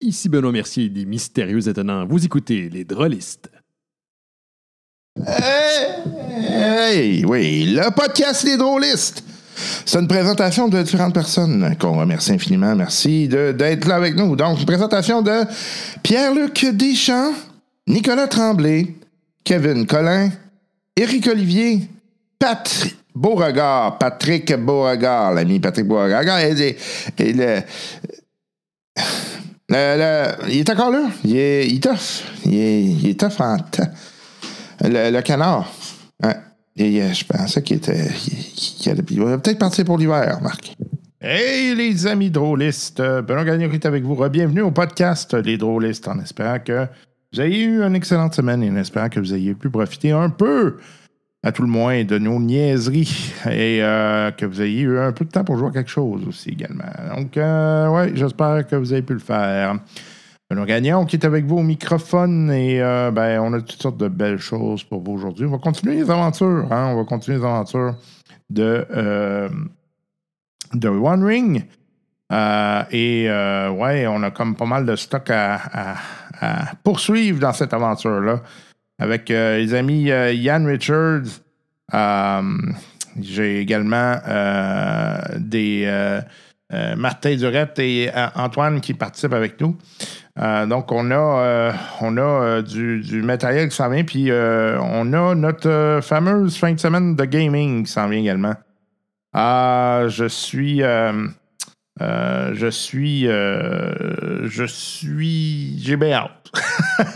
Ici Benoît Mercier des Mystérieux Étonnants. Vous écoutez Les Drôlistes. Hey, hey, oui, le podcast Les Drôlistes. C'est une présentation de différentes personnes qu'on remercie infiniment. Merci de- d'être là avec nous. Donc, une présentation de Pierre-Luc Deschamps, Nicolas Tremblay, Kevin Collin, Éric Olivier, Patrick Beauregard, Patrick Beauregard, l'ami Patrick Beauregard, et, et le, euh, le- le- il est encore là. Il est, il est tough. Il est, il est tough en temps. Le, le canard. Ouais. Et, euh, je pensais qu'il était. qu'il- qu'il allait- il va peut-être partir pour l'hiver, Marc. Hey, les amis drôlistes. Euh, Benoît Gagnon est avec vous. Bienvenue au podcast euh, Les drôlistes en espérant que vous ayez eu une excellente semaine et en espérant que vous ayez pu profiter un peu, à tout le moins, de nos niaiseries et euh, que vous ayez eu un peu de temps pour jouer à quelque chose aussi également. Donc, euh, ouais, j'espère que vous avez pu le faire. Benoît Gagnon qui est avec vous au microphone et euh, ben, on a toutes sortes de belles choses pour vous aujourd'hui. On va continuer les aventures, hein, on va continuer les aventures de, euh, de One Ring. Euh, et euh, ouais, on a comme pas mal de stock à, à- à poursuivre dans cette aventure-là avec euh, les amis euh, Ian Richards. Euh, J'ai également euh, des euh, euh, Martin Durette et euh, Antoine qui participent avec nous. Euh, donc, on a, euh, on a euh, du, du matériel qui s'en vient, puis euh, on a notre euh, fameuse fin de semaine de gaming qui s'en vient également. Ah, je suis. euh, euh, je suis. euh, je suis. J'ai bien hâte.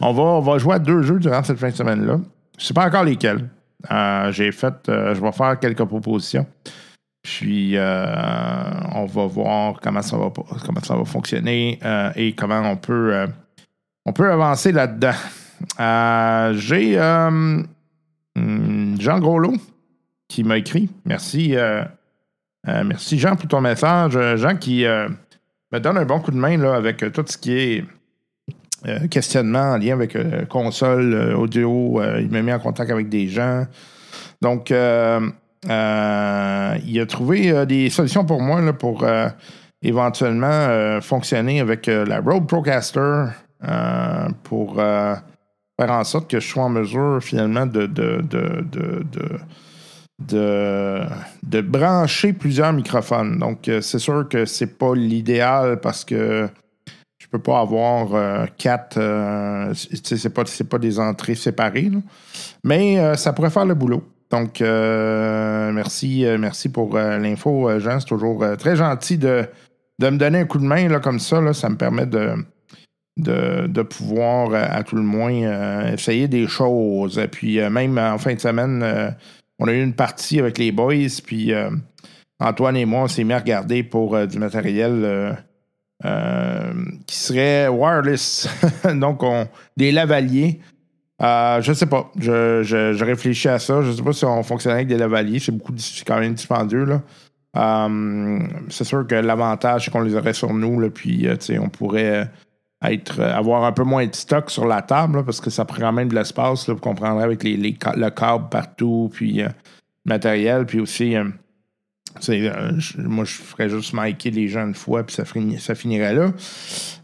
on, va, on va jouer à deux jeux durant cette fin de semaine-là. Je ne sais pas encore lesquels. Euh, J'ai fait. euh, je vais faire quelques propositions. Puis euh, on va voir comment ça va, comment ça va fonctionner euh, et comment on peut, euh, on peut avancer là-dedans. Euh, J'ai euh, hmm, Jean Groslot qui m'a écrit. Merci, euh, euh, merci Jean pour ton message. Euh, Jean qui euh, me donne un bon coup de main là, avec euh, tout ce qui est euh, questionnement en lien avec euh, console, euh, audio. Euh, il m'a mis en contact avec des gens. Donc, euh, euh, il a trouvé euh, des solutions pour moi là, pour euh, éventuellement euh, fonctionner avec euh, la Rode Procaster euh, pour euh, faire en sorte que je sois en mesure finalement de, de, de, de, de- de- de brancher plusieurs microphones. Donc, euh, c'est sûr que c'est pas l'idéal parce que je peux pas avoir euh, quatre. euh, tu sais, c'est pas, c'est pas des entrées séparées. là. Mais euh, ça pourrait faire le boulot. Donc, euh, merci, euh, merci pour euh, l'info, euh, Jean. C'est toujours euh, très gentil de, de me donner un coup de main là, comme ça. là. ça me permet de, de, de pouvoir, euh, à tout le moins, euh, essayer des choses. Et puis, euh, même en fin de semaine, euh, on a eu une partie avec les boys. Puis, euh, Antoine et moi, on s'est mis à regarder pour euh, du matériel euh, euh, qui serait wireless. Donc, on, des lavaliers. Euh, je sais pas. Je, je- je réfléchis à ça. Je sais pas si on fonctionnait avec des lavaliers. C'est beaucoup c'est quand même dispendieux. Là. Euh, c'est sûr que l'avantage, c'est qu'on les aurait sur nous. Là, puis, euh, tu sais, on pourrait euh, être, euh, avoir un peu moins de stock sur la table là, parce que ça prend quand même de l'espace. là, qu'on prendrait avec les, les ca- le câble partout, puis euh, le matériel. Puis aussi, euh, tu sais, euh, je- moi, je ferais juste miker les gens une fois, puis ça, fini- ça finirait là.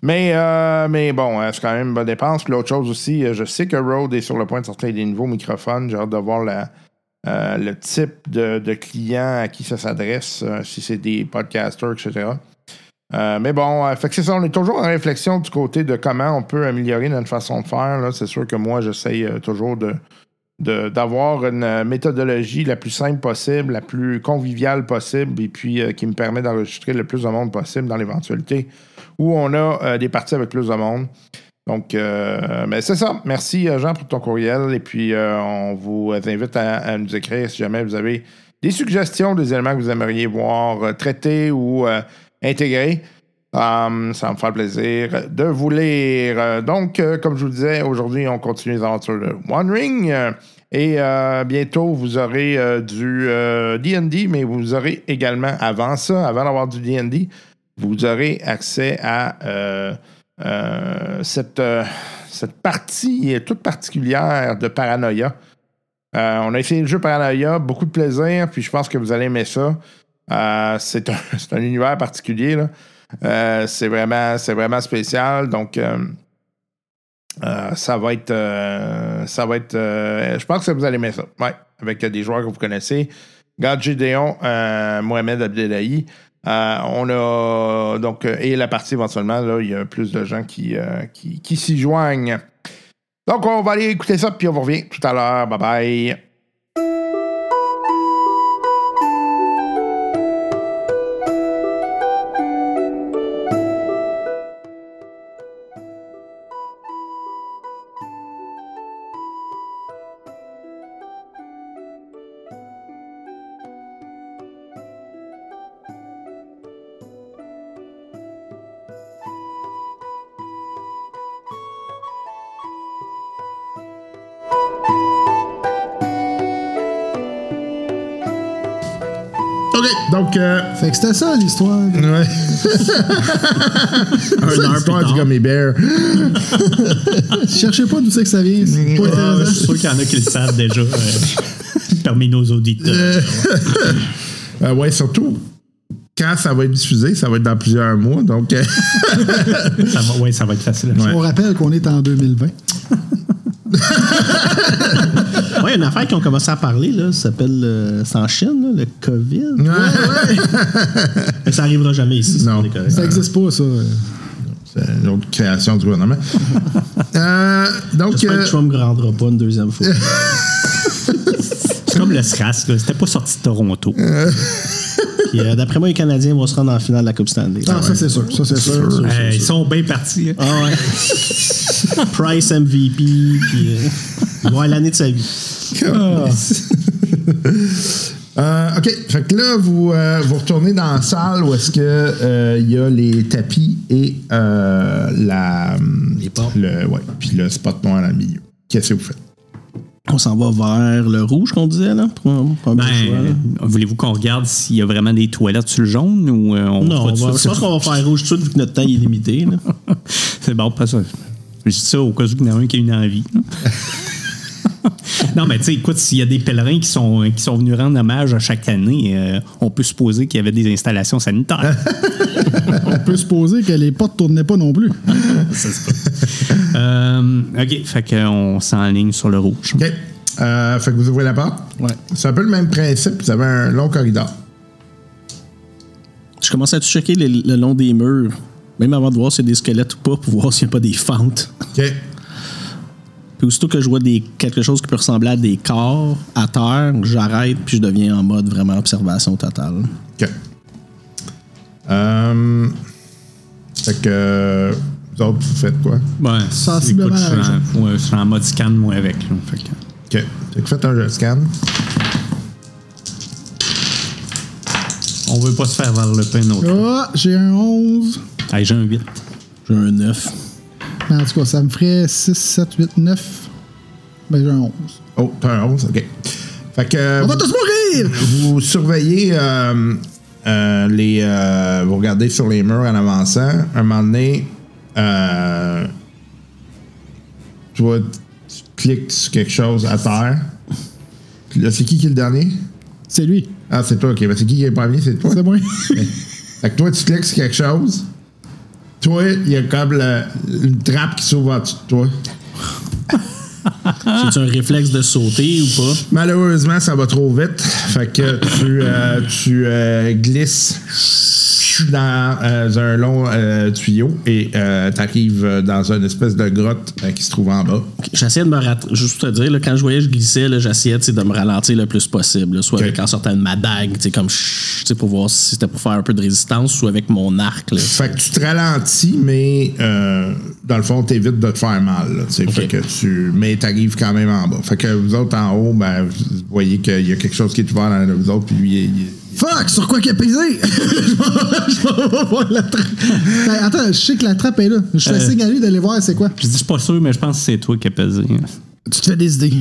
Mais, euh, mais bon, euh, c'est quand même une bonne dépense. Puis L'autre chose aussi, euh, je sais que Rode est sur le point de sortir des nouveaux microphones. J'ai hâte de voir la- euh, le type de, de client à qui ça s'adresse, euh, si c'est des podcasters, etc. Euh, mais bon, euh, fait que c'est ça, on est toujours en réflexion du côté de comment on peut améliorer notre façon de faire. là. C'est sûr que moi, j'essaye euh, toujours de, de- d'avoir une euh, méthodologie la plus simple possible, la plus conviviale possible, et puis euh, qui me permet d'enregistrer le plus de monde possible dans l'éventualité où on a euh, des parties avec plus de monde. Donc, euh, mais c'est ça. Merci euh, Jean pour ton courriel. Et puis, euh, on vous invite à, à nous écrire si jamais vous avez des suggestions, des éléments que vous aimeriez voir euh, traités ou euh, intégrés. Um, ça me fera plaisir de vous lire. Euh, Donc, euh, comme je vous disais, aujourd'hui, on continue les aventures de One Ring. euh, et euh, bientôt, vous aurez euh, du euh, DD, mais vous aurez également, avant ça, avant d'avoir du DD, vous aurez accès à euh, euh, cette, euh, cette partie toute particulière de Paranoia. Euh, on a essayé le jeu Paranoia, beaucoup de plaisir, puis je pense que vous allez aimer ça. Euh, c'est un, c'est un univers particulier. là. Euh, c'est vraiment, c'est vraiment spécial. Donc, euh, euh, ça va être, euh, ça va être. euh, je pense que vous allez aimer ça. Ouais, avec euh, des joueurs que vous connaissez. Gad Gédéon, euh, Mohamed Abdelahi. Euh, on a donc euh, et la partie éventuellement là, il y a plus de gens qui, euh, qui, qui s'y joignent. Donc on va aller écouter ça puis on vous revient tout à l'heure. Bye bye. OK, donc, euh, Fait que c'était ça l'histoire. Ouais. heure plus tard. gummy bear. Cherchez pas d'où c'est que ça vient. C'est pas euh, je intéressant. suis sûr qu'il y en a qui le savent déjà. euh, parmi nos auditeurs. Euh, ouais, surtout quand ça va être diffusé, ça va être dans plusieurs mois. Donc, euh, Ça va, ouais, ça va être facile. On rappelle qu'on est en 2020. Oui, une affaire qu'on commencé à parler, là, ça s'appelle. euh, c'est en Chine, là, le COVID. Mais ça arrivera jamais ici, Non. non. c'est correct. Ça existe pas, ça. c'est une Euh, autre création du gouvernement. Euh, donc, J'espère euh, que Trump ne rendra pas une deuxième fois. C'est comme le SRAS, là. c'était pas sorti de Toronto. Puis, euh, d'après moi, les Canadiens vont se rendre en finale de la Coupe Stanley. Ah, ça, c'est sûr. Ça, c'est sûr. Euh, ils sont bien partis. hein. Ah ouais. Price MVP, puis. euh, il va avoir l'année de sa vie. Ah. euh, OK. Fait que là, vous, euh, vous retournez dans la salle où est-ce que euh, il y a les tapis et euh, la. Les portes. Le, ouais, puis le spot noir dans le milieu. Qu'est-ce que vous faites? On s'en va vers le rouge qu'on disait, là. Pour, un- pour un Ben, petit choix, là. voulez-vous qu'on regarde s'il y a vraiment des toilettes sur le jaune ou euh, on Non, fera on va- tout ça je pense sur- qu'on va faire rouge tout de suite vu que notre temps est limité. là. C'est bon, pas ça. Je dis ça au cas où il y en a un qui a une envie. non, mais tu sais, écoute, s'il y a des pèlerins qui sont, qui sont venus rendre hommage à chaque année, euh, on peut supposer qu'il y avait des installations sanitaires. On peut se poser que les portes tournaient pas non plus. Ça se peut. Euh, OK, fait qu'on s'enligne sur le rouge. OK. Euh, fait que vous ouvrez la porte. Ouais. C'est un peu le même principe. Vous avez un long corridor. Je commence à checker le, le long des murs, même avant de voir s'il y a des squelettes ou pas, pour voir s'il n'y a pas des fentes. OK. Puis aussitôt que je vois des, quelque chose qui peut ressembler à des corps à terre, j'arrête puis je deviens en mode vraiment observation totale. OK. Euh, fait que euh, vous autres, vous faites quoi? Ouais, Sensiblement écoute, je suis en- ouais, je suis en mode scan, moi, avec. là, fait que- OK. Fait que faites un jeu de scan. on veut pas se faire vers le pain, non. Ah, j'ai un 11. Hey, J'ai un 8. J'ai un 9. Mais Ben, en tout cas, ça me ferait 6, 7, 8, 9. Ben, j'ai un 11. Oh, t'as un 11. OK. Fait que On va vous- tous mourir! vous surveillez euh, euh, les. euh, vous regardez sur les murs en avançant. Un moment donné, euh, tu vois, tu cliques sur quelque chose à terre. Là, c'est qui qui est le dernier? C'est lui. Ah, c'est toi, ok. Ben, c'est qui qui est le premier? C'est toi. C'est moi. Fait que toi, tu cliques sur quelque chose. Toi, il y a comme le- une trappe qui s'ouvre en dessous de toi. C'est un réflexe de sauter ou pas? Malheureusement, ça va trop vite. Fait que tu, euh, tu euh, glisses dans euh, un long euh, tuyau et tu arrives dans une espèce de grotte euh, qui se trouve en bas. J'essayais de me rattraper. Juste pour te dire, là, quand je voyais je glissais, là, j'essayais tu sais, de me ralentir le plus possible. là, soit Ok. avec en sortant de ma dague, tu sais, comme chut, tu sais, pour voir si c'était pour faire un peu de résistance, soit avec mon arc. là. Fait que tu te ralentis, mais euh, dans le fond, t'évites de te faire mal. là, tu sais. Fait que tu, mais t'arrives quand même en bas. Fait que vous autres en haut, ben, vous voyez qu'il y a quelque chose qui est ouvert dans vous autres, puis lui, il- il- Fuck, sur quoi qu'il a pesé? je vais- je vais voir la trappe. Ben, attends, je sais que la trappe est là. Je fais signe à lui d'aller voir c'est quoi. Je dis, je suis pas sûr, mais je pense que c'est toi qui as pesé. hein. Tu te fais des idées.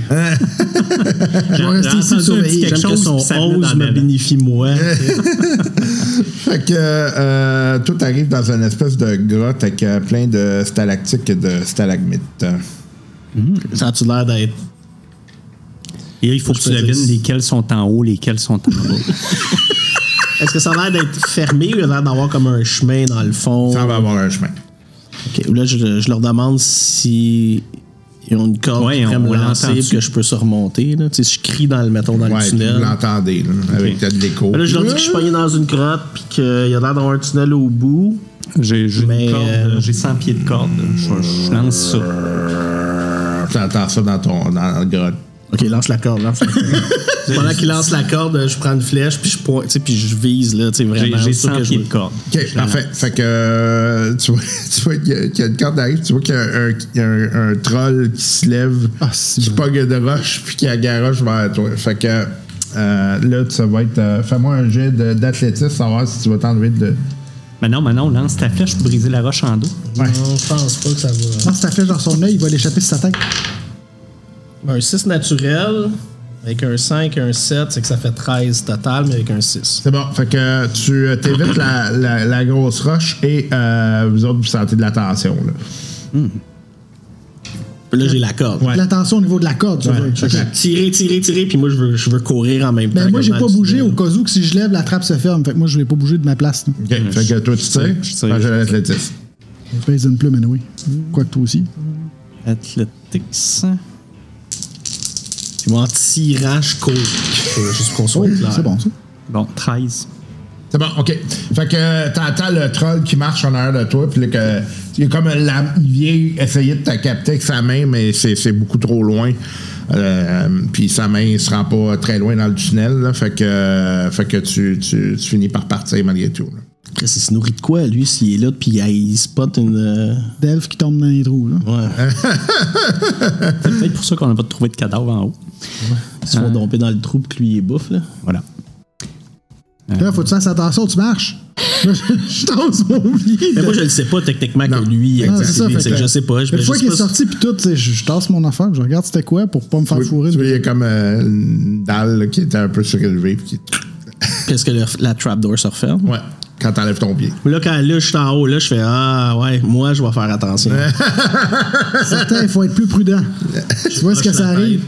J'ai rester ici entendu surveiller. un petit quelque J'aime que chose, son puis ça venait ose dans me ma bénéfie, moi. Fait que euh, tout arrive dans une espèce de grotte avec euh, plein de stalactiques et de stalagmites. ça a-tu l'air d'être. Et là, il faut que tu Je peux dire- devines lesquels sont en haut, lesquels sont en bas. Est-ce que ça a l'air d'être fermé ou il a l'air d'avoir comme un chemin dans le fond? Ça va avoir un chemin. Ok, Là, je, je leur demande si ils ont une corde Ouais, qui pourrait on me l'entend lancer et dessus. que je peux se remonter. Là. Tu sais, si je crie dans le mettons dans Ouais, le puis vous tunnel. l'entendez, là, avec peut-être de l'écho. Là, je leur dis que je suis pogné dans une grotte puis qu'il y a l'air d'avoir un tunnel au bout. J'ai j'ai Mais, une corde, euh, euh, j'ai 100 pieds de corde. Je, je lance ça. T'entends ça dans ton dans la grotte. Ok, lance la corde, lance la corde. Pendant qu'il lance la corde, je prends une flèche puis je pointe, tu sais, puis je vise là, tu sais, J'ai vraiment. j'ai c'est ça 100 que je pieds veux. de corde. OK, parfait. Fait que euh, tu vois, tu vois qu'il y, a- qu'il y a une corde d'arrive, tu vois qu'il y a un, un- un troll qui se lève, Ah, qui pogne de roche, puis qui agaroche vers toi. Fait que euh, là, ça va être. euh, Fais-moi un jet de- d'athlétisme, savoir si tu vas t'enlever de. Maintenant, maintenant, lance ta flèche pour briser la roche en deux. Non, je pense pas que ça va. Lance ta flèche dans son œil, il va l'échapper sur sa tête. Un 6 naturel avec un 5 et un 7, c'est que ça fait 13 total, mais avec un 6. C'est bon. Fait que euh, tu euh, t'évites la, la- la grosse roche et euh, vous autres, vous sentez de la tension. Là. Puis là, j'ai la corde. De La tension au niveau de la corde, tu veux dire. Fait que j'ai tiré, tiré, tiré, puis moi, je veux, je veux courir en même temps. Ben moi, comme j'ai dans pas le bougé au tunnel. cas où que si je lève, la trappe se ferme. Fait que moi, je vais pas bouger de ma place. là. OK. Fait que toi, tu tires. Ben, je tire. Fais un jet d'athlétisme. Je pèse une plume, anyway. Quoi que toi aussi. Athletics. Puis moi, en tirant, je cours. Je- Juste qu'on soit clair. C'est bon, ça. Bon, 13. C'est bon, OK. Fait que euh, t'entends le troll qui marche en arrière de toi, puis là, que, il est comme un lame- il vient essayer de te capter avec sa main, mais c'est c'est beaucoup trop loin. Euh, puis sa main il se rend pas très loin dans le tunnel, là. fait que, euh, fait que tu, tu- tu finis par partir malgré tout. là. Chris, Il se nourrit de quoi, lui, s'il est là, puis il- il spot une. euh, Delphes qui tombe dans les trous, là. Ouais. C'est peut-être pour ça qu'on n'a pas trouvé de cadavre en haut. Ils se font domper dans le trou, puis que lui, il bouffe, là. Voilà. Là, faut que tu fasses attention, tu marches. Là, je je tombe sur mon pied. Mais moi, je le sais pas techniquement Non. que lui, Non, euh, Ah, c'est ça, lui, fait c'est que- que je sais pas. Je, Une je fois sais qu'il pas est si- sorti, puis tout, tu sais, je je tasse mon affaire, je regarde c'était quoi pour pas me faire Tu vois, fourrer. tu vois, il y a comme euh, une dalle là, qui était un peu surélevée, puis qui- Qu'est-ce que le- la trapdoor se referme? ouais, quand t'enlèves ton pied. Là, quand là, je suis en haut, là, je fais Ah, ouais, moi, je vais faire attention. Certains, il faut être plus prudent. tu vois ce que Proche ça la arrive?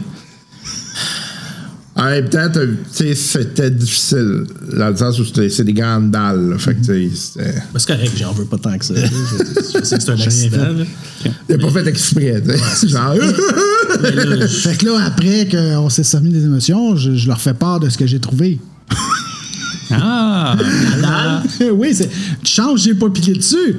En même temps, t'as- euh, tu sais, c'était difficile, dans le sens où c'était- c'est des grandes dalles, là. fait que tu sais, c'était- Mais c'est correct, j'en veux pas tant que ça. Je, je sais que c'est un accident. là. Il a pas fait exprès, tu sais. Genre, Mais là, je- Fait que là, après qu'on s'est sorti des émotions, je, je leur fais part de ce que j'ai trouvé. Ah! Ah, oui, c'est. Tu changes, j'ai pas piqué dessus.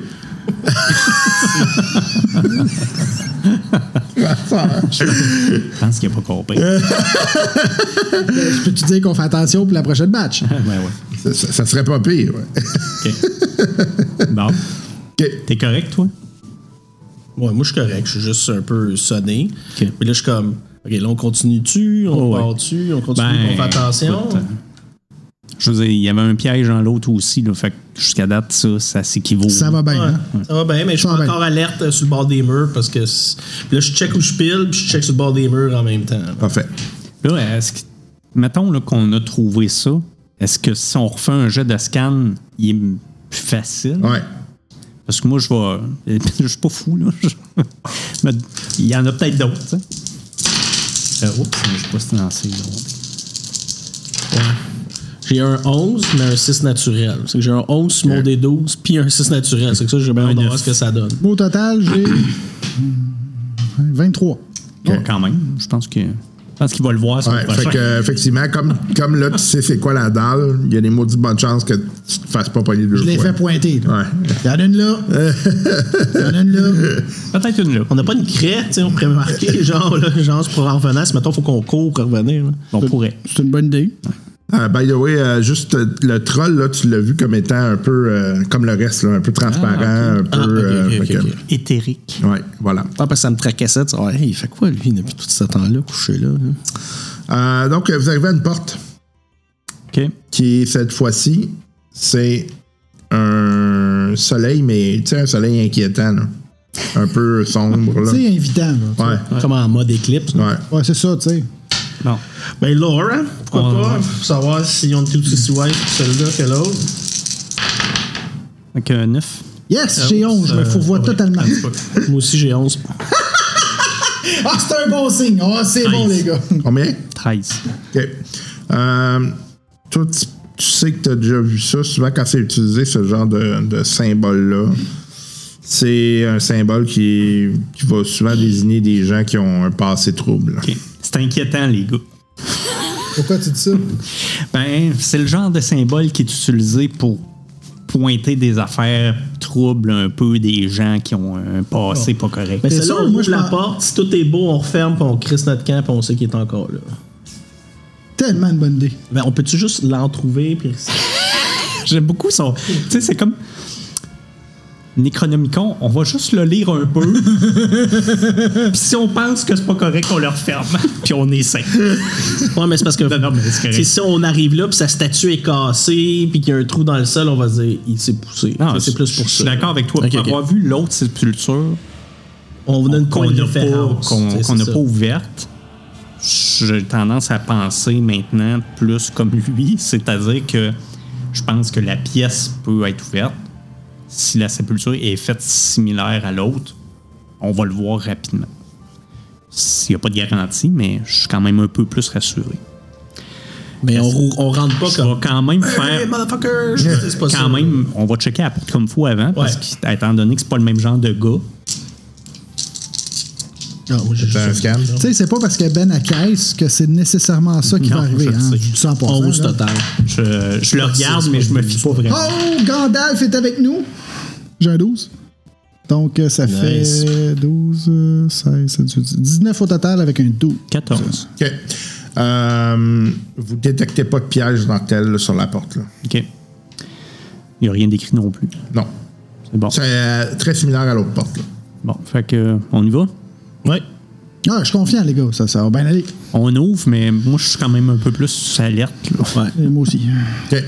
Je pense qu'il n'a pas compris. Je peux te dire qu'on fait attention pour la prochaine match. ben ouais. ça, ça- ça serait pas pire. ouais. Bon. Ok. T'es correct, toi? Ouais, moi, je suis correct. Je suis juste un peu sonné. Ok. Mais là, je suis comme OK, là, on continue-tu, on Oh, ouais. part-tu, on continue, Ben, on fait attention. écoute, euh, je veux dire, il y avait un piège dans l'autre aussi, là. Fait que jusqu'à date, ça, ça s'équivaut. Ça va bien, Ouais, hein? Ça va bien, mais je suis Ça va encore alerte euh, sur le bord des murs parce que. c'est- Puis là, je check où je pile, puis je check sur le bord des murs en même temps. Parfait. Là, est-ce que. Mettons là, qu'on a trouvé ça. Est-ce que si on refait un jet de scan, il est plus facile? Ouais. Parce que moi, je vais. Je suis pas fou, là. Je- Mais Il y en a peut-être d'autres, tu sais. Euh, oups, je sais pas si lancé. là. J'ai un 11, mais un 6 naturel. C'est que j'ai un 11 sur mon D12, puis un 6 naturel. C'est que ça, j'ai bien hâte de voir ce que ça donne. Au total, j'ai. 23. Bon, quand même, je pense que. Je pense qu'il va le voir. son Ouais, prochain. fait que, effectivement, comme, comme là, tu sais c'est quoi la dalle, il y a des maudites bonnes chances que tu te fasses pas pogner deux Je fois. l'ai fait pointer. là. Ouais. Il y en a une là. Il y en a une là. Peut-être une là. On n'a pas une crête, tu sais, on pourrait marquer, genre, là, genre, c'est pour en revenir. Si, mettons, faut qu'on court pour revenir. là. On pourrait. C'est une bonne idée. Euh, by the way, euh, juste euh, le troll, là, tu l'as vu comme étant un peu euh, comme le reste, là, un peu transparent, un peu. Ah, ok, ok, euh, ok, fait que- ok. Éthérique. Ouais, voilà. Ah, parce que ça me tracassait. tu sais, ouais, il fait quoi, lui, depuis tout ce temps-là, couché là? là? Euh, donc, vous arrivez à une porte OK. qui, cette fois-ci, c'est un soleil, mais tu sais, un soleil inquiétant, là. un peu sombre. Là. Tu sais, invitant, là. tu sais. Ouais, Comme en mode éclipse. ouais. Ouais, c'est ça, tu sais. Bon. Ben, Laura, pourquoi On- pas? Pour savoir si on est tous aussi wise pour celui-là que l'autre. Fait que 9. Yes, j'ai Ah, 11, je me euh, fourvoie ouais. totalement. Moi aussi, j'ai 11. Ah, c'est un bon signe. Ah, c'est bon, les gars. Combien? 13. OK. Euh, toi, tu tu sais que tu as déjà vu ça. Souvent, quand c'est utilisé, ce genre de, de symbole-là, c'est un symbole qui, qui va souvent désigner des gens qui ont un passé trouble. OK. C'est inquiétant, les gars. Pourquoi tu dis ça? Ben, c'est le genre de symbole qui est utilisé pour pointer des affaires troubles un peu des gens qui ont un passé pas correct. Mais T'es c'est là, sûr, on moi, ouvre je la pense- porte, si tout est beau, on referme, puis on crisse notre camp, puis on sait qu'il est encore là. Tellement une bonne idée. Ben, on peut-tu juste l'entrouver, puis... J'aime beaucoup son. Tu sais, c'est comme. Necronomicon, on va juste le lire un peu. Puis si on pense que c'est pas correct, on le referme. Puis on est sain. Ouais, mais c'est parce que... Non, non, mais c'est correct. T'sais, si on arrive là, puis sa statue est cassée, puis qu'il y a un trou dans le sol, on va se dire, il s'est poussé. Non, Ça, c'est plus pour Je suis ça. d'accord avec toi. Ok, pour ok. avoir vu l'autre sépulture On vous donne qu'on une n'a pas, référence. qu'on- t'sais, qu'on c'est n'a ça. pas ouverte, j'ai tendance à penser maintenant plus comme lui. C'est-à-dire que je pense que la pièce peut être ouverte. Si la sépulture est faite similaire à l'autre, on va le voir rapidement. S'il n'y a pas de garantie, mais je suis quand même un peu plus rassuré. Mais on, rou- on rentre pas Je comme... vais quand même faire. Hey, motherfucker! Je sais, c'est pas quand ça. même, on va checker à la porte comme faut avant, parce que, étant donné que c'est pas le même genre de gars, Non, Ah, moi, j'ai C'est un juste- scan. Tu sais, c'est pas parce que Ben a caisse que c'est nécessairement ça qui Non, va arriver. je le hein. sais. Du 100%, On rouge là. total. je, je Ah, le regarde, mais je me fie pas vraiment. Oh, Gandalf est avec nous. J'ai un 12. Donc, euh, ça Nice. fait 12, euh, 16, 17, 18, 19 au total avec un 12. 14. OK. Euh, vous détectez pas de piège dentel là, sur la porte. Là. OK. Il n'y a rien d'écrit non plus. Non. C'est bon. C'est euh, très similaire à l'autre porte. là. Bon, fait que, on y va. Ouais. Ah, je suis confiant, les gars. Ça, ça va bien aller. On ouvre, mais moi, je suis quand même un peu plus alerte. là. Et Euh, moi aussi. OK.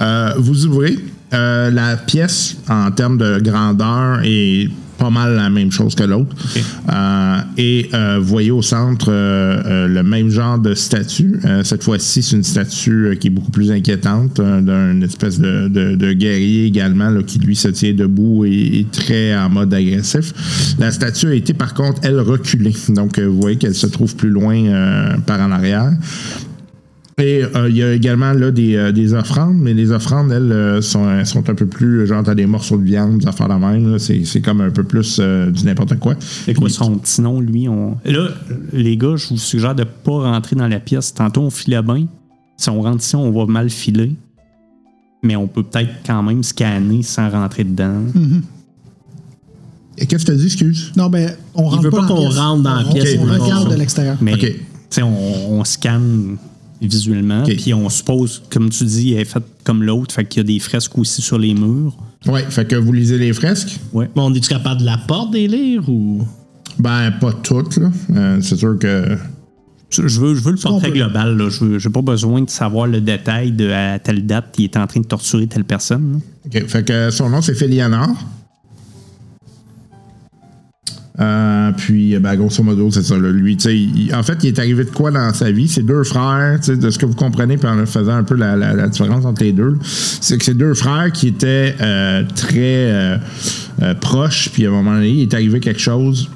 Euh, vous ouvrez. Euh, la pièce, en termes de grandeur, est pas mal la même chose que l'autre. Euh, et euh, vous voyez au centre euh, euh, le même genre de statue. Euh, cette fois-ci, c'est une statue euh, qui est beaucoup plus inquiétante, euh, d'une espèce de, de- de guerrier également, là, qui lui se tient debout et est très en mode agressif. La statue a été, par contre, elle reculée. Donc, euh, vous voyez qu'elle se trouve plus loin euh, par en arrière. Et euh, il y a également là, des, euh, des offrandes, mais les offrandes, elles, euh, sont, elles sont un peu plus. euh, Genre, t'as des morceaux de viande, des affaires la même. là. C'est c'est comme un peu plus euh, du n'importe quoi. C'est quoi son petit nom, lui? On... Là, les gars, je vous suggère de pas rentrer dans la pièce. Tantôt, on filait bien. Si on rentre ici, on va mal filer. Mais on peut peut-être quand même scanner sans rentrer dedans. Et Qu'est-ce que t'as dit, excuse? Non, ben, on rentre veut pas dans la qu'on pièce. rentre dans la On- pièce, On, il veut regarde qu'on- de l'extérieur. Mais OK. tu sais, on, on scanne visuellement, OK. puis on suppose, comme tu dis, elle est faite comme l'autre, fait qu'il y a des fresques aussi sur les murs. Ouais, fait que vous lisez les fresques? Mais on est-tu capable de la porte des livres ou. Ben, pas toutes, là. Euh, c'est sûr que. Je je veux, je veux le portrait peut- global. Là. Je n'ai pas besoin de savoir le détail de à telle date, il est en train de torturer telle personne. là. OK. Fait que son nom, c'est Félianor. Euh, puis, ben, grosso modo, c'est ça. là. Lui, tu sais, il- en fait, il est arrivé de quoi dans sa vie? Ses deux frères, tu sais, de ce que vous comprenez, puis en faisant un peu la, la- la différence entre les deux, là, c'est que ses deux frères qui étaient euh, très euh, euh, proches, puis à un moment donné, il est arrivé quelque chose.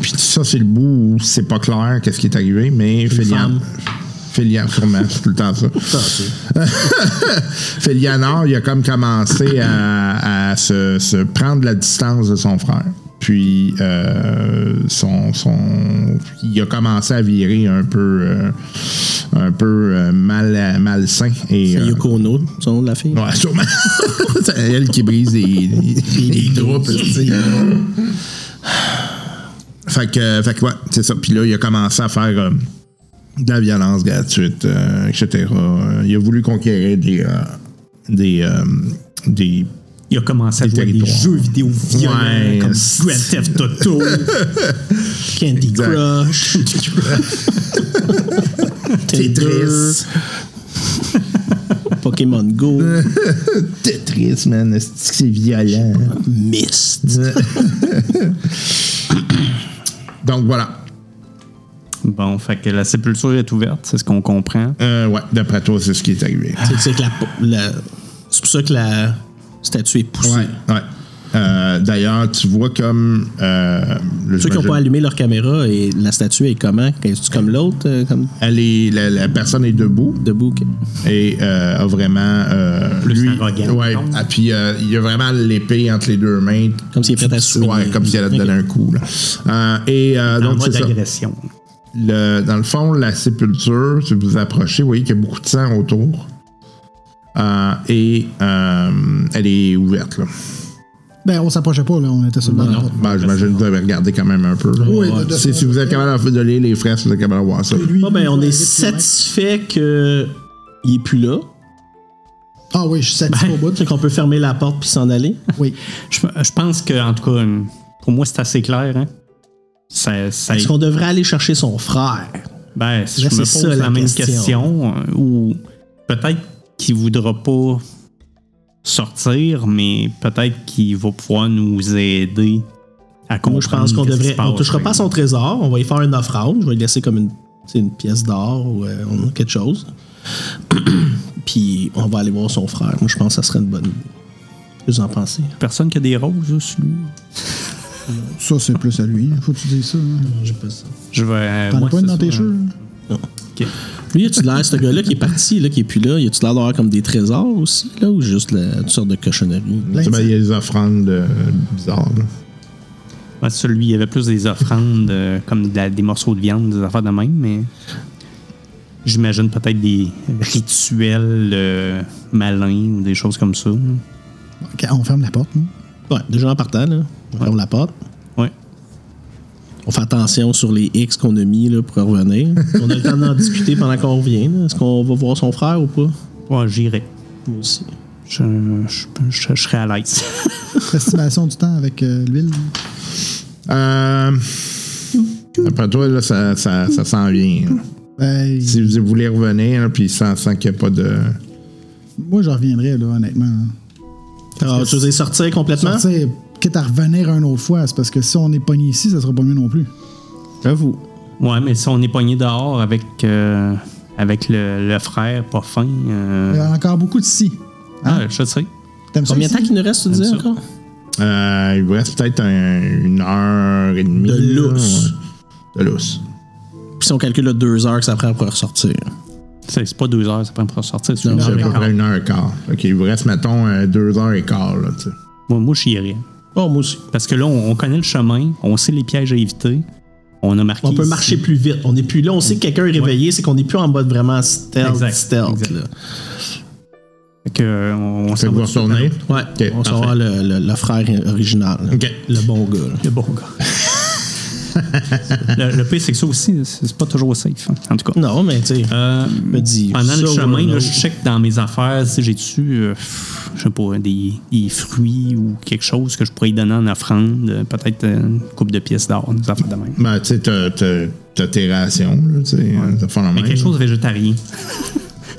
Puis ça, c'est le bout où c'est pas clair qu'est-ce qui est arrivé, mais Félian. femme. Félian, sûrement, c'est tout le temps ça. Félianor, il a comme commencé à, à se, se prendre la distance de son frère. Puis, euh, son, son, il a commencé à virer un peu, euh, un peu euh, mal, malsain. Et, C'est euh, Yoko Ono, son nom de la fille. Ouais, sûrement. c'est elle qui brise les, les, les troupes. tu sais. fait que, fait que ouais, c'est ça. Puis là, il a commencé à faire euh, de la violence gratuite, euh, etc. Euh, Il a voulu conquérir des. euh, des, euh, des Il a commencé à Des jouer à des territoires. jeux vidéo violents Ouais, comme c'est- Grand Theft Auto, Candy Exact. Crush. Tetris. Tetris. Pokémon Go. Tetris, man. C'est- C'est violent. Myst. Donc voilà. Bon, fait que la sépulture est ouverte, c'est ce qu'on comprend. Euh, ouais, d'après toi, c'est ce qui est arrivé. C'est- C'est que la- la- c'est pour ça que la statue est poussée. Ouais. Euh, D'ailleurs, tu vois comme. euh, le- Ceux qui n'ont j'imagine- pas allumé leur caméra et la statue est comment? Est-ce comme l'autre? euh, comme elle est, la, la personne est debout debout? que- et euh, a vraiment. euh, Plus arrogant. Ouais. Ah, puis euh, il y a vraiment l'épée entre les deux mains. Comme s'il est prêt à se Ouais, souiller. comme si elle allait te Ok. donner un coup. là. Euh, et euh, En donc, c'est mode ça. agression. Le- dans le fond, la sépulture, si vous vous approchez, vous voyez qu'il y a beaucoup de sang autour. Euh, et euh, elle est ouverte. Là. Ben, on s'approchait pas, là. On était sur le bord de la porte. Ben, J'imagine que vous avez regardé quand même un peu. là. Oui, de- de- si, si vous êtes capable de lire les fraises, vous êtes capable de voir ça. Lui, Bon, ben, lui, on il est va aller vite, satisfait que il est plus puis là. ouais. Ah oui, je suis satisfait au bout. Ben, C'est qu'on peut fermer la porte puis s'en aller. Oui. Je, je pense que, en tout cas, une- pour moi, c'est assez clair. Hein? Ça, ça- Est-ce qu'on devrait aller chercher son frère? ben, si Là, je me c'est pose ça, la, la même question. question, euh, ou peut-être qu'il voudra pas sortir, mais peut-être qu'il va pouvoir nous aider à comprendre. Moi, je pense qu'on qu'est-ce qui devrait. se On passe, touchera hein. pas à son trésor. On va y faire une offrande. Je vais lui laisser comme une, c'est une pièce d'or ou euh, on a quelque chose. puis on va aller voir son frère. Moi, je pense que ça serait une bonne idée. Qu'est-ce que vous en pensez? Personne qui a des roses, là, sur lui. Ça, c'est plus à lui. Faut que tu dises ça. hein. J'ai pas ça. Je vais. T'en as moi, pas une c'est dans ça, tes hein. cheveux? là? Ok. Lui, a-tu de l'air, ce gars-là qui est parti, là, qui est plus là, y a-tu de l'air d'avoir comme des trésors aussi, là, ou juste la, toutes sortes de cochonneries? Tu vois, Il y a des offrandes euh, bizarres. là. Ouais, celui, il y avait plus des offrandes, euh, comme de la- des morceaux de viande, des affaires de même, mais j'imagine peut-être des rituels euh, malins ou des choses comme ça. là. Ok, on ferme la porte, non? Ouais, déjà en partant, là. On ferme la porte. Ouais. On fait attention sur les X qu'on a mis là, pour revenir. On a le temps d'en discuter pendant qu'on revient. là. Est-ce qu'on va voir son frère ou pas? Ouais, j'irai. Moi aussi. Je, je, je- je serai à l'aise. L'estimation du temps avec euh, l'huile. Euh, après toi, là, ça, ça, ça s'en vient. là. Ben, Si vous voulez revenir, là, puis sans, sans qu'il n'y ait pas de. moi, je reviendrais, là, honnêtement. hein. Alors, Ah, tu veux sortir complètement? Sortir, quitte à revenir une autre fois, c'est parce que si on est pogné ici, ça sera pas mieux non plus. J'avoue. ouais, mais si on est pogné dehors avec, euh, avec le, le frère pas fin. euh, Il y a encore beaucoup de si. ah, je sais. T'aimes ça? Combien de ici? temps qu'il nous reste, tu dis ça. encore? Euh, il vous reste peut-être un- une heure et demie. De là, lousse. ouais. De lousse. Puis si on calcule le deux heures que ça prend pour ressortir. C'est c'est pas deux heures, ça prend pour sortir. celui-là. C'est à Mais peu quand- près une heure et quart. Ok, il vous reste, mettons, euh, deux heures et quart. Là, tu sais. moi, moi j'irai. Oh, moi aussi. Parce que là, on, on connaît le chemin, on sait les pièges à éviter. On a marqué. On peut ici. marcher plus vite. On n'est plus là. On sait que quelqu'un est réveillé. C'est qu'on n'est plus en mode vraiment stealth. Exact. stealth Exact. là. Fait que, euh, on, on fait s'en que vous va dessus. retournez. Ouais. Ok, on parfait. va voir le, le- le frère original. là. Ok. Le bon gars. là. Le bon gars. le, le pire, c'est que ça aussi, c'est c'est pas toujours safe. hein, en tout cas. Non, mais tu sais, Euh, me dis. pendant le ça, chemin, on là, a- je check dans mes affaires si j'ai-tu, euh, pff, je sais pas, des, des fruits ou quelque chose que je pourrais y donner en offrande. euh, Peut-être euh, une coupe de pièces d'or, des affaires de même. Ben, tu sais, t'as- t'as t'as tes rations. Là, tu sais, ça fait la Mais même, quelque là. chose de végétarien.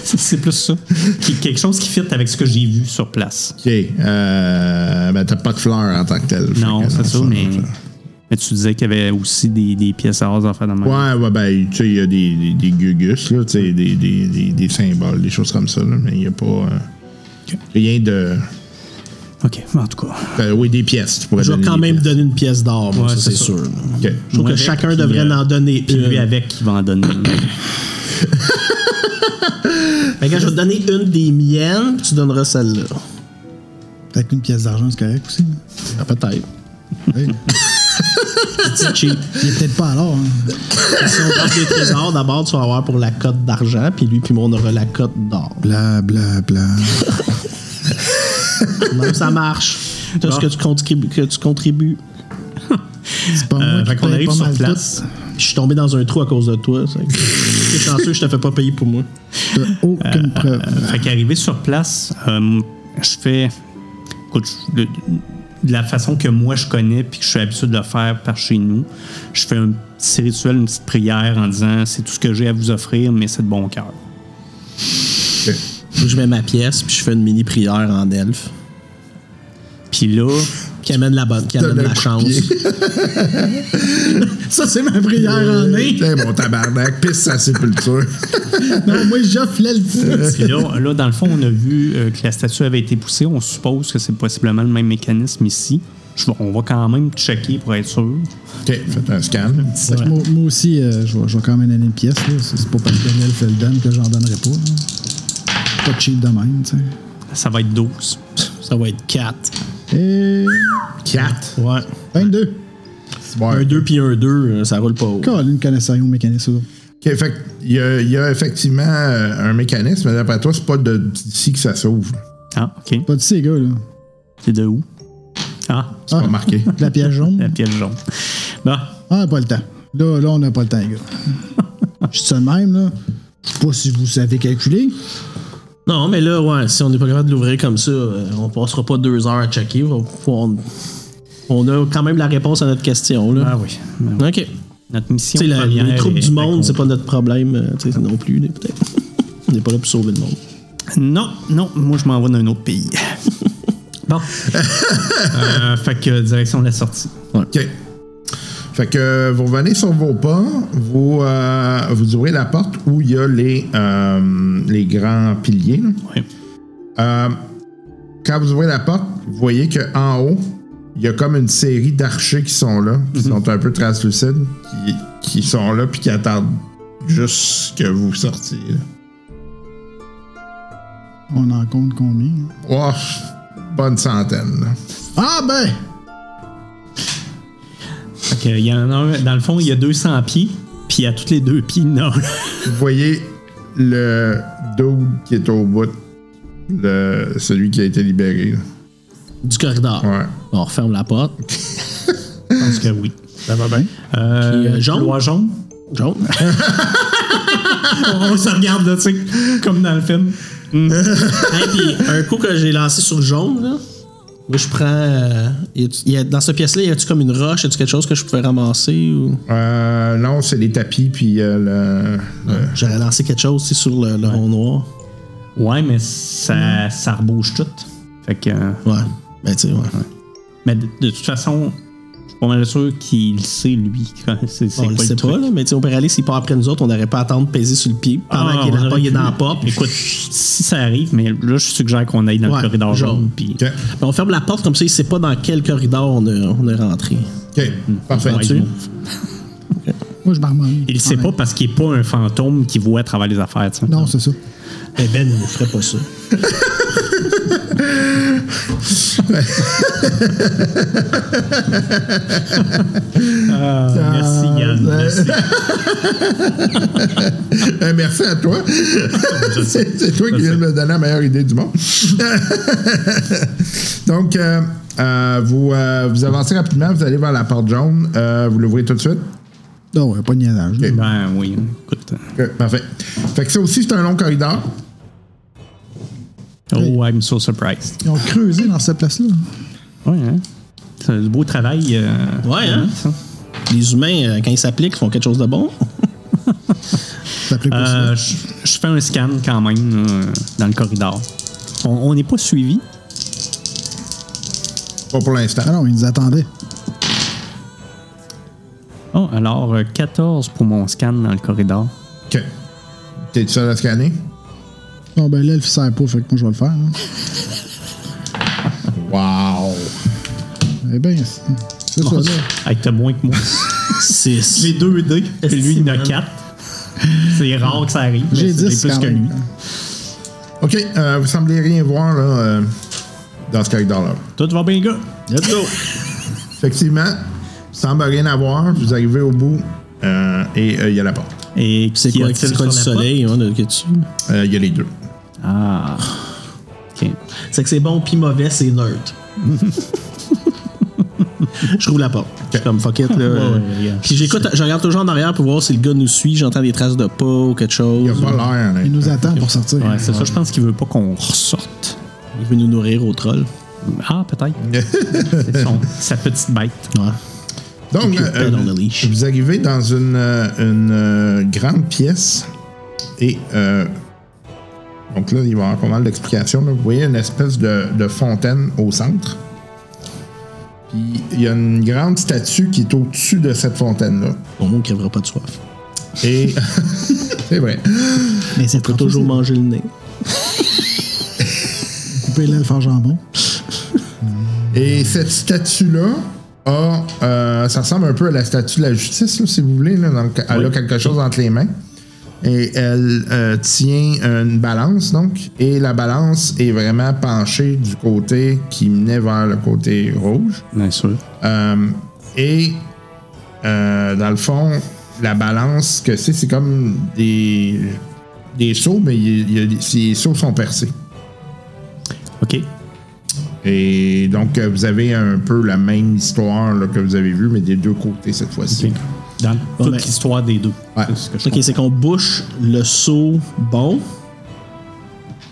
c'est c'est plus ça. Qui- Quelque chose qui fit avec ce que j'ai vu sur place. Ok. Euh, ben, t'as pas de fleurs en tant que telle. Fait Non, que, c'est dans ça, le fond, mais, mais tu disais qu'il y avait aussi des, des pièces d'or, des affaires de même. Ouais, ouais, ben, tu sais, il y a des, des, des gugus, là, tu sais, des, des, des, des symboles, des choses comme ça, là, mais il n'y a pas. euh, Rien de. OK, en tout cas. euh, oui, des pièces, tu pourrais Je vais donner quand des même pièces. donner une pièce d'or, moi, Ouais, ça, c'est c'est ça. sûr. là. Ok. Je trouve Moi que avec, chacun puis, devrait euh, en donner Puis lui une. avec, qui va en donner. Fait que je vais te donner une des miennes, puis tu donneras celle-là. Peut-être qu'une pièce d'argent, c'est correct aussi. hein. Ah, peut-être. Hey, C'est cheap. Il est peut-être pas alors. hein. si on passe les trésors, d'abord, tu vas avoir pour la cote d'argent, puis lui, puis moi, on aura la cote d'or. Bla, bla, bla. Non, ça marche. Tout ce que tu, contribues, que tu contribues. C'est pas Euh, moi fait qui qu'on paye arrive pas sur mal place. Je suis tombé dans un trou à cause de toi. ça. T'es chanceux, je te fais pas payer pour moi. tout. T'as aucune Euh, preuve. Fait qu'arrivé sur place, euh, je fais. Écoute, je- le- de la façon que moi je connais puis que je suis habitué de le faire par chez nous, je fais un petit rituel, une petite prière en disant c'est tout ce que j'ai à vous offrir, mais c'est de bon cœur. Je mets ma pièce, puis je fais une mini prière en elfe. Puis là, Qui amène la bonne, qui amène Oh. Donne un la coup de chance. pied. Ça, c'est ma prière en est. Putain, Euh, mon tabarnak, pisse sa sépulture. Non, moi, j'offre l'altitude. Puis là, là, dans le fond, on a vu euh, que la statue avait été poussée. On suppose que c'est possiblement le même mécanisme ici. Je vais- on va quand même checker pour être sûr. OK, faites un scan. Moi, moi aussi, euh, je vais je vais quand même donner une pièce. là. C'est c'est pas parce que l'elfe le donne que j'en donnerai pas. là. Pas cheap de même, tu sais. Ça va être 12. Ça va être 4. Et 4. Ouais. 22. Un 2 puis un 2, ça roule pas haut. Colin connaissait rien au mécanisme. eux autres. OK, fait que il y a, il y a effectivement euh, un mécanisme, mais d'après toi, c'est pas de- d'ici que ça s'ouvre. Ah, OK. Pas de ces gars, là. C'est de où? Ah, C'est pas marqué. De la pièce la jaune. pièce jaune. Bah, Bon, Ah, pas le temps. Là, là on n'a pas le temps, les gars. Je dis ça de même, là. Je sais pas si vous savez calculer. Non, mais là, ouais, si on n'est pas capable de l'ouvrir comme ça, euh, on passera pas deux heures à checker. On, on- on a quand même la réponse à notre question. Là. ah oui. Ben oui. OK. Notre mission Tu sais, la- première les troupes est- du est monde, c'est accomplie. pas notre problème euh, tu sais, non plus, là, peut-être. on n'est pas là pour sauver le monde. Non, non, moi je m'en vais dans un autre pays. bon. Euh, fait que direction de la sortie. OK. Fait que euh, vous revenez sur vos pas, vous, euh, vous ouvrez la porte où il y a les, euh, les grands piliers. là. Ouais. Euh, quand vous ouvrez la porte, vous voyez qu'en haut, il y a comme une série d'archers qui sont là, qui sont un peu translucides, qui, qui sont là puis qui attendent juste que vous sortiez. là. On en compte combien? hein? Oh, bonne centaine. là. Ah, ben! Fait que, il y en a un- dans le fond, il y a 200 pieds, puis à toutes les deux pieds, non. Vous voyez le dos qui est au bout, le, celui qui a été libéré. là. Du corridor. Ouais. On referme la porte. Je pense que oui. Ça va bien? Euh, Puis, euh, jaune? loi jaune. Jaune. on, on se regarde, là, tu sais, comme dans le film. Hey, puis, un coup que j'ai lancé sur le jaune, là, moi je prends. euh, y a-tu- y a- dans cette pièce-là, y a-tu comme une roche, y a-tu quelque chose que je pouvais ramasser ou. Euh, non, c'est les tapis, puis euh, le, le- J'aurais lancé quelque chose tu sais, sur le, le rond noir. Ouais, mais ça, ça rebouge tout. Fait que. euh, Ouais. Ben, tu sais, ouais. Mais de, de toute façon, je suis pas mal sûr qu'il sait, lui. quand- C'est c'est On quoi le le sait truc. pas, là, mais tu sais, on pourrait aller s'il part après nous autres, on n'aurait pas à attendre de peser sur le pied pendant Ah, qu'il est, on dans la aurait porte, il est pu. dans la porte. Écoute, si ça arrive, mais là, je suggère qu'on aille dans Ouais, le corridor jaune. jaune. Puis Ok. Ben, on ferme la porte comme ça, il sait pas dans quel corridor on, est- on est rentré. OK, parfait. Ouais, tu- bon. Moi, je m'harmonie. Il le sait pas parce qu'il est pas un fantôme qui voit à travers les affaires. tu sais. Non, c'est ça. Eh ben, il ne ferait pas ça. Euh, Ah, merci, Yann. Merci. Euh, merci à toi. c'est c'est toi qui viens de me donner la meilleure idée du monde. Donc, euh, euh, vous, euh, vous avancez rapidement, vous allez vers la porte jaune, euh, vous l'ouvrez tout de suite. Non, ah ouais, pas de niaisage. là. Ben oui, écoute. OK, parfait. Fait que ça aussi, c'est un long corridor. Oh, I'm so surprised. Ils ont creusé dans cette place-là. Ouais, hein? C'est du beau travail. euh, Ouais, hein? ça. Les humains, euh, quand ils s'appliquent, ils font quelque chose de bon. Ça plaît pas ça. Euh, je je fais un scan quand même euh, dans le corridor. On- On n'est pas suivi. Pas pour l'instant. Ah non, ils nous attendaient. Oh, alors euh, 14 pour mon scan dans le corridor. OK. T'es tout seul à scanner? Non, ben l'elfe, il sert pas, fait que moi, je vais le faire. hein. Wow! Eh bien, c'est c'est ça, là. Avec t'as moins que moi. 6. J'ai 2 dés. Et lui, il en a 4. C'est rare que ça arrive. mais J'ai c'est 10 plus quand que même. lui. OK, euh, vous semblez rien voir là, euh, dans ce corridor-là. Tout va bien, ben, gars. Let's go. Effectivement, semble rien avoir. Vous arrivez au bout euh, et euh, il y a la porte. Et C'est qu'y quoi, a-t-il c'est quoi euh, le sur la soleil hein, de- que tu. Euh, Il y a les deux. porte? Ah. OK. C'est que c'est bon puis mauvais, c'est neutre. je roule la porte. Je suis comme fuck it, là. ouais, yeah. Puis j'écoute, je regarde toujours en arrière pour voir si le gars nous suit, j'entends des traces de pas ou quelque Il chose. n'y a pas l'air. là. Il nous attend pour sortir. Ouais, c'est ça. Je pense qu'il veut pas qu'on ressorte. Il veut nous nourrir au troll. Ah, peut-être. C'est son- sa petite bête. Ouais. Donc, Keep euh, that on the leash. vous arrivez dans une, euh, une, euh, grande pièce et euh, donc là, il va y avoir pas mal d'explications. là. Vous voyez une espèce de, de fontaine au centre. Il il y a une grande statue qui est au-dessus de cette fontaine-là. Au moins, il crèvera pas de soif. Et c'est vrai. Mais c'est Il peut toujours manger le nez. Couper le faire jambon. Et cette statue-là a, euh, ça ressemble un peu à la statue de la justice, là, si vous voulez. là. Donc, elle a quelque chose entre les mains. Et elle euh, tient une balance, donc. Et la balance est vraiment penchée du côté qui menait vers le côté rouge. Bien sûr. Euh, et euh, dans le fond, la balance que c'est, c'est comme des, des seaux, mais il y a- il y a- ces seaux sont percés. OK. Et donc, euh, vous avez un peu la même histoire là, que vous avez vue, mais des deux côtés cette fois-ci. Dans toute ben- l'histoire des deux. Ouais. C'est ce que je Ok, c'est qu'on bouche le seau bon,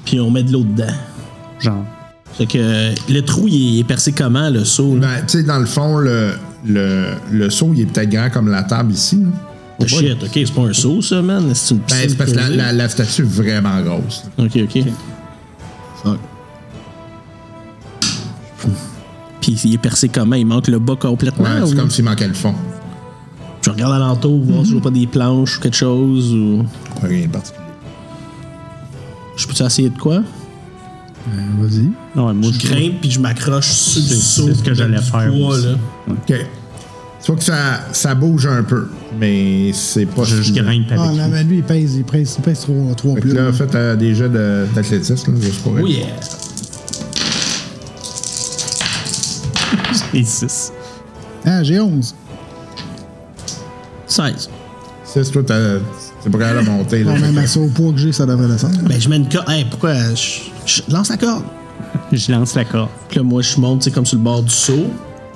puis on met de l'eau dedans. Genre. Genre. Fait que euh, le trou, il est percé comment, le seau? là? Ben, tu sais, dans le fond, le, le, le seau, il est peut-être grand comme la table ici. là. Oh shit, ok, c'est pas un seau, ça, man. C'est une Ben, piscine. c'est parce que la, creusée. la- la statue est vraiment grosse. Ok, ok. Fuck. Puis il est percé comment? Il manque le bas complètement? Ouais, c'est ou- comme s'il manquait le fond. Je regarde alentour, voir si je vois pas des planches ou quelque chose. Ou... Rien de particulier. Je peux-tu essayer de quoi? Vas-y. Non, ouais, moi, Je grimpe puis je m'accroche sur le C'est- seau. c'est ce que j'allais du faire poids, aussi. là. OK. Tu vois que ça, ça bouge un peu, mais c'est pas... Je, je suffisant. grimpe avec Ah, non, lui. mais lui, il pèse, il pèse, il pèse 3, Fait que plus. là, là. faites euh, des jets de- d'athlétisme, là, juste pour Oh yeah! Et six. Ah, j'ai 11. 16. C'est toi, t'as- t'es pas capable de monter. Là, Ah, Fait même que- à ça, au poids que j'ai, ça devrait descendre. Ben, je mets une corde. Hey, pourquoi? Je, je lance la corde. Je lance la corde. Puis là, moi, je monte, tu sais, comme sur le bord du seau.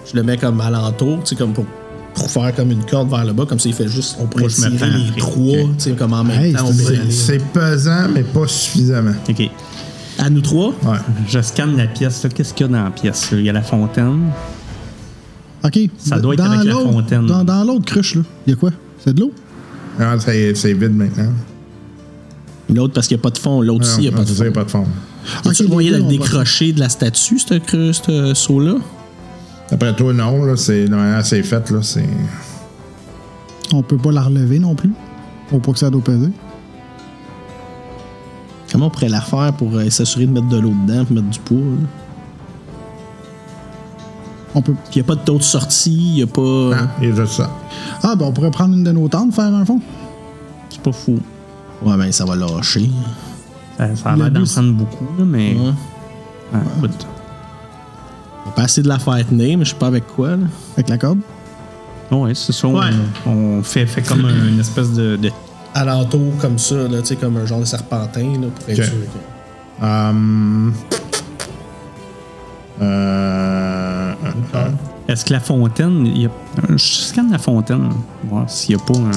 Je le mets comme alentour, tu sais, comme pour, pour faire comme une corde vers le bas. Comme ça, il fait juste. On pourrait Moi, je me tirer prends les après. trois, tu sais, comme en même Hey, temps. c'est on peut une- aller- C'est c'est pesant, mais pas suffisamment. OK. À nous trois? Ouais. Je scanne la pièce. là. Qu'est-ce qu'il y a dans la pièce? là? Il y a la fontaine. OK. Ça doit être Dans avec la l'autre- fontaine. Dans, dans l'autre cruche, là. Il y a quoi? C'est de l'eau? Non, Ah, c'est c'est vide maintenant. Ah, L'autre, parce qu'il n'y a pas de fond. L'autre, aussi, il n'y a Non, pas de je fond. dirais pas de fond. Y a-tu Ok, le moyen de les le deux, on va- décrocher de la statue, ce cru- ce seau-là? Après toi, non, là, c'est normalement, c'est fait, là, c'est... On peut pas la relever non plus. Pour pas que ça doit peser. Comment on pourrait la refaire pour euh, s'assurer de mettre de l'eau dedans, pour mettre du poids? là? On peut. Puis il n'y a pas d'autre sortie, il n'y a pas. Non, il y a juste ça. Ah, ben, on pourrait prendre une de nos tentes, faire un fond. C'est pas fou. Ouais, ben ça va lâcher. Ça, ça a Le l'air but, d'en c'est- prendre beaucoup, là, mais. Ouais. Ah, écoute. On peut essayer de la faire tenir, mais je sais pas avec quoi. Là. Avec la corde. Ouais, c'est ça. on- Ouais. On, fait, fait comme un- une espèce de. de- Alentour, comme ça, là, tu sais, comme un genre de serpentin, là, pour être Ok. sûr Hum. Euh, euh, Est-ce que la fontaine. il y a- Je scanne la fontaine. Voir s'il n'y a pas un.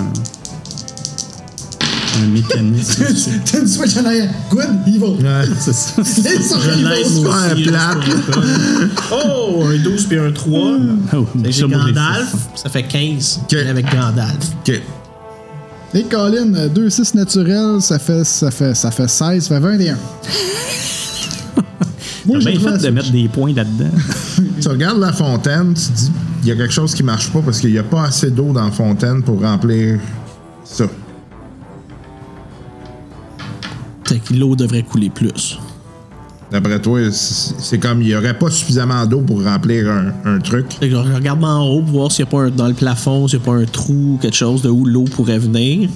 Un mécanisme. T'as une switch en arrière. Good, il va. euh, c'est ça. un plat. Oh, un 12 puis un 3. Oh, J'ai ça, moi, j'ai Gandalf, fait ça. ça fait 15. Ok. Avec Gandalf. OK. Et Colin, euh, 2-6 naturel, ça fait, ça, fait, ça fait 16, ça fait 21. Moi, J'ai bien trouvé fait de la mettre des points là-dedans. Tu regardes la fontaine, tu te dis, il y a quelque chose qui marche pas parce qu'il n'y a pas assez d'eau dans la fontaine pour remplir ça. Fait que l'eau devrait couler plus. D'après toi, c'est c'est comme il n'y aurait pas suffisamment d'eau pour remplir un, un truc. Fait que je regarde en haut pour voir s'il n'y a pas un, dans le plafond, s'il n'y a pas un trou, quelque chose de où l'eau pourrait venir.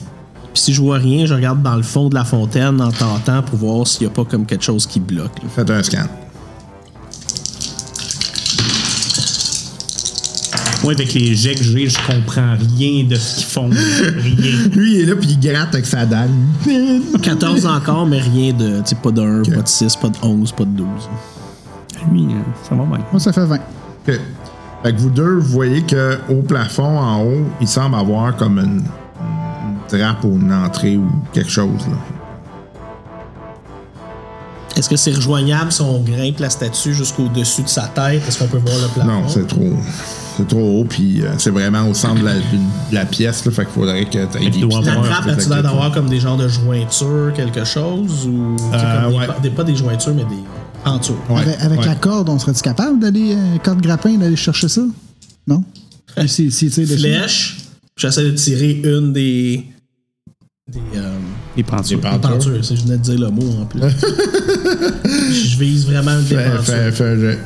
Puis si je vois rien, je regarde dans le fond de la fontaine en tentant pour voir s'il n'y a pas comme quelque chose qui bloque. là. Faites un scan. Moi, avec les jets que j'ai, je comprends rien de ce qu'ils font. Rien. Lui, il est là puis il gratte avec sa dalle. 14 encore, mais rien de. Tu sais, pas de 1, pas de 6, pas de 11, pas de 12. Lui, euh, ça va bien. Moi, ça fait 20. OK. Fait que vous deux, vous voyez que au plafond, en haut, il semble avoir comme une, une trappe ou une entrée ou quelque chose. Là. Est-ce que c'est rejoignable si on grimpe la statue jusqu'au-dessus de sa tête? Est-ce qu'on peut voir le plafond? Non, c'est trop. C'est trop haut, puis euh, c'est vraiment au centre de la, de la pièce, là, fait qu'il faudrait que tu Il des doit petites La Ouais, trappe, des as-tu l'air actifs. d'avoir comme des genres de jointures, quelque chose? Ou tu sais, Euh, comme des ouais. pa- des, pas des jointures, mais des. En dessous. avec avec la corde, on serait-tu capable d'aller, euh, corde grappin, d'aller chercher ça? Non? Ou si, si, tu sais, de- Flèche. J'essaie de tirer une des. Des. euh, Les peintures. des pentures. c'est- Je venais de dire le mot en plus. je vise vraiment une des Fais- pentures. fais- fais- je-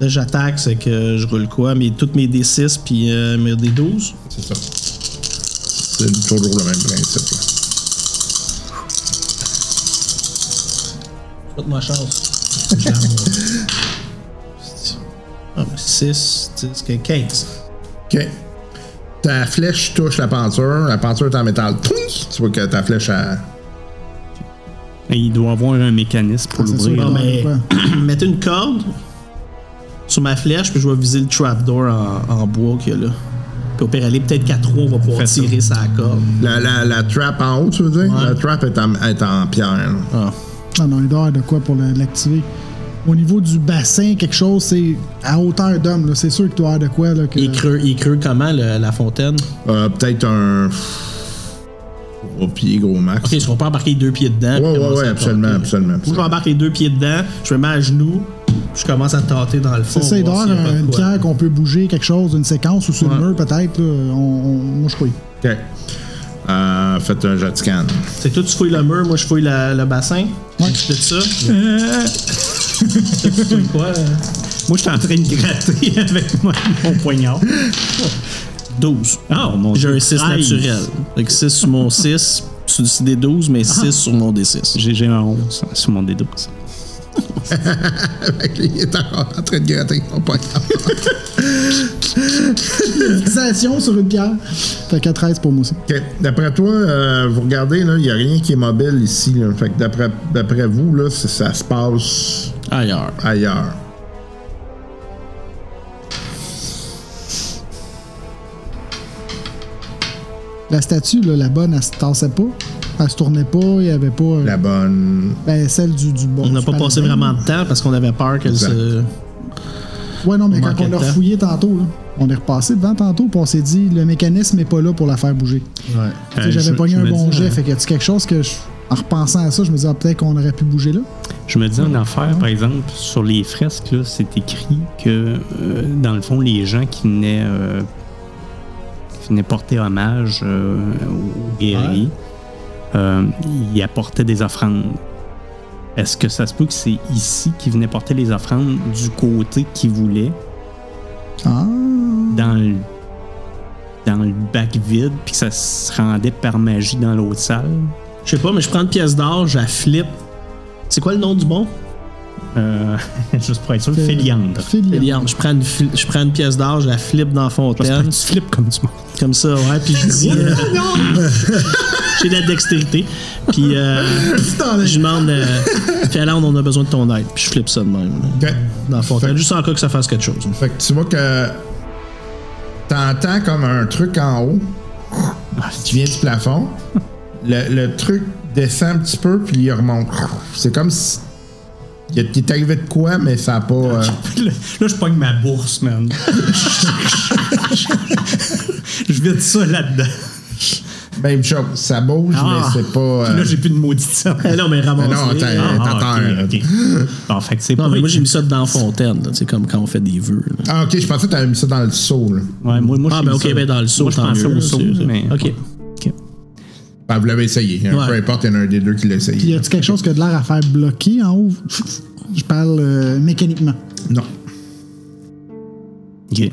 Là, j'attaque, c'est que je roule quoi? Mais toutes mes D6 puis euh, mes D12. C'est ça. C'est toujours le même principe. là. Pas de ma chance. 6, 10, 15. OK. Ta flèche touche la peinture, la peinture est en métal. Twink! Tu vois que ta flèche a. Et Il doit avoir un mécanisme pour C'est sûr, l'ouvrir. Non, non, mais pas. ben, mettez une corde sur ma flèche, puis je vais viser le trapdoor en, en bois qu'il y a là. Puis au pire, aller peut-être qu'à 3, on va pouvoir Faites ça. tirer sa corde. La, la, la trappe en haut, tu veux dire? Ouais. La trappe est en, est en pierre. là. Ah non, il doit y avoir de quoi pour le- l'activer. Au niveau du bassin, quelque chose, c'est à hauteur d'homme. là. C'est sûr qu'il doit y avoir de quoi. Là, que... Il creux, il creux comment le- la fontaine? Euh, Peut-être un. Au pied, gros max. Ok, si on peut embarquer les deux pieds dedans. puis Ouais, ouais, commencer ouais, à absolument, tâter. absolument. Moi, je absolument. m'embarque les deux pieds dedans, je me mets à genoux, puis je commence à tâter dans le fond. C'est ça, il doit y voir avoir s'il y a pas de une quoi. pierre qu'on peut bouger, quelque chose, une séquence ou sur Ouais. le mur peut-être. là. On, on- moi, je crois. OK. Euh, faites un jet de scan. C'est toi, tu fouilles le mur, moi je fouille la- le bassin. Ouais. Tu fais ça. tu fouilles quoi? euh? Moi, je suis en train de gratter avec mon, mon poignard. 12. Ah, mon J'ai Dieu. un 6 Treize. naturel. Ah. Fait 6 sur mon 6, sur des 12, mais 6 sur mon D6. J'ai j'ai un 11 sur mon D12. Il est encore en train de gratter. Oh, pas grave. Fixation sur une pierre. Fait qu'à 13 pour moi aussi. OK. D'après toi, euh, vous regardez, là, il n'y a rien qui est mobile ici. là. Fait que d'après d'après vous, là, ça- ça se passe Ailleurs. ailleurs. La statue, là, la bonne, elle se tassait pas. Elle se tournait pas. Il n'y avait pas. euh, La bonne. Ben, celle du, du bon. On n'a du pas passé paladin. vraiment de temps parce qu'on avait peur qu'elle Exact. se. Ouais, non, mais On quand manquait on de l'a temps. refouillé tantôt, là, on est repassé devant tantôt, puis on s'est dit, le mécanisme n'est pas là pour la faire bouger. Tu Ouais. sais, Euh, je- J'avais pogné je un me bon dis, jet, euh, fait que tu quelque chose que je- En repensant à ça, je me disais ah, peut-être qu'on aurait pu bouger là. Je me dis en affaire, par exemple, sur les fresques, là, c'est écrit que, euh, dans le fond, les gens qui venaient, euh, qui venaient porter hommage euh, aux guerriers, euh, ils apportaient des offrandes. Est-ce que ça se peut que c'est ici qu'ils venaient porter les offrandes du côté qu'ils voulaient, Ah. dans le, dans le bac vide, puis que ça se rendait par magie dans l'autre salle? Je sais pas, mais je prends une pièce d'or, je la flippe. C'est quoi le nom du bon? Euh, juste pour être sûr, Fait- Féliandre. Féliandre. Je prends, une fli- je prends une pièce d'or, je la flippe dans la Parce que fontaine. tu flippes comme tu montes. Comme ça, ouais, puis je dis. euh, J'ai de la dextérité. Puis euh, je demande. Euh, Finlande, on a besoin de ton aide. Puis je flippe ça de même. là, OK. Dans la fontaine, Fait- juste en cas que ça fasse quelque chose. Fait que tu vois que t'entends comme un truc en haut qui vient du plafond. Le, le truc descend un petit peu puis il remonte. C'est comme si il est- il est arrivé de quoi, mais ça n'a pas. euh, Là, là, je pogne ma bourse, man. je vide ça là-dedans. même chose, ça bouge, Ah. mais c'est pas. euh, Puis là, j'ai plus de maudite ça. Eh non, mais ramasse. Ah Ah, non, attends, Ah, attends. Bon, fait que c'est Non, pas- mais moi j'ai mis ça dans la fontaine, là, tu sais, comme quand on fait des vœux. là. Ah, ok, je pensais que t'avais mis ça dans le seau. Là. Ouais, moi, moi, Ah, j'ai ben mis ok, ça. ben dans le seau, Moi, je tant pensais mieux, au seau, c'est- c'est- mais. ok. Ok. Ah, vous l'avez essayé. hein. Ouais. Peu importe, il y en a un des deux qui l'a Puis y essayé. a-tu quelque chose qui a de l'air à faire bloquer en haut Je parle euh, mécaniquement. Non. Ok.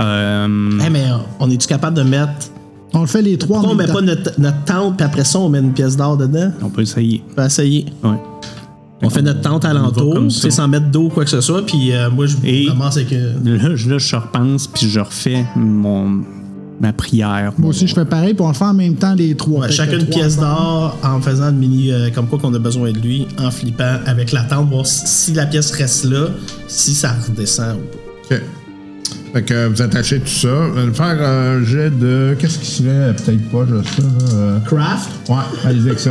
Euh, Eh, mais euh, on est-tu capable de mettre. On le fait les trois Pourquoi on en même met pas temps. notre, notre tente, puis après ça, on met une pièce d'or dedans? On peut essayer. On peut essayer. Ouais. On fait notre tente va alentour, comme tu ça. sais, sans mettre d'eau ou quoi que ce soit, puis euh, moi je Et- commence avec. euh, Là, je, là, je repense, puis je refais mon, ma prière. Moi aussi, je fais pareil, puis on le fait en même temps les trois. Ouais, Fait que chacune trois pièce ensemble. d'or en faisant le mini euh, comme quoi qu'on a besoin de lui, en flippant avec la tente, voir si, si la pièce reste là, si ça redescend ou pas. Ok. Fait que euh, vous attachez tout ça. Vous allez faire euh, un jet de. Qu'est-ce qui se fait euh, Peut-être pas, je sais. là, euh, Craft, Ouais, allez-y avec ça.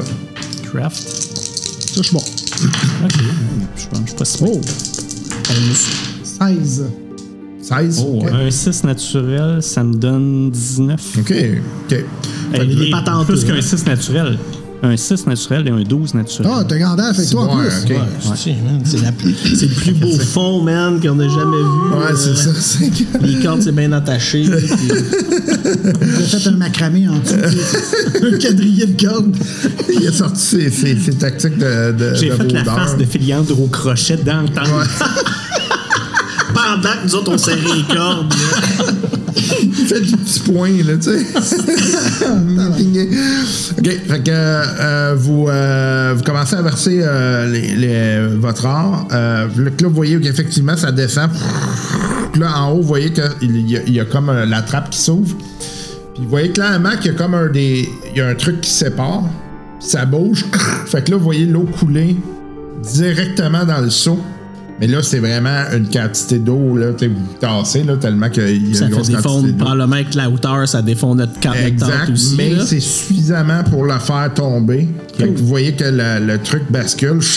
Craft. Ça, je suis bon. Ok. Je pense je suis pas si. Oh, 16. 16. Oh, ok. un 6 naturel, ça me donne 19. OK. OK. Euh, Il est plus pas tenté, Plus hein. qu'un 6 naturel. un 6 naturel et un 12 naturel. Ah, t'as grandeur, fait que toi en Ouais, plus. ok. Ouais, c'est- man, C'est la plus- c'est le plus beau fond, man, qu'on a jamais vu. Euh, euh, Ouais, c'est ça. c'est que- Les cordes, c'est bien attaché. puis- J'ai fait un macramé en dessous. un quadrillé de cordes. Il a sorti ses, ses- ses tactiques de, de, J'ai de fait la rôdeur. face de Filiandre au crochet dans le temps. Pendant que nous autres, on serrait les cordes. là. Il fait du petit point, là, tu sais. Mépigné. OK, fait que euh, vous, euh, vous commencez à verser euh, les- les- votre or. Euh, là, que là, vous voyez qu'effectivement, ça descend. Puis Là, en haut, vous voyez qu'il y, a- il y a comme euh, la trappe qui s'ouvre. Puis vous voyez clairement qu'il y a comme un des... Il y a un truc qui sépare. Puis ça bouge. Fait que là, vous voyez l'eau couler directement dans le seau. Mais là, c'est vraiment une quantité d'eau, là, tu sais, vous tassez, là, tellement qu'il y a Ça une fait grosse défondre. quantité d'eau. Probablement que la hauteur, ça défond notre carte de Exact, tente aussi. mais là. c'est suffisamment pour la faire tomber. Fait que vous voyez que le, le truc bascule.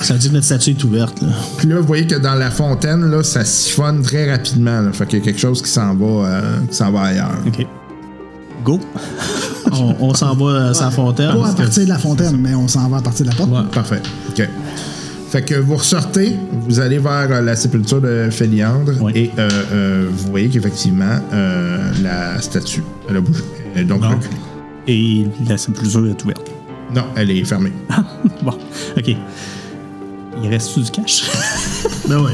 Ça veut dire que notre statue est ouverte. Là. Puis là, vous voyez que dans la fontaine, là, ça siphonne très rapidement. là. Fait qu'il y a quelque chose qui s'en va, euh, qui s'en va ailleurs. OK. Go! on on s'en va à sa fontaine. Pas à partir de la fontaine, mais on s'en va à partir de la porte. Parfait. OK. Fait que vous ressortez, vous allez vers euh, la sépulture de Féliandre Oui. et euh, euh, vous voyez qu'effectivement, euh, la statue, elle a bougé. Elle est donc Non. reculée. Et la sépulture est ouverte. non, elle est fermée. bon, OK. Il reste du cash? Ben ouais.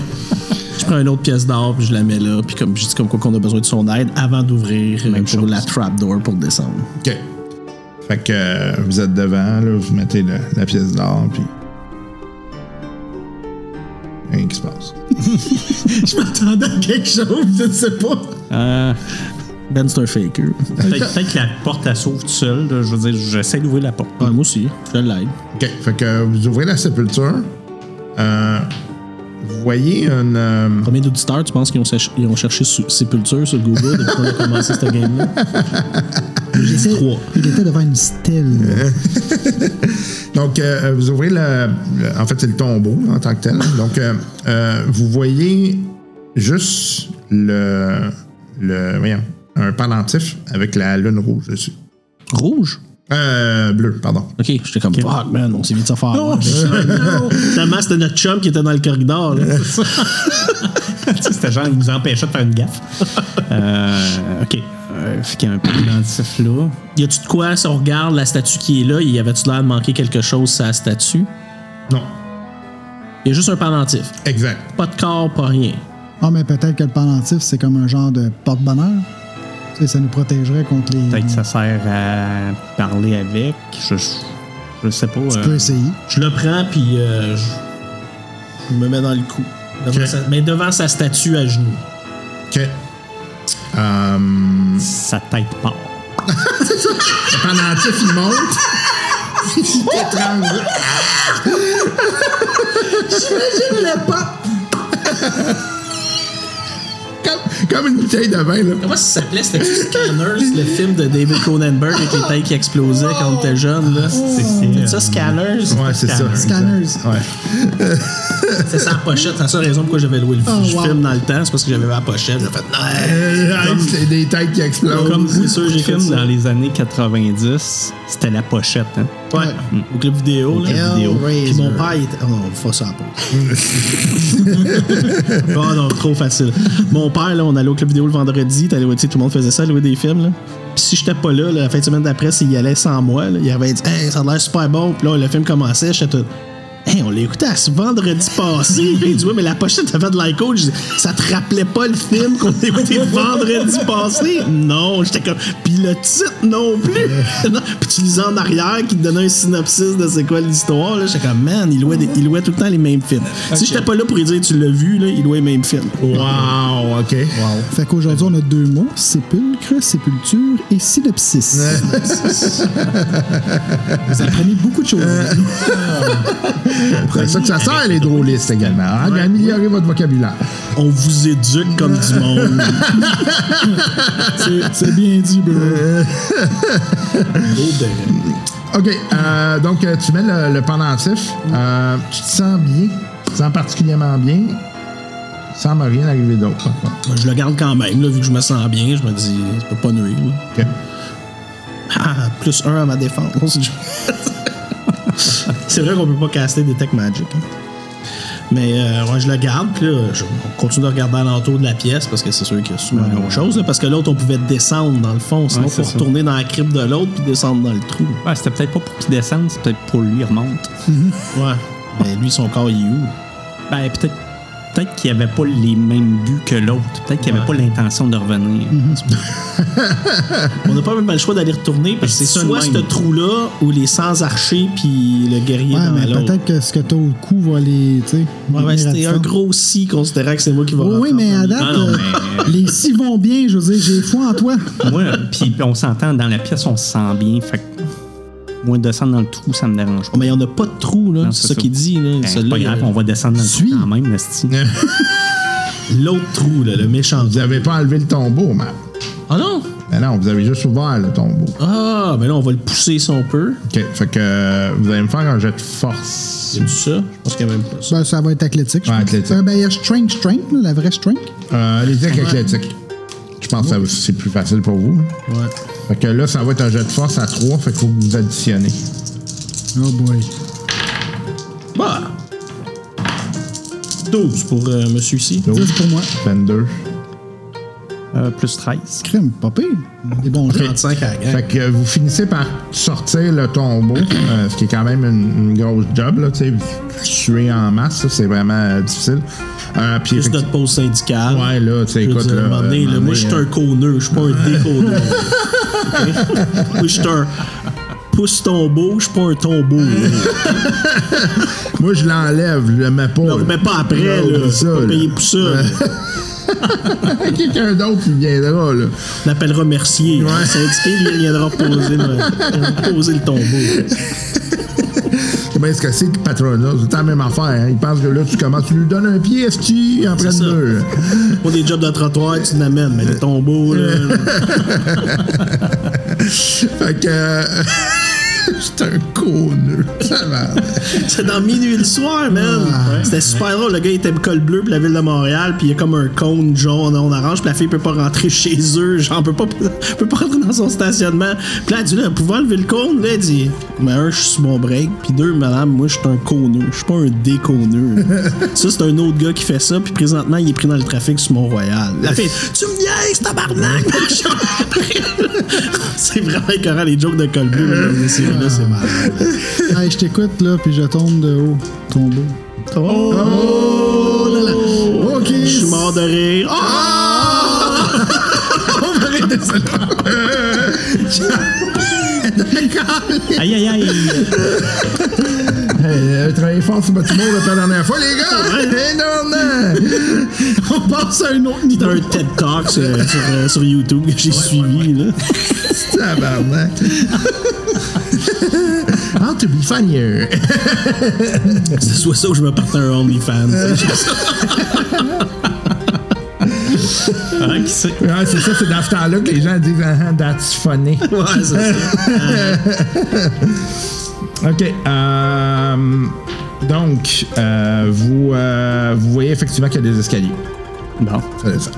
Je prends une autre pièce d'or, puis je la mets là, puis comme je dis comme quoi qu'on a besoin de son aide avant d'ouvrir euh, pour chose. la trapdoor pour descendre. OK. Fait que euh, vous êtes devant, là, vous mettez le- la pièce d'or, puis. Rien qui se passe. Je m'attendais à quelque chose, je ne sais pas. Euh, Ben, c'est un faker. Peut-être peut-être que la porte, elle s'ouvre toute seule. là. Je veux dire, j'essaie d'ouvrir la porte. Ah, moi aussi, je l'aide. OK. Fait que euh, vous ouvrez la sépulture. Euh, vous voyez une. euh, Combien d'auditeurs tu penses qu'ils ont, sach- ils ont cherché su- sépulture sur Google depuis qu'on a commencé cette game-là? J'essaie- Il était devant une stèle. Donc, euh, vous ouvrez le, le- En fait, c'est le tombeau là, en tant que tel. Donc, euh, euh, vous voyez juste le. le voyons, un pendentif avec la lune rouge dessus. Rouge? Euh, bleu, pardon. Ok, j'étais comme fuck, man, on s'est vite de se faire. Non, Finalement, c'était notre chum qui était dans le corridor. Là. Tu sais, C'était genre, il nous empêchait de faire une gaffe. Euh, OK. Euh, fait qu'il y a un peu de dentif là. Y a-tu de quoi, si on regarde la statue qui est là, y avait-tu l'air de manquer quelque chose à la statue? Non. Y a juste un pendentif. Exact. Pas de corps, pas rien. Ah, mais peut-être que le pendentif, c'est comme un genre de porte-bonheur. Tu sais, ça nous protégerait contre les. Peut-être que ça sert à parler avec. Je, je, je sais pas. Tu euh, peux essayer. Je le prends, puis euh, je... je me mets dans le cou. Devant Ok. sa- Mais devant sa statue à genoux. OK. Euh, Sa tête part. pendentif, il monte. il t'étrangle. J'imagine le pop. comme, comme une bouteille de vin, là. Comment ça s'appelait C'était Scanners, le film de David Cronenberg avec les têtes qui explosaient quand on était jeune. Oh, là. C'est ça, Scanners Ouais, c'est ça. Scanners. exact. Ouais. C'est sa pochette. C'est la seule raison pourquoi j'avais loué le Oh, wow. film dans le temps. C'est parce que j'avais ma pochette. J'ai fait non. Euh, c'est des têtes qui explosent. Comme vous, sûr, j'ai fait Film ça. dans les années 90, c'était la pochette. Hein? Ouais. Mm. Au club vidéo, club là. vidéo. Puis mon père, il était. Oh non, faut ça pas. oh non, trop facile. Mon père, là, on allait au club vidéo le vendredi. T'allais, tu sais, tout le monde faisait ça, louer des films, là. Puis si j'étais pas là, là, la fin de semaine d'après, s'il y allait sans moi, là, il avait dit, hey, ça a l'air super bon. Puis là, le film commençait, j'étais tout. Hey, on l'a écouté à ce vendredi passé. Puis il dit, ouais, mais la pochette avait de l'alcool. Je dis, ça te rappelait pas le film qu'on a écouté vendredi passé? Non, j'étais comme. Puis le titre non plus. Non. Puis tu lisais en arrière qui te donnait un synopsis de c'est quoi l'histoire. là. J'étais comme, man, il louait, des- il louait tout le temps les mêmes films. Si j'étais pas là pour lui dire, tu l'as vu, là, il louait les mêmes films. Wow, OK. Fait qu'aujourd'hui, on a deux mots sépulcre, sépulture et synopsis. Vous apprenez beaucoup de choses. C'est ça que ça sert, les drôlistes également. Hein, Améliorer votre vocabulaire. On vous éduque comme du monde. C'est- C'est bien dit, bro. OK, euh, donc euh, tu mets le, le pendentif. Euh, tu te sens bien. Tu te sens particulièrement bien. Sans me rien arriver d'autre. par contre. je le garde quand même, là, vu que je me sens bien. Je me dis, ça peut pas nuire. là. OK. Ah, plus un à ma défense. c'est vrai qu'on peut pas caster des tech magic. hein. Mais euh, ouais, je le garde, puis là, je on continue de regarder alentour de la pièce parce que c'est sûr qu'il y a souvent autre chose. là, parce que l'autre, on pouvait descendre dans le fond, sinon Ouais, faut c'est ça. retourner dans la crypte de l'autre puis descendre dans le trou. Ouais, c'était peut-être pas pour qu'il descende, c'est peut-être pour lui il remonte. Ouais. Mais lui, son corps, il est où? Ben, peut-être peut-être qu'il avait pas les mêmes buts que l'autre. Peut-être qu'il avait Ouais. pas l'intention de revenir. On n'a pas même pas le choix d'aller retourner parce que C'est c'est ça de soit même. ce trou-là ou les sans archers puis le guerrier Ouais, dans mais l'autre. peut-être que ce que t'as au cou va les. tu sais, Ouais, ben, venir à c'était un distance. gros si considérant que c'est moi qui va Oui, oui, rentrer en mais à premier. date, Ah, non, euh, mais- les six vont bien, je veux dire, j'ai foi en toi. Moi, puis on s'entend dans la pièce, on se sent bien. Fait que moi, descendre dans le trou, ça me dérange pas. Oh, mais il n'y en a pas de trou, là. Non, C'est c'est ça ça. qu'il dit, là. Ben, c'est Celui-là, pas grave, on va descendre dans le Suis. trou quand même, le style. L'autre trou, là, le méchant. Vous avez pas enlevé le tombeau, Matt. Ah non? Mais non, vous avez juste ouvert le tombeau. Ah, ben là, on va le pousser si on peut. OK, fait que euh, vous allez me faire un jet de force. C'est ça? Je pense qu'il y a même pas ça. Ben, ça va être athlétique. je Ouais, pense. athlétique. Euh, ben, il y a strength, strength, là, la vraie strength. Euh, les decks athlétiques. Je pense que ça- c'est plus facile pour vous. Ouais. Fait que là, ça va être un jet de force à 3, fait que vous vous additionnez. Oh boy. Bah! 12 pour euh, monsieur ici. 10 pour moi. 22. Euh, plus 13. Crime, pas pire. Des bons gens. 35 à la gang. Fait que euh, vous finissez par sortir le tombeau, euh, ce qui est quand même une, une grosse job, là, tu sais, vous suez en masse, ça, c'est vraiment euh, difficile. Euh, puis Plus effectivement- notre pause syndicale. Ouais, là, tu sais, Je veux écoute, dire, à là, un moment donné, euh, là, moi, je suis euh, un conneux, je suis pas un déconneux. Ok? Moi, je suis un pousse tombeau, je suis pas un tombeau. là. euh, Moi, je l'enlève, je le mets pas. On le là. remet pas après, Non, là. c'est ça, Faut pas là. payer pour ça. là. Quelqu'un d'autre qui viendra, là. On l'appellera Mercier. Le syndiqué, lui, il viendra poser le, poser le tombeau. Comment est-ce que c'est que le patronat? C'est la même affaire. Hein? Il pense que là, tu commences, tu lui donnes un pied, est-ce qu'il en prend C'est ça. deux? Pour des jobs de trottoir, tu l'amènes, mais les tombeaux, là. Fait que. euh, C'est un conneux. Ça va. C'était dans minuit le soir, man. C'était super drôle. Le gars, il était col bleu, puis la ville de Montréal, puis il y a comme un cône jaune, on arrange, puis la fille peut pas rentrer chez eux. Genre, peut pas, peut pas rentrer dans son stationnement. Puis là, elle dit, là, pouvez enlever le cône, là, elle dit. Mais un, je suis sur mon break, puis deux, madame, moi, je suis un conneux. Je suis pas un déconneux. ça, c'est un autre gars qui fait ça, puis présentement, il est pris dans le trafic sur Mont-Royal. La fille, tu me niaises, tabarnak! c'est vraiment écœurant, les jokes de col bleu, mais c'est là, c'est mal. Hey, je t'écoute, là, puis je tombe de haut. Tombeau. OK. Oh Je suis mort de rire. Oh, Ah! Aïe, aïe, aïe. Euh, travaillez fort sur votre mot la dernière fois, les gars! Énorme! On passe à un autre T'as niveau. un TED Talk sur, sur, euh, sur YouTube que j'ai suivi. Là. Tabarnak! How to be funnier! C'est soit ça ou je me partais un OnlyFans. Ah, qui sait? Ouais, c'est ça, c'est dans ce temps-là que les gens disent ah, ah, that's funny. ouais, c'est ça. OK. euh, donc, euh, vous, euh, vous voyez effectivement qu'il y a des escaliers. Bon, Ça descend.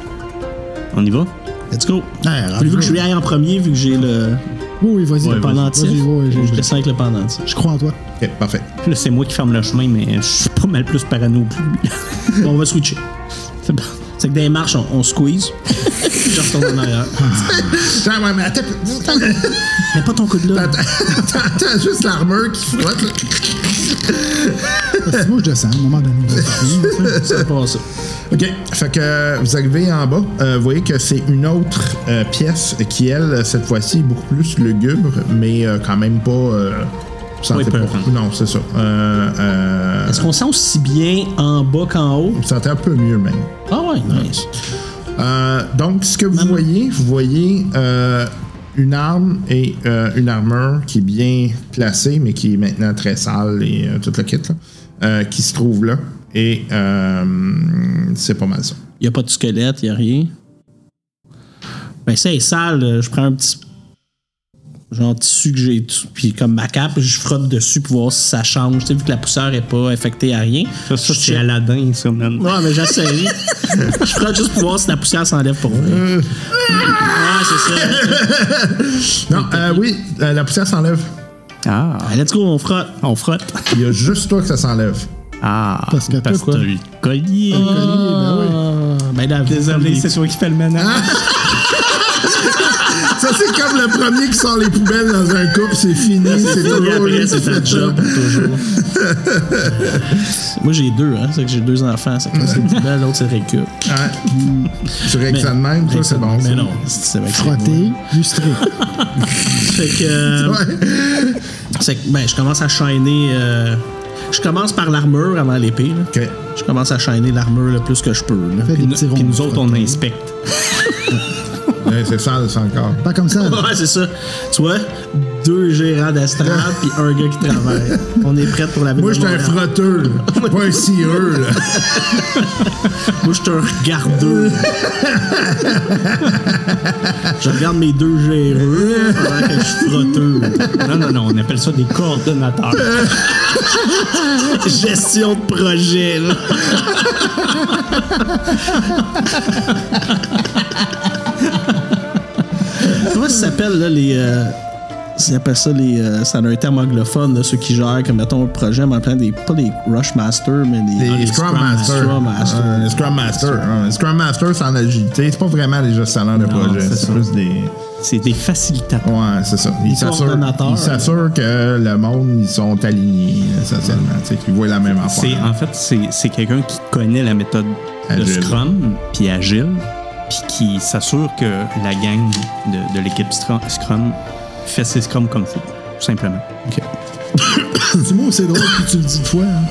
on y va? Let's go. Ah, Voulez-vous que je lui aille en premier vu que j'ai le, Oui, vas-y. le pendentif? Vas-y, ouais, j'ai- je descends avec le pendentif. Je crois en toi. OK, parfait. Là, c'est moi qui ferme le chemin, mais je suis pas mal plus parano que lui. Bon, on va switcher. C'est bon. C'est que dans les marches, on, on squeeze. je retourne en arrière. Attends, ouais, mais attends, attends, Mais pas ton coup de là. attends, attends, juste l'armure qui frotte. là. Parce que moi, je descends, à un moment donné. Ça passe. OK. Fait que vous arrivez en bas, euh, vous voyez que c'est une autre euh, pièce qui, elle, cette fois-ci, est beaucoup plus lugubre, mais euh, quand même pas. euh, vous sentez peur, pas- hein. Non, c'est ça. Euh, euh, Est-ce qu'on sent aussi bien en bas qu'en haut? vous sentez un peu mieux, même. Ah ouais, nice. Euh, donc, ce que vous voyez, vous voyez euh, une arme et euh, une armure qui est bien placée, mais qui est maintenant très sale et euh, tout le kit, là, euh, qui se trouve là. Et euh, c'est pas mal ça. Il a pas de squelette, euh, il a rien. Ben, c'est sale, je prends un petit. genre tissu que j'ai dessus, puis comme ma cape, je frotte dessus pour voir si ça change, tu sais, vu que la poussière est pas infectée à rien. Ça, ça Je c'est check. Aladdin, ça, man. Ouais, mais j'essaye. je frotte juste pour voir si la poussière s'enlève pour moi. ouais, c'est ça. Non, euh, oui, euh, la poussière s'enlève. Ah. Ah, Let's go, on frotte. On frotte. Il y a juste toi que ça s'enlève. Ah. Parce que parce t'as quoi? t'as eu le collier. Ah, ben là, Désolé, comme c'est toi qui fais le ménage. Ça, c'est comme le premier qui sort les poubelles dans un couple, c'est fini, c'est les- toujours lui Après, qui c'est fait ta le job. job, toujours. Moi, j'ai deux, hein. C'est que j'ai deux enfants. C'est que c'est une poubelle, l'autre, c'est récup. Ouais. Tu règles ça de même, ça, c'est bon. Mm. Mais ça. non, c'est vrai que c'est Frotté, lustré. Fait que, euh, Ouais. c'est que, ben, je commence à shiner. euh, je commence par l'armure avant l'épée. là. OK. Je commence à shiner l'armure le plus que je peux. là. Fait des petits ronds. Puis nous autres, on inspecte. Ouais, Euh, c'est sale, ça encore. Pas comme ça. Ouais, c'est ça. Tu vois, deux gérants d'estrade puis un gars qui travaille. On est prêts pour la vie Moi, de j'étais un Montréal. frotteur, là. Je suis pas un cireux, là. Moi, je suis un regardeur. je regarde mes deux géreux pendant que je suis frotteur. Non, non, non, on appelle ça des coordonnateurs. Gestion de projet, là. Comment ça s'appelle, là, les. euh, Ils appellent ça les. euh, ça a un terme anglophone, là, ceux qui gèrent, comme mettons, le projet, mais en plein des. Pas les Rush Master, mais des. Les Ah, les Scrum Master. Scrum Master. Ouais, les Scrum Master. Ouais, les Scrum Master, c'est en agilité. C'est pas vraiment les gestionnaires de Non, projet. c'est C'est ça. plus des. C'est des facilitateurs. Ouais, c'est ça. Ils s'assurent coordonnateurs. ils s'assurent que le monde, ils sont alignés, essentiellement. Tu sais, qu'ils voient la même C'est, affaire. en fait, c'est, c'est quelqu'un qui connaît la méthode Agile. de Scrum, puis agile, puis qui s'assure que la gang de, de l'équipe Scrum, Scrum fait ses Scrum comme faut, tout simplement. Tu moi c'est drôle, puis tu le dis une fois. hein.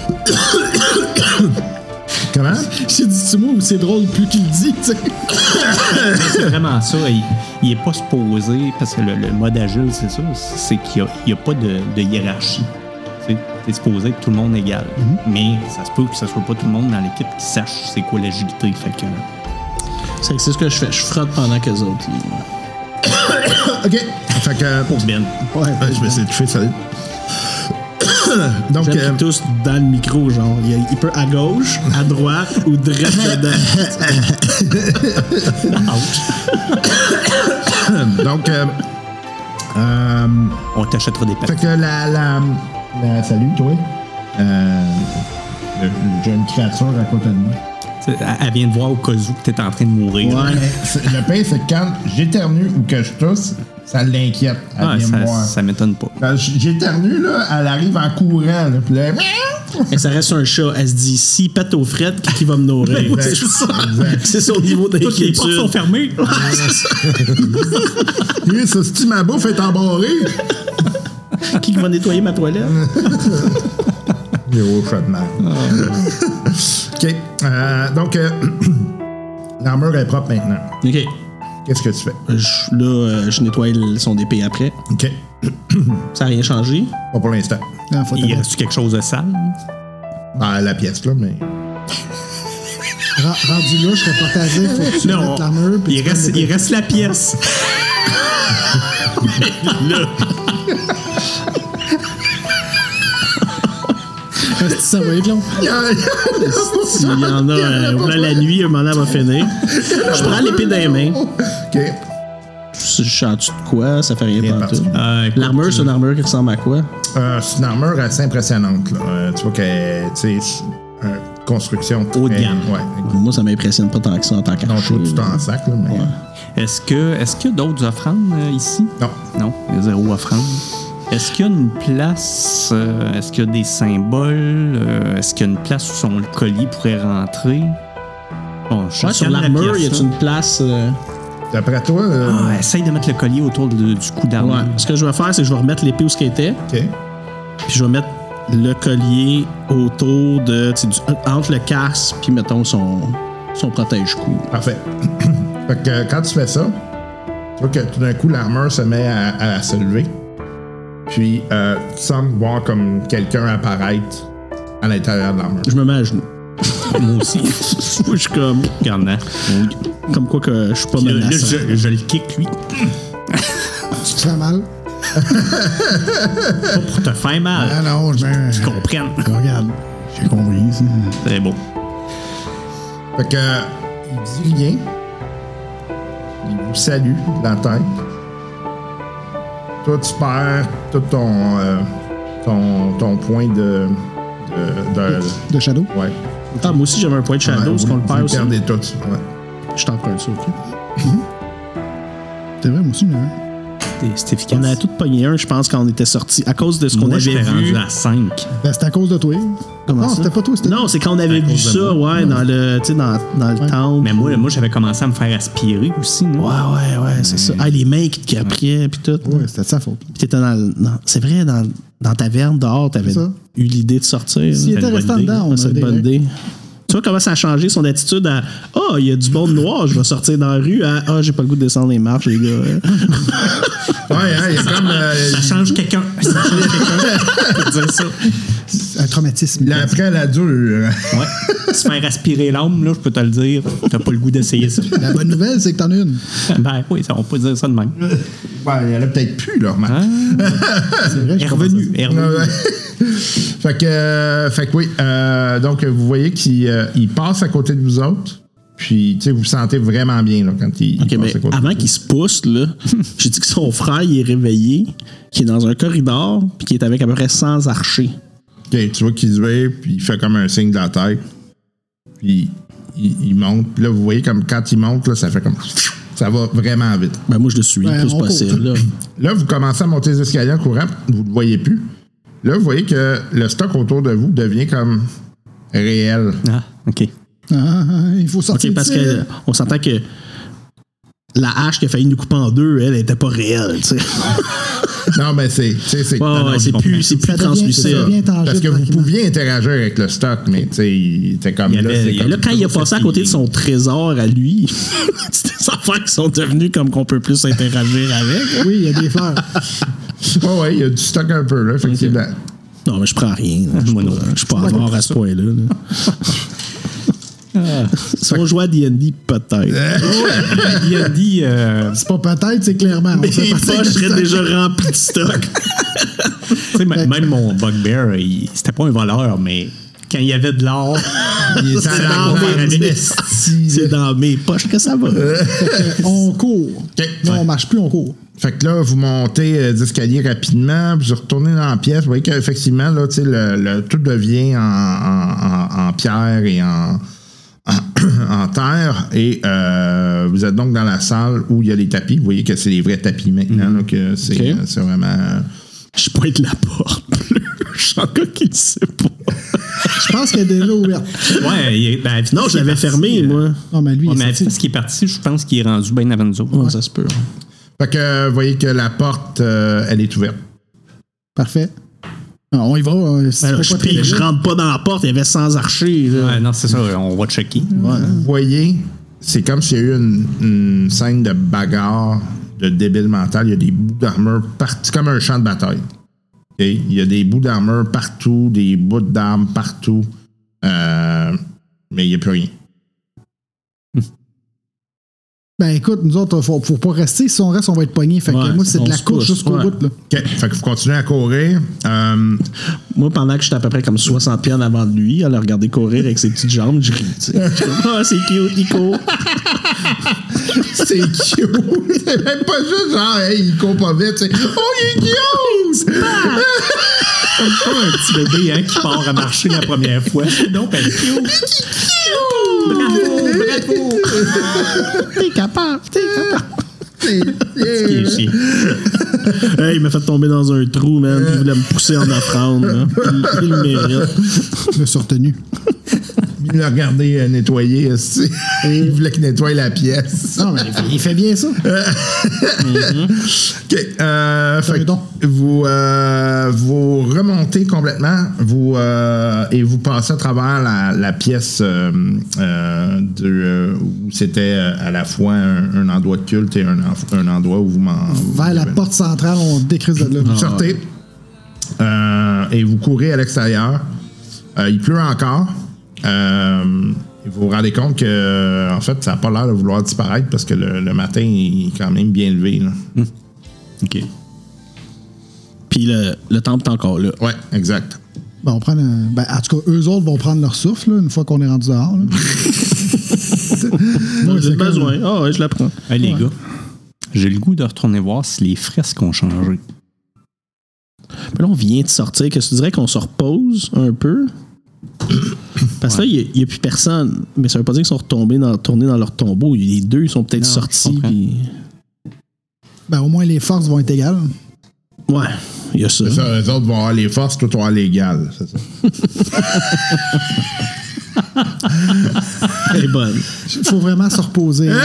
Comment? J'ai dit tu moi ou c'est drôle, plus qu'il le dit, tu sais. C'est vraiment ça. Il, il est pas supposé, parce que le, le mode agile, c'est ça, c'est qu'il n'y a, pas de, de hiérarchie. Tu es supposé être tout le monde égal. Mhm. Mais ça se peut que ce soit pas tout le monde dans l'équipe qui sache c'est quoi l'agilité. Fait que, C'est que c'est ce que je fais. Je frotte pendant qu'eux autres. ils- OK. Fait que. ben, Ouais. Ouais, je vais essayer de toucher ça. Donc, J'aime euh, qu'ils tous dans le micro, genre. Il, il peut à gauche, à droite ou direct dedans. donc euh, euh, on t'achètera des pets. Fait que la. la, la- salut, toi. Euh, le- le- J'ai une créature à côté de moi. Elle elle vient de voir au cas où que t'es en train de mourir. C'est- Le pire, c'est que quand j'éternue ou que je tousse, ça l'inquiète. Elle Ah, vient me ça, voir. ça m'étonne pas. Quand j- J'éternue, là, elle arrive en courant. Là, puis là, Et ça reste un chat. Elle se dit, si pète aux frettes, qui va me nourrir? Exact. C'est juste ça. Exact. C'est son niveau Toutes les portes sont d'inquiétude. fermées. Lui, ça se dit, ma bouffe est embarrée. Qui va nettoyer ma toilette? Zéro shot man. Ah. OK. euh, donc, euh, l'armure est propre maintenant. OK. Qu'est-ce que tu fais? Je- là, euh, je nettoie le- son épée après. OK. Ça n'a rien changé. Pas pour l'instant. Ah, faut Il reste quelque chose de sale? Ben, la pièce, là, mais. t'arrêter. Ra- Rendu là, je serais porté à dire, faut que tu mettes l'armure. puis il, tu reste, prennes des- il reste la pièce. Parce que Ah, Ça va être long. Il y en a euh, ouais, la nuit, un moment elle va finir. Je prends l'épée dans les mains. OK. Je suis en dessous de quoi? Ça fait Rien rien de pas tout. particulier. Euh, écoute, L'armure, c'est une armure qui ressemble à quoi? Euh, c'est une armure assez impressionnante, là. Euh, tu vois que, tu sais, c'est une construction. Haut de très- gamme. Ouais. Moi, ça m'impressionne pas tant que ça en tant Non, je qu'archer. trouve que tu t'en sac, là, mais. Est-ce que est-ce qu'il y a d'autres offrandes euh, ici? Non. Non, il y a zéro offrande. Est-ce qu'il y a une place? euh, est-ce qu'il y a des symboles? euh, est-ce qu'il y a une place où son collier pourrait rentrer? Bon, je Ouais, sur scanne la l'armure, pièce, y a là. une place. euh, D'après toi, euh, Ah, essaye de mettre le collier autour de- du cou d'armure. Ouais. Ce que je vais faire, c'est que je vais remettre l'épée où ce qu'elle était, Ah. OK. puis je vais mettre le collier autour de. tu sais, du- entre le casque, puis mettons son, son protège-cou. Parfait. fait que euh, quand tu fais ça, tu vois que tout d'un coup, l'armure se met à, à se lever. Puis, euh, tu sembles voir comme quelqu'un apparaître à l'intérieur de l'armure. Je me mets à genoux. Moi aussi. Moi, je suis comme. Regarde, hein. Comme quoi que Euh, je suis pas Là, menaçant. je, je le kick, lui. Tu te fais mal. Pas pour te faire Ah mal. non, je ben, Tu comprennes. Regarde, j'ai compris. ça. C'est bon. Fait que, euh, il dit rien. Il vous salue de la tête. Toi, tu perds tout ton, euh, ton, ton point de. de, de- de Shadow. ouais. Attends, moi aussi j'avais un point de shadow, Ouais, ce vous- qu'on le vous perd aussi. perdez tout. ouais. Je t'emprunte ça, ok? C'est vrai, moi aussi, j'en ai un. C'est- C'est efficace. On a tous pogné un, je pense, quand on était sortis. À cause de ce qu'on Moi, avait j'étais rendu vu. à 5. Ben, c'est à cause de toi. Comment Non, ça? c'était pas toi, c'était- Non, c'est quand on avait À vu cause de ça, moi. ouais, dans le, tu sais, dans, dans le temple. Mais moi, moi j'avais commencé à me faire aspirer aussi. Ouais, Moi. ouais, ouais, c'est ça. Ah, les mecs qui appriaient, puis tout. Ouais, c'était de sa faute. Puis t'étais dans, le- dans- C'est vrai, dans, dans ta verne dehors, t'avais C'est ça. eu l'idée de sortir. S'il là. était une resté en bonne idée. dedans, on C'est une bonne aurait- idée. Tu vois comment ça a changé son attitude à Ah, il y a du monde noir, je vais sortir dans la rue à Ah, j'ai pas le goût de descendre les marches, les gars. hein. Ouais, hein, il y a comme. euh, Ça change quelqu'un. Ça change quelqu'un. Faut dire ça. Un traumatisme. il- après la dure. Ouais. Se faire aspirer l'âme, là, je peux te le dire. T'as pas le goût d'essayer ça. La bonne nouvelle, c'est que t'en as une. Ben oui, ça, on peut dire ça de même. Ouais, Ben, il y en a peut-être plus, là, remarque. Hein? Elle est revenue. Elle est revenue. Ouais, ouais. fait, que, euh, fait que oui, euh, donc vous voyez qu'il euh, il passe à côté de vous autres, puis tu sais, vous vous sentez vraiment bien là, quand il, il Ok, passe mais à côté. avant qu'il se pousse, là, j'ai dit que son frère, il est réveillé, qui est dans un corridor, puis qui est avec à peu près 100 archers. Ok, tu vois qu'il se lève, puis il fait comme un signe de la tête, puis il, il monte, puis là vous voyez comme quand il monte, là, ça fait comme. Ça va vraiment vite. Ben, moi, je le suis le Ben, plus on possible. là. Là, vous commencez à monter les escaliers en courant, vous ne le voyez plus. Là, vous voyez que le stock autour de vous devient comme réel. Ah, OK. Ah, ah, ah, il faut sortir OK, parce d'ici, là. que on s'entend que la hache qui a failli nous couper en deux, elle, était pas réelle, tu sais. Non, mais c'est. tu sais, c'est- Ouais, non, non, ouais, c'est je plus, comprends. c'est plus devient- translucide. ça devient- bien tangible Parce que vous tranquillement. pouviez interagir avec le stock, mais tu sais, il était comme Il y là. avait- c'est il y comme- Là, quand il a Toujours passé à cette côté de ligne. son trésor à lui, c'est des affaires qui sont devenues comme qu'on peut plus interagir avec. Oui, il y a des fleurs. Ouais, ouais, il y a du stock un peu, là, effectivement. Non, mais je prends rien. là. Je suis Moi non pas- plus. je suis pas avare à ce point-là. là. Si on jouait à D&D, peut-être. Il a dit. euh, C'est pas peut-être, c'est clairement. On fait Mes partie poches de seraient ça. déjà remplies de stock. tu sais, m- même mon bugbear, il- c'était pas un voleur, mais quand il y avait de l'or, Il était à C'est la dans, boîte. mes... c'est dans mes poches que ça va. On court. Ok. Non, on marche plus, on court. Fait que là, vous montez euh, des escaliers rapidement, puis vous retournez dans la pièce. Vous voyez qu'effectivement, là, tu sais, le, le- tout devient en, en- en- en pierre et en, en, en terre. Et euh, vous êtes donc dans la salle où il y a les tapis. Vous voyez que c'est les vrais tapis maintenant, là, que c'est Ok. euh, c'est vraiment. euh, Je pointe la porte bleue. Je suis encore qu'il le sait pas. Je pense qu'elle est déjà ouverte. ouais, il est- ben, Non, je l'avais il est parti, fermé, euh, moi. Non, mais lui, Ouais, il est mais sorti. parce qu'il est parti, je pense qu'il est rendu bien avant nous autres. Ouais, ça se peut. Fait que euh, vous voyez que la porte, euh, elle est ouverte. Parfait. Ah, on y va. hein, si tu Alors, fais Ben, je, pas très pique, je bien. rentre pas dans la porte, il y avait 100 archers. Là. Ouais, non, c'est ça, Euh, on va checker. Vous voyez, c'est comme s'il y a eu une, une scène de bagarre, de débile mental. Il y a des bouts d'armure partout, comme un champ de bataille. OK? Il y a des bouts d'armure partout, des bouts d'armes partout. Euh, mais il n'y a plus rien. Ben écoute, nous autres, faut, faut pas rester. Si on reste, on va être pognés. Fait que Ouais, moi, c'est on de la se course pousse, jusqu'au ouais. bout. Là. OK, Fait que vous continuez à courir. Euh, Moi, pendant que j'étais à peu près comme 60 pieds en avant de lui, à le regarder courir avec ses petites jambes, je ris. tu sais. Je suis comme, Ah, c'est cute, il court. c'est cute! c'est même pas juste genre, hey, il court pas vite. c'est, Oh, il est cute! Comme un petit bébé hein, qui part à marcher la première fois. Non, ben, pio. Bravo, bravo. T'es capable, t'es capable. Il est chier. Hey, il m'a fait tomber dans un trou, man. puis Il voulait me pousser en offrande. là. Il, il le mérite. Je me suis retenu. Il l'a regardé euh, nettoyer. esti. Il voulait qu'il nettoie la pièce. Non, mais il fait- il fait bien ça. Mm-hmm. OK. euh, fait que donc. vous, euh, vous remontez complètement vous, euh, et vous passez à travers la, la pièce euh, euh, de, euh, où c'était euh, à la fois un, un endroit de culte et un, enf- un endroit où vous m'en. Vers la porte centrale, on décrise de là. Vous sortez euh, et vous courez à l'extérieur. Euh, il pleut encore. Euh, vous vous rendez compte que, en fait, ça n'a pas l'air de vouloir disparaître parce que le, le matin il est quand même bien levé. là. OK. puis le, le temple est encore là. Ouais, exact. Ben, on prend le- ben, en tout cas, eux autres vont prendre leur souffle là, une fois qu'on est rendu dehors. là. Moi, j'ai besoin. Ah ouais, je la prends. Hey, les gars, j'ai le goût de retourner voir si les fresques ont changé. Puis Là, on vient de sortir. Qu'est-ce que tu dirais qu'on se repose un peu? Parce que là, il n'y a, plus personne. Mais ça veut pas dire qu'ils sont retombés dans, tournés dans leur tombeau. Les deux sont peut-être Non, je sortis. comprends. puis- Ben, au moins, les forces vont être égales. Ouais, il y a ça. Ça, eux autres vont avoir les forces, tout va avoir l'égal. C'est ça. Elle est bonne. Il faut vraiment se reposer. hein.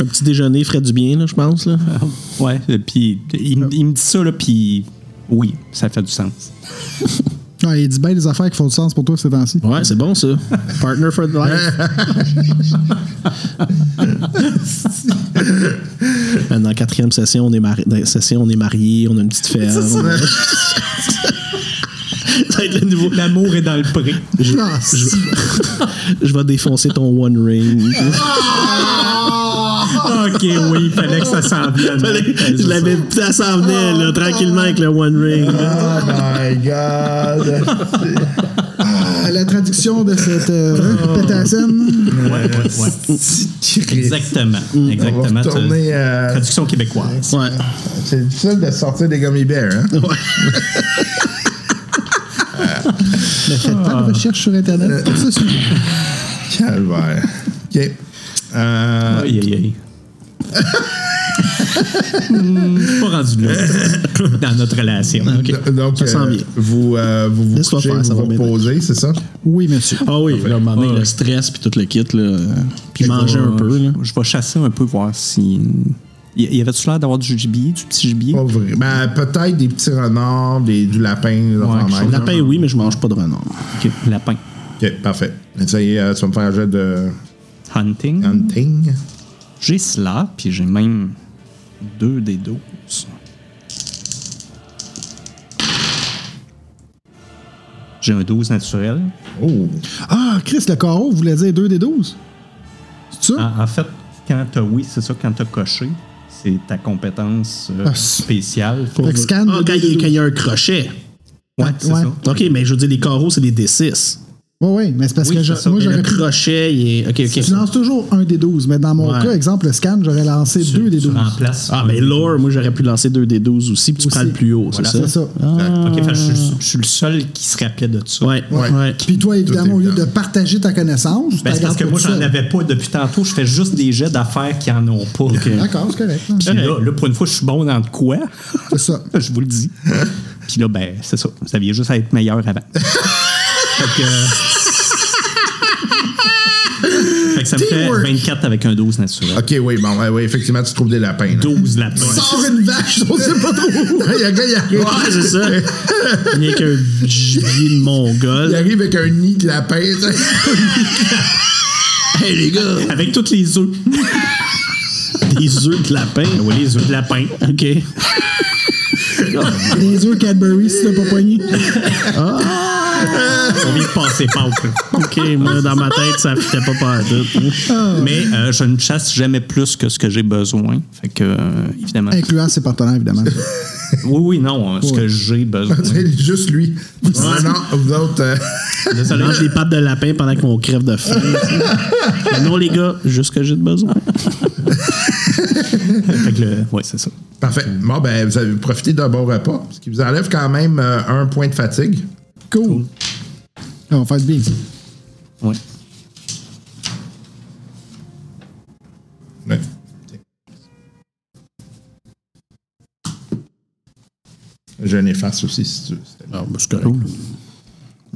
Un petit déjeuner ferait du bien, là, je pense. Là. Ouais, et Euh, puis il, me- il me dit ça, là, puis oui, ça fait du sens. Ouais, il dit bien des affaires qui font du sens pour toi ces temps-ci. Ouais, c'est bon, ça. Partner for life. Ben, Dans la quatrième session, on est marié. session, on est marié, on a une petite ferme. on a- Ça va être le nouveau. L'amour est dans le pré. Ah, si. Je vais défoncer ton One Ring. Ah! ok, oui, il fallait que ça s'en vienne. Je l'avais. Ça s'en venait, Ah! là, tranquillement, avec le One Ring. Oh my God! À la traduction de cette euh, pétassine. Exactement. On va Exactement. retourner. t'as- euh, Traduction québécoise. Ouais. c'est difficile de sortir des gummy bears. Hein? Ne faites pas de recherche sur Internet pour ce sujet. Calvaire. OK. Euh, Aïe, aïe, aïe. Hmm, pas rendu là dans notre relation. d- Donc, Ça sent euh, bien. vous, euh, vous vous Laisse-toi couchez, faire, ça vous va vous bien reposez, c'est ça? Oui, monsieur. Ah oui, là, à un moment donné, Ouais. le stress, puis tout le kit, là. Puis manger un peu, là. Je vais chasser un peu, voir si. Il y avait-tu l'air d'avoir du gibier, du petit gibier? Pas vrai. Ben, peut-être des petits renards, des, du lapin. des affaires quelque de chose. même. Lapin, oui, Ah, mais je mange pas de renard. Ah, Ok, lapin. OK, parfait. Ça y est, euh, tu vas me faire un jet de Hunting. hunting. J'ai cela, puis j'ai même deux des 12. J'ai un 12 naturel. Oh! Ah, Chris, le carreau voulait dire 2 des 12. C'est ça? En, en fait, quand t'as oui, c'est ça, quand t'as coché, c'est ta compétence euh, Ah, c'est- spéciale. Fait que scan le Ah, quand deux il des y a- douze. quand il y a un crochet. Ouais, c'est ouais. ça. OK, mais je veux dire, les carreaux, c'est des D6. Oui, oui, mais c'est parce Oui, que c'est je- ça. moi, Mais j'aurais le pu- crochet, il est. OK, OK. Tu lances toujours un des 12, mais dans mon Ouais. cas, exemple, le scan, j'aurais lancé 2 des Tu 12. remplaces. Ah, mais l'or, moi, j'aurais pu lancer 2D12 aussi, puis tu Aussi. prends le plus haut, c'est ça? Voilà. C'est ça. Ok, fait que je, suis- je suis le seul qui se rappelait de ça. Ouais. Ouais. Ah. ouais. Puis toi, évidemment, au lieu de évident. partager ta connaissance, tu Ben, c'est parce gardes que pour moi, tout j'en seul. avais pas depuis tantôt. Je fais juste des jets d'affaires qui en ont pas. D'accord, c'est correct. hein. Puis là, là, pour une fois, je suis bon dans de quoi? C'est ça. Euh, je vous le dis. Puis là, ben, c'est ça. Vous aviez juste à être meilleur avant. fait que. euh, Fait que ça me fait 24 avec un 12 naturel. OK, oui, bon, ouais, ouais, effectivement, tu trouves des lapins. là. 12 lapins. Sors une vache, on sait pas trop où. Il y a un gars, il arrive, Ouais, c'est ça. Il n'y a qu'un gibier de il mongol. arrive avec un nid de lapin. tu sais. Hey, les gars! Avec toutes les œufs. Des œufs de lapin. Ben Oui, les œufs de lapin. OK. Les œufs Cadbury, si t'as pas poigné. On vient de passer Pâques, là. OK, moi, dans ma tête, ça fitait pas par tout. Mais euh, je ne chasse jamais plus que ce que j'ai besoin. Fait que, euh, évidemment. Incluant ses partenaires, évidemment. Oui, oui, non. euh, Ce que j'ai besoin. C'est juste lui. Non, non, vous autres. euh, Ça mange les pattes de lapin pendant qu'on crève de faim. Mais non, les gars, juste ce que j'ai de besoin. Fait que le- ouais, c'est ça. Parfait. Bon, ben, vous avez profité d'un bon repas, ce qui vous enlève quand même euh, un point de fatigue. Cool. Ah, On va faire du bien. Ouais. Ouais. Je l'efface aussi, si tu veux.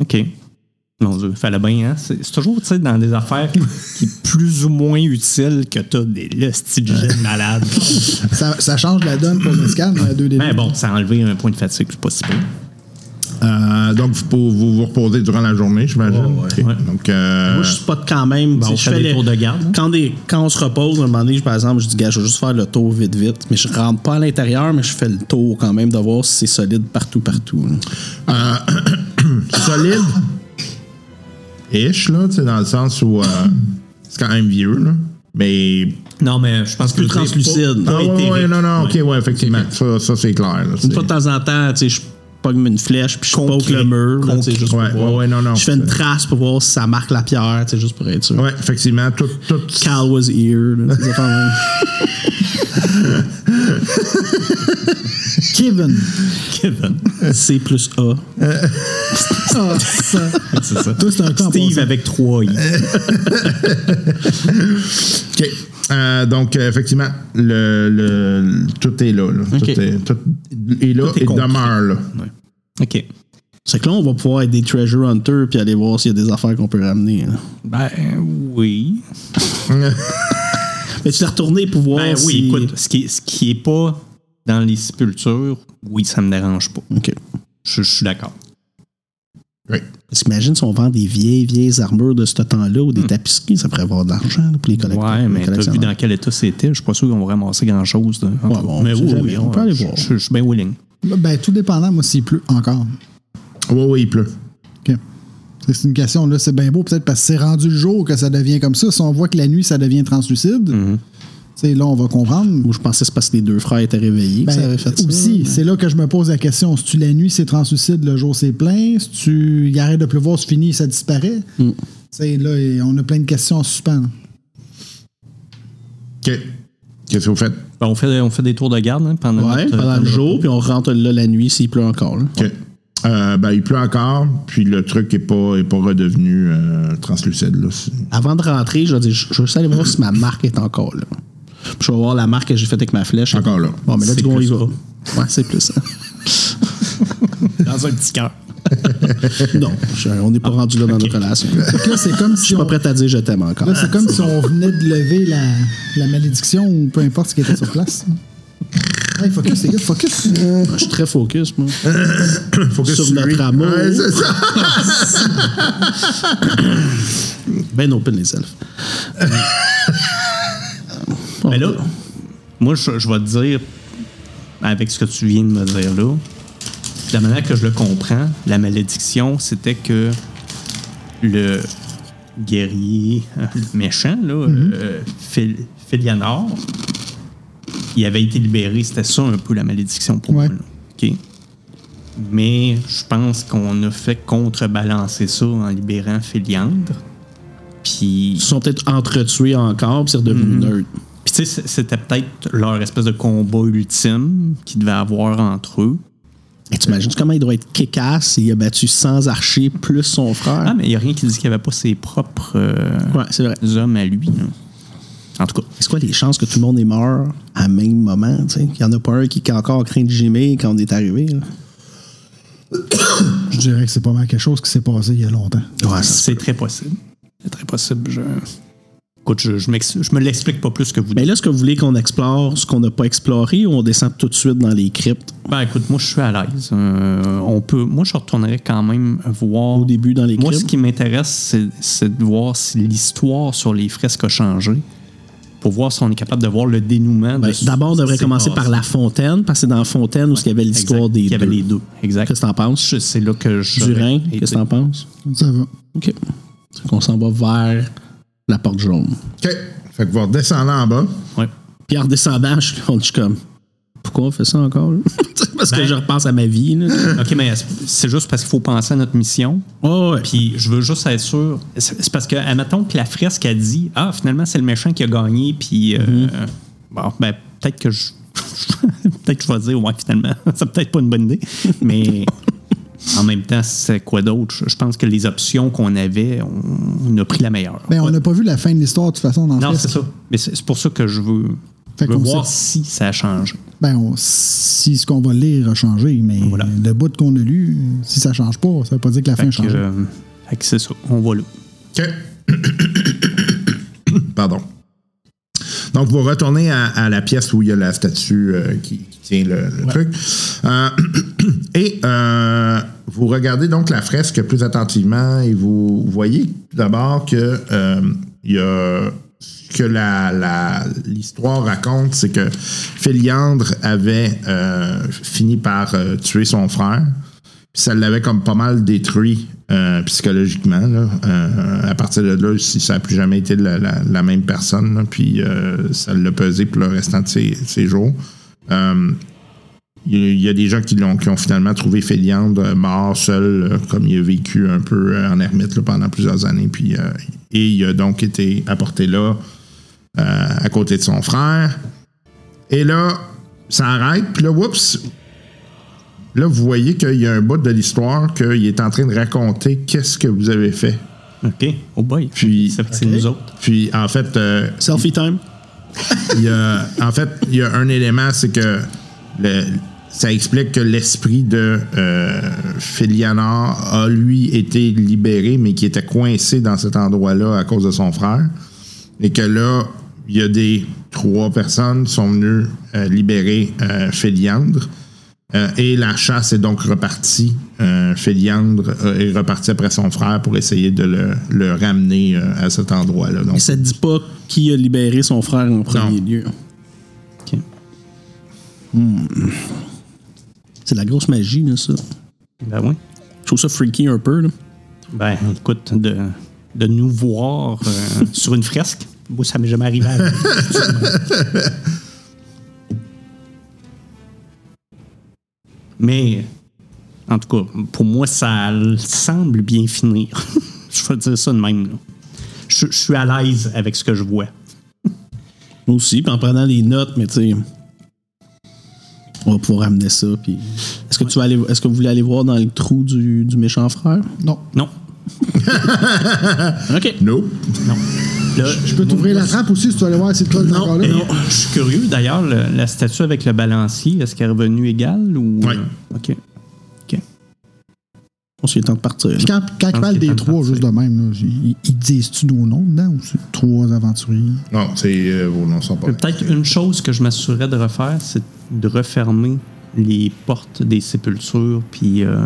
OK. Mon Dieu, fallait bien, hein? C'est c'est toujours, tu sais, dans des affaires qui est plus ou moins utiles que t'as des lestigènes malades. Ça, ça change la donne pour le scan, euh, 2 des 12. Mais bon, ça a enlevé un point de fatigue, c'est pas si pire. Euh, donc, vous, pou- vous vous reposez durant la journée, j'imagine. Ok. Ouais. Donc, euh, Moi, je spot quand même. Ben, tu on sais, je fait fais des les- tours de garde, hein? Quand, des- quand on se repose, à un moment donné, je- par exemple, je dis, gars, je vais juste faire le tour vite, vite. Mais je rentre pas à l'intérieur, mais je fais le tour quand même de voir si c'est solide partout, partout. là. solide. Ish, là, tu sais, dans le sens où euh, c'est quand même vieux, là. Mais. Non, mais je pense que Plus je veux dire, translucide. pas- pas Ah, ouais, ouais, éthérique. non, non, ok, Ouais. ouais, effectivement. Ça, ça c'est clair. là, Une c'est- fois de temps en temps, tu sais, je pogne une flèche, puis je Concret. poke le mur. là, tu sais, juste pour Ouais, voir. ouais, ouais, non, non. Je fais une trace pour voir si ça marque la pierre, tu sais, juste pour être sûr. Ouais, effectivement, tout, tout, Cal was here. là, des affaires même. Kevin. Kevin. C plus A. Ah, ça. C'est ça. Toi, c'est un camp. Steve avec 3 i. OK. Euh, donc, euh, effectivement, le, le- tout est là. là. OK. Tout, est, tout est là Tout est et concret. demeure là. OK. C'est que là, on va pouvoir être des treasure hunters puis aller voir s'il y a des affaires qu'on peut ramener. hein. là. Ben oui. Mais tu l'as retourné pour voir Ben oui, si- écoute, ce qui, ce qui est pas dans les sépultures, oui, ça me dérange pas. OK. Je, je suis d'accord. Parce qu'imagine si on vend des vieilles, vieilles armures de ce temps-là ou des tapisseries, ça pourrait avoir de l'argent là, pour les collecteurs. Ouais, les mais t'as vu collectionneurs. dans quel état c'était? Je suis pas sûr qu'on va ramasser grand-chose. de- en Ouais, tout cas. bon, mais on sait jamais. On peut aller je- voir. Je, je suis bien willing. Ben, tout dépendant, moi, s'il pleut encore. Oui, oui, il pleut. OK. C'est une question, là, c'est bien beau, peut-être parce que c'est rendu le jour que ça devient comme ça. Si on voit que la nuit, ça devient translucide, Mm-hmm. tu sais, là, on va comprendre. Ou je pensais que c'est parce que les deux frères étaient réveillés que Ben, ça avait fait ça. aussi, c'est là que je me pose la question. Si tu la nuit, c'est translucide, le jour, c'est plein. Si tu il arrête de pleuvoir, c'est fini, ça disparaît. Mm. Tu sais, là, et on a plein de questions en suspens. là. OK. Qu'est-ce que vous faites? Ben, on, fait, on fait des tours de garde hein, pendant Ouais, notre- pendant le jour, puis on rentre là la nuit s'il pleut encore. là. OK. Euh, ben, il pleut encore, puis le truc n'est pas, est pas redevenu euh, translucide. Là. C'est- Avant de rentrer, je vais dire, je je veux juste aller voir si ma marque est encore là. Puis je vais voir la marque que j'ai faite avec ma flèche. Encore là. Bon, mais là, du C'est coup, on y plus va. Ouais, c'est plus ça. dans un petit cœur. non, je- on n'est pas rendu là dans notre relation. Donc là, c'est comme Je si suis on, pas prêt à dire je t'aime encore. là, c'est comme si on venait de lever la, la malédiction ou peu importe ce qui était sur place. Ah, Hey, focus, les gars, focus. Je suis très focus, moi. Faut que Sur tu notre lui- amour. Ouais, c'est ça. Ben open les elfes. Mais là, moi, je, je vais te dire, avec ce que tu viens de me dire là, de la manière que je le comprends, la malédiction, c'était que le guerrier, euh, le méchant, là, euh, Phil- Philianor, il avait été libéré. C'était ça un peu la malédiction pour Ouais. moi. là. OK? Mais je pense qu'on a fait contrebalancer ça en libérant Féliandre. Puis Ils se sont peut-être entretués encore, puis c'est redevenu neutre. puis tu sais, c- c'était peut-être leur espèce de combat ultime qu'ils devaient avoir entre eux. Et t'imagines comment il doit être kick-ass s'il a battu 100 archers plus son frère? Ah, mais il n'y a rien qui dit qu'il n'y avait pas ses propres euh, Ah, Ouais, c'est vrai. hommes à lui. là. En tout cas, C'est quoi les chances que tout le monde est mort à même moment? tu sais? Il n'y en a pas un qui qui a encore craint de gémir quand on est arrivé. là. Je dirais que c'est pas mal quelque chose qui s'est passé il y a longtemps. c'est très possible. C'est très possible. Je... Écoute, je, je, m'ex- je me l'explique pas plus que vous. Mais là, est-ce que vous voulez qu'on explore ce qu'on n'a pas exploré ou on descend tout de suite dans les cryptes Ben écoute, moi je suis à l'aise. Euh, on peut. Moi je retournerais quand même voir. Au début, dans les Moi cryptes. ce qui m'intéresse, c'est- c'est de voir si l'histoire sur les fresques a changé. Pour voir si on est capable de voir le dénouement. Ben, de ce D'abord, on qui devrait s'est commencer passé. par la fontaine, parce que c'est dans la fontaine où il y avait l'histoire Exact. des Il y avait deux. les deux. Exact. Qu'est-ce que t'en penses? Je- C'est là que je. Du Rhin, Et- qu'est-ce que t'en penses? Ça va. OK. Donc, on s'en va vers la porte jaune. OK. Fait que vous redescendez en bas. Ouais. Puis en redescendant, je, on, je suis comme, pourquoi on fait ça encore? là? parce Ben. que je repense à ma vie. Là. OK, mais c'est- c'est juste parce qu'il faut penser à notre mission. Ouais, ouais. Puis je veux juste être sûr. C'est c'est parce que, admettons que la fresque a dit Ah, finalement, c'est le méchant qui a gagné, puis. euh, Bon, ben, peut-être que je. peut-être que je vais dire Ouais, finalement, c'est peut-être pas une bonne idée. Mais. En même temps, c'est quoi d'autre? Je- Je pense que les options qu'on avait, on, on a pris la meilleure. Ben, on n'a pas vu la fin de l'histoire, de toute façon, dans non, le c'est fresque. ça. Mais c'est c'est pour ça que je veux, Fait je veux qu'on voir si ça a changé. Ben, on- si ce qu'on va lire a changé, mais Voilà. le bout qu'on a lu, si ça change pas, ça veut pas dire que la fin Fait a que, changé. euh, fait que c'est ça. On va là. OK. Pardon. Donc, vous retournez à, à la pièce où il y a la statue euh, qui, qui tient le, le truc. Euh, et euh, vous regardez donc la fresque plus attentivement et vous voyez d'abord que euh, il y a ce que la- la- l'histoire raconte, c'est que Féliandre avait euh, fini par euh, tuer son frère. Puis ça l'avait comme pas mal détruit euh, psychologiquement. là. Euh, à partir de là, si ça n'a plus jamais été la, la- la même personne, là, puis euh, ça l'a pesé pour le restant de ses, ses jours. Euh, il y a- il y a des gens qui, l'ont, qui ont finalement trouvé Féliande euh, mort seul, euh, comme il a vécu un peu euh, en ermite là, pendant plusieurs années. Puis, euh, et il a donc été apporté là, euh, à côté de son frère. Et là, ça arrête. Puis là, whoops, Là, vous voyez qu'il y a un bout de l'histoire qu'il est en train de raconter qu'est-ce que vous avez fait. OK. Oh boy. Puis- Ça fait que c'est nous autres. Puis, en fait, euh, Selfie time. il y a, en fait, il y a un élément, c'est que le- ça explique que l'esprit de euh, Félianor a, lui, été libéré, mais qui était coincé dans cet endroit-là à cause de son frère. Et que là, il y a des trois personnes qui sont venues euh, libérer euh, Féliandre. Euh, et la chasse est donc repartie. Euh, Féliandre euh, est reparti après son frère pour essayer de le, le ramener euh, à cet endroit-là. Donc, Et ça te dit pas qui a libéré son frère en premier Non. lieu. OK. Hmm. C'est de la grosse magie, là, ça. Ben oui. Je trouve ça freaky un peu. Là. Ben, écoute, de, de nous voir euh, sur une fresque, moi, ça m'est jamais arrivé. avant. Mais, en tout cas, pour moi, ça semble bien finir. je vais dire ça de même. là. Je, je suis à l'aise avec ce que je vois. Moi aussi, puis en prenant des notes, mais tu sais, on va pouvoir amener ça. Puis est-ce que tu vas aller, est-ce que vous voulez aller voir dans le trou du, du méchant frère Non. Non, Ok. nope. non. Là, Je peux t'ouvrir la trappe aussi si tu veux aller voir si toi Non, encore là. et je suis curieux d'ailleurs, le- la statue avec le balancier, est-ce qu'elle est revenue égale ou. Ouais. euh, OK. OK. On s'est temps de partir. là. Puis quand, quand ils parlent qu'il est des temps de trois, partir. juste de même, là, ils, ils disent-tu nos noms dedans ou c'est trois aventuriers? Non, c'est euh, vos noms sont pas. Peut-être une chose que je m'assurerais de refaire, c'est de refermer les portes des sépultures, puis euh,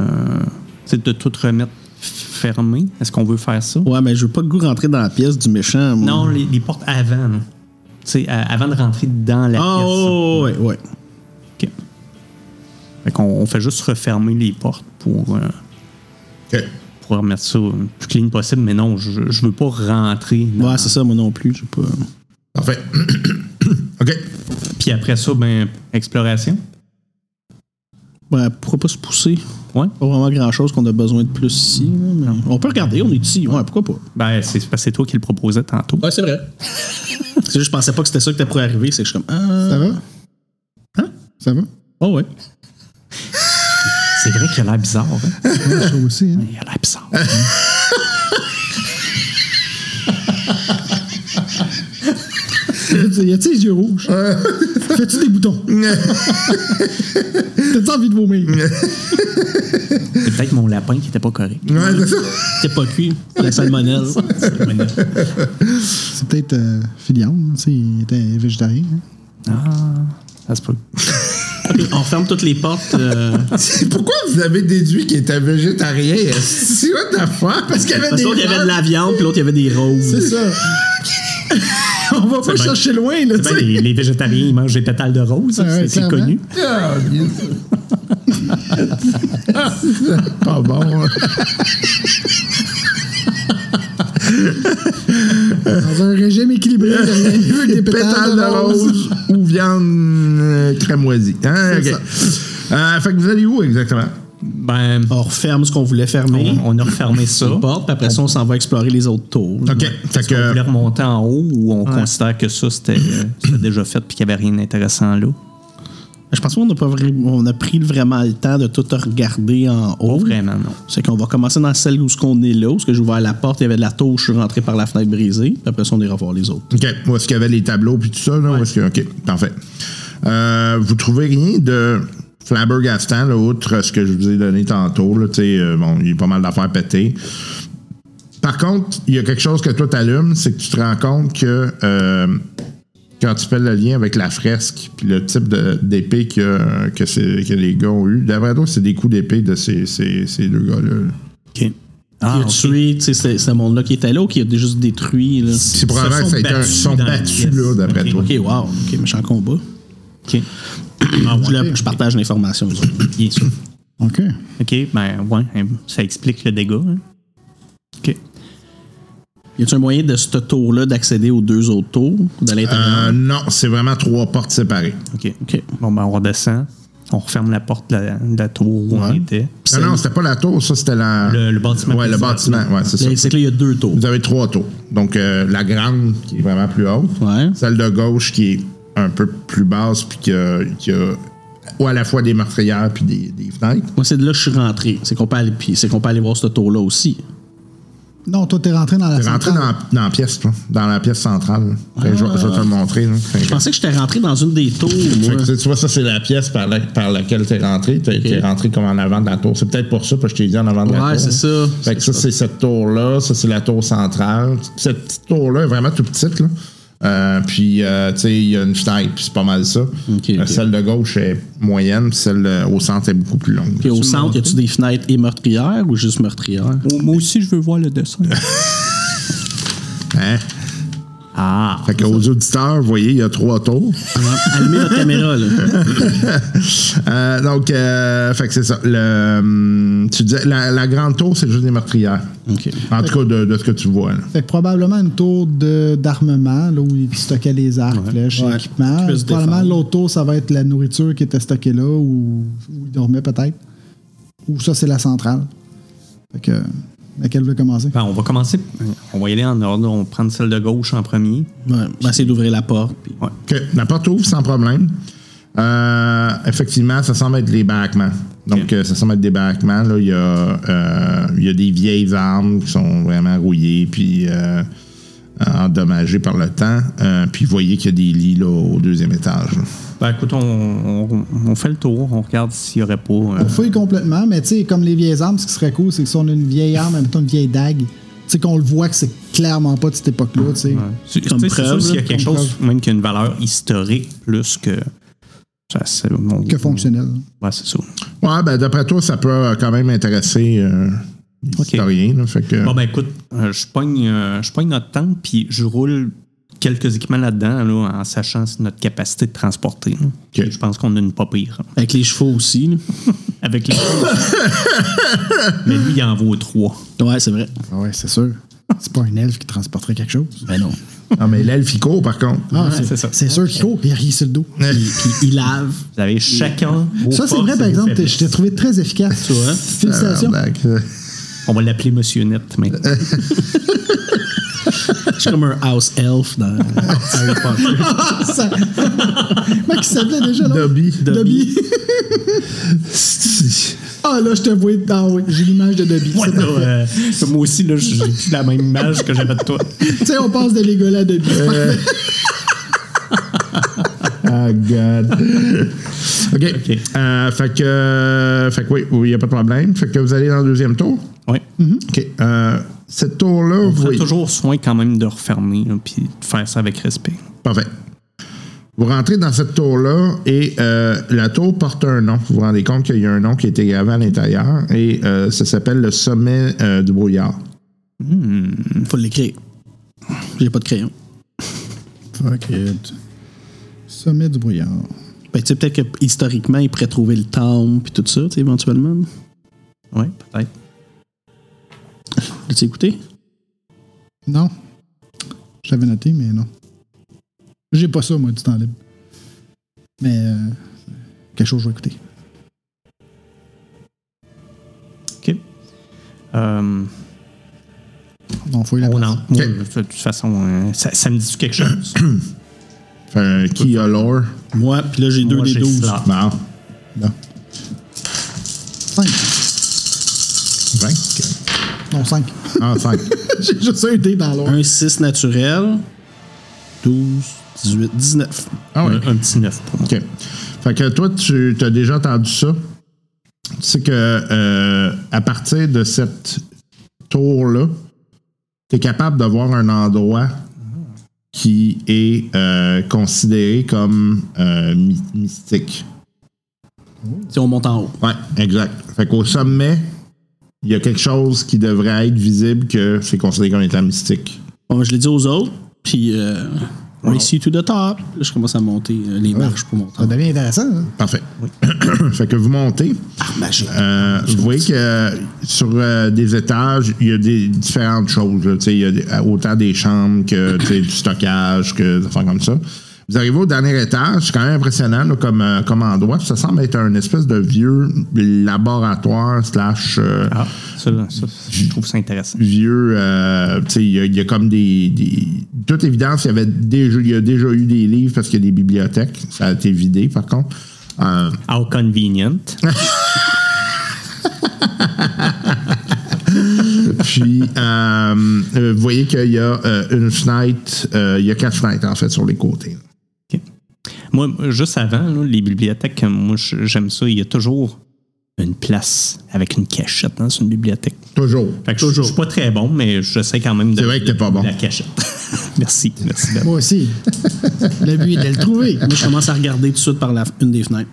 c'est de tout remettre fermé. Est-ce qu'on veut faire ça? Ouais, mais je veux pas que goût rentrer dans la pièce du méchant. moi. Non, les, les portes avant. là. Tu sais, à- avant de rentrer dans la Ah, pièce. oh, ouais, ouais. OK. Fait qu'on on fait juste refermer les portes pour. euh, Ok. pour remettre ça le plus clean possible, mais non, je, je veux pas rentrer. dans- Ouais, c'est ça, moi non plus. Je sais pas. Parfait. OK. Puis après ça, ben, exploration. Ouais, pourquoi pas se pousser? Ouais. Pas vraiment grand chose qu'on a besoin de plus ici. là, mais On peut regarder, on est ici. Ouais, pourquoi pas? Ben, c'est parce que c'est toi qui le proposais tantôt. Ouais, c'est vrai. c'est juste, je pensais pas que c'était ça que t'as pour arriver. C'est que je suis comme. Ah, Ça va? Hein? Ça va? oh, ouais. C'est vrai qu'il a l'air bizarre. hein? Ouais, je trouve aussi. hein. Il a l'air bizarre. Y a-tu les yeux rouges? Fais-tu des boutons? T'as-tu envie de vomir? C'est peut-être mon lapin qui était pas correct. Ouais, c'est ça. T'es pas cuit. La salmonelle. C'est peut-être euh, Filiane, tu sais, il était végétarien. hein. Ah, ça se peut. Ok, on ferme toutes les portes. euh, Pourquoi vous avez déduit qu'il était végétarien? C'est what the fuck? Parce qu'il y avait Parce des. que l'autre, il y avait de rats. la viande, puis l'autre, il y avait des C'est roses. ça. On va pas chercher loin, là, tu sais. les, les végétariens, ils mangent des pétales de rose. hein, Ouais, c'est- c'est clairement. connu. Ah, bien sûr. Pas bon. hein. Dans un régime équilibré, il veut des pétales de rose. rose ou viande euh, crémoisie. Hein, OK. Euh, fait que vous allez où exactement? Ben, On referme ce qu'on voulait fermer. on, on a refermé ça. les portes, puis après ça, on s'en va explorer les autres tours. OK. Fait Est-ce qu'on que. voulait remonter en haut ou on considère que ça, c'était euh, c'était déjà fait puis qu'il n'y avait rien d'intéressant là? Je pense qu'on n'a pas vra- on a pris vraiment le temps de tout regarder en haut. Vraiment, non. C'est qu'on va commencer dans celle où ce qu'on est là, où ce que j'ai ouvert la porte, il y avait de la tauche, je suis rentré par la fenêtre brisée. Puis après ça, on ira voir les autres. OK. Où est-ce qu'il y avait les tableaux puis tout ça? Là? Où est-ce que- OK. Parfait. Euh, vous trouvez rien de flabbergastant, là, outre ce que je vous ai donné tantôt. Là, tu sais, euh, bon, il y a pas mal d'affaires pétées. Par contre, il y a quelque chose que toi t'allumes, c'est que tu te rends compte que euh, quand tu fais le lien avec la fresque puis le type de- d'épée que, que, c'est- que les gars ont eu, d'après toi, c'est des coups d'épée de ces, ces- ces deux gars-là. là. OK. Ah, il a tué, Ah, tu sais, c'est- ce monde-là qui était là ou qui a dé- juste détruit. Là. C'est probablement sont que ça a été un battus son dans la battu, pièce. là, d'après Ok. toi. OK, wow. OK, méchant combat. OK. Je, voulais- je partage l'information. aux autres. Bien sûr. OK. OK, ben ouais, hein, ça explique le dégât. hein. OK. Y a-t-il un moyen de ce tour-là d'accéder aux deux autres tours de l'intérieur? Euh, non, c'est vraiment trois portes séparées. OK. Bon, ben on redescend. On referme la porte de la, de la tour où on était. Non, non, c'était pas la tour, ça, c'était la... Le- le bâtiment Ouais, le principal. bâtiment, ouais, c'est ça. Là, c'est que là, il y a deux tours. Vous avez trois tours. Donc, euh, la grande, qui est vraiment plus haute. Ouais. Celle de gauche, qui est un peu plus basse, puis qui a, qui a- ou à la fois des meurtrières puis des, des fenêtres. Moi, c'est de là que je suis rentré. C'est qu'on peut aller, puis c'est qu'on peut aller voir ce tour-là aussi. Non, toi, t'es rentré dans la T'es rentré centrale. dans, dans la pièce, toi, dans la pièce centrale. Ah. Fait que je, vais- je vais te le montrer. là. Fait que- Je pensais que j'étais rentré dans une des tours. Fait moi. que, tu sais, tu vois, ça, c'est la pièce par, la- par laquelle t'es rentré. T'es t'es rentré comme en avant de la tour. C'est peut-être pour ça, parce que je t'ai dit en avant de la tour. Ouais, c'est ça. Fait que ça, c'est cette tour-là. Ça, c'est la tour centrale. Cette petite tour-là est vraiment tout petite, là. Euh, puis, euh, tu sais, il y a une fenêtre, puis c'est pas mal ça. Euh, ok. Celle de gauche est moyenne, puis celle euh, au centre est beaucoup plus longue. Puis au centre, y a-tu des fenêtres et meurtrières ou juste meurtrières? Moi aussi, je veux voir le dessin. Hein? ah! Fait qu'aux auditeurs, vous voyez, il y a trois tours. Allumez votre caméra, là. Euh, donc, euh, fait que c'est ça. Le, hum, tu disais, la, la grande tour, c'est juste des meurtrières. OK. En tout cas, de, de ce que tu vois. là. Fait que probablement une tour de- d'armement, là où ils stockaient les arcs, flèches, Ouais. équipements. Qui peut se Probablement défendre. l'autre tour, ça va être la nourriture qui était stockée là, ou où ils dormaient peut-être. Ou ça, c'est la centrale. Fait que, laquelle veut commencer? Ben, on va commencer. On va y aller en ordre. On va prendre celle de gauche en premier. Ouais, on va essayer Ben, d'ouvrir la porte. puis- Ouais. Que la porte ouvre sans problème. Euh, effectivement, ça semble être les baraquements. Donc, Ok. euh, ça semble être des baraquements. Là, il y, a, euh, il y a des vieilles armes qui sont vraiment rouillées puis euh, endommagées par le temps. Euh, puis, vous voyez qu'il y a des lits là, au deuxième étage. là. Ben, écoute, on, on- on fait le tour. On regarde s'il n'y aurait pas. euh, On fouille complètement, mais tu sais, comme les vieilles armes, ce qui serait cool, c'est que si on a une vieille arme, mettons une vieille dague, tu sais, qu'on le voit que c'est clairement pas de cette époque-là, tu sais. C'est Comme tu sais, c'est preuve, sûr s'il y a là, quelque comme chose, même qu'il y a une valeur historique plus que. Ça, c'est, mon- Que fonctionnel. Ouais, c'est ça. Ouais, ben, d'après toi, ça peut euh, quand même intéresser euh, Ok. l'historien. là. Fait que, Bon, ben écoute, euh, je pogne, euh, je pogne notre tente, puis je roule quelques équipements là-dedans, là, en sachant notre capacité de transporter. là. Je pense qu'on a une pas pire. Avec les chevaux aussi, là. Avec les. Mais lui, il en vaut trois. Ouais, c'est vrai. Ouais, c'est sûr. C'est pas un elfe qui transporterait quelque chose. Ben non. Non, mais l'elfe, il court, par contre. Ah, Ouais, c'est c'est ça. C'est sûr qu'il court, il rit sur le dos. Puis, puis il lave. Vous avez chacun. vos Ça, c'est forces vrai, et par vos exemple, t'es- faiblesses. je t'ai trouvé très efficace. hein. Tu vois? Félicitations. Ah, ben, On va l'appeler Monsieur Net maintenant. Je suis comme un house elf dans Harry Potter. Ça- Mec, qui s'appelait déjà, là? Dobby. Ah, ben. Dobby. ah, là, je te vois. Ah oui, j'ai l'image de Dobby. Ouais, C'est là, parfait. euh, moi aussi, là, j'ai plus la même image que j'avais de toi. Tu sais, on passe de Legolas à Dobby. Ah, God. OK. Euh, fait que, euh, fait que oui, oui, il n'y a pas de problème. Fait que vous allez dans le deuxième tour. Oui. OK. Euh, cette tour-là, On vous prend voyez. toujours soin quand même de refermer, là, puis de faire ça avec respect. Parfait. Vous rentrez dans cette tour-là et euh, la tour porte un nom. Vous vous rendez compte qu'il y a un nom qui a été gravé à l'intérieur et euh, ça s'appelle le sommet euh, du brouillard. Faut l'écrire. J'ai pas de crayon. Fuck it. Sommet du brouillard. Ben, tu sais, peut-être que historiquement, ils pourraient trouver le temple puis tout ça, tu sais, éventuellement. Oui, peut-être. L'as-tu écouté? Non. J'avais noté, mais non. J'ai pas ça, moi, du temps libre. Mais euh, quelque chose, je vais écouter. OK. Euh, On fouille la on place. en- moi, de toute façon, euh, ça, ça me dit quelque chose. Fait un key a lore. Moi, puis là, Ah, j'ai deux Moi, des j'ai douze. cela. Bon. Cinq. 20. Non, cinq. Ah, 5. J'ai juste un dé dans l'autre. Un 6 naturel. 12, 18, 19. Ah oui. Un, un petit neuf pour moi. OK. Fait que toi, tu as déjà entendu ça. Tu sais que euh, à partir de cette tour-là, tu es capable d'avoir un endroit qui est euh, considéré comme euh, my- mystique. Si on monte en haut. Ouais, exact. Fait qu'au sommet, il y a quelque chose qui devrait être visible que c'est considéré comme étant mystique. Bon, je l'ai dit aux autres, puis euh, Race you to the top. Là, je commence à monter euh, les marches pour monter. Ça devient intéressant. hein? Parfait. fait que vous montez. Ah, Euh, vous voyez que euh, sur euh, des étages, il y a des différentes choses. là. Tu sais, Il y a des- euh, autant des chambres que tu sais, du stockage, que des affaires comme ça. Vous arrivez au dernier étage, c'est quand même impressionnant là, comme, euh, comme endroit. Ça semble être un espèce de vieux laboratoire slash euh, Ah, ça, ça, je trouve ça intéressant. vieux. euh, tu sais, il y, a- il y a comme des. des- de toute évidence, il y avait déjà, il y a déjà eu des livres parce qu'il y a des bibliothèques. Ça a été vidé, par contre. Euh, How convenient. Puis, euh, euh, vous voyez qu'il y a euh, une fenêtre, euh, il y a quatre fenêtres, en fait, sur les côtés. OK. Moi, juste avant, là, les bibliothèques, moi, je- j'aime ça. Il y a toujours une place avec une cachette dans une bibliothèque. Toujours. Fait que je- Je suis pas très bon, mais je sais quand même de C'est vrai que t'es pas bon. la cachette. merci, merci. Ben. Moi aussi. Le but est de le trouver. Moi, je commence à regarder tout de suite par la, une des fenêtres.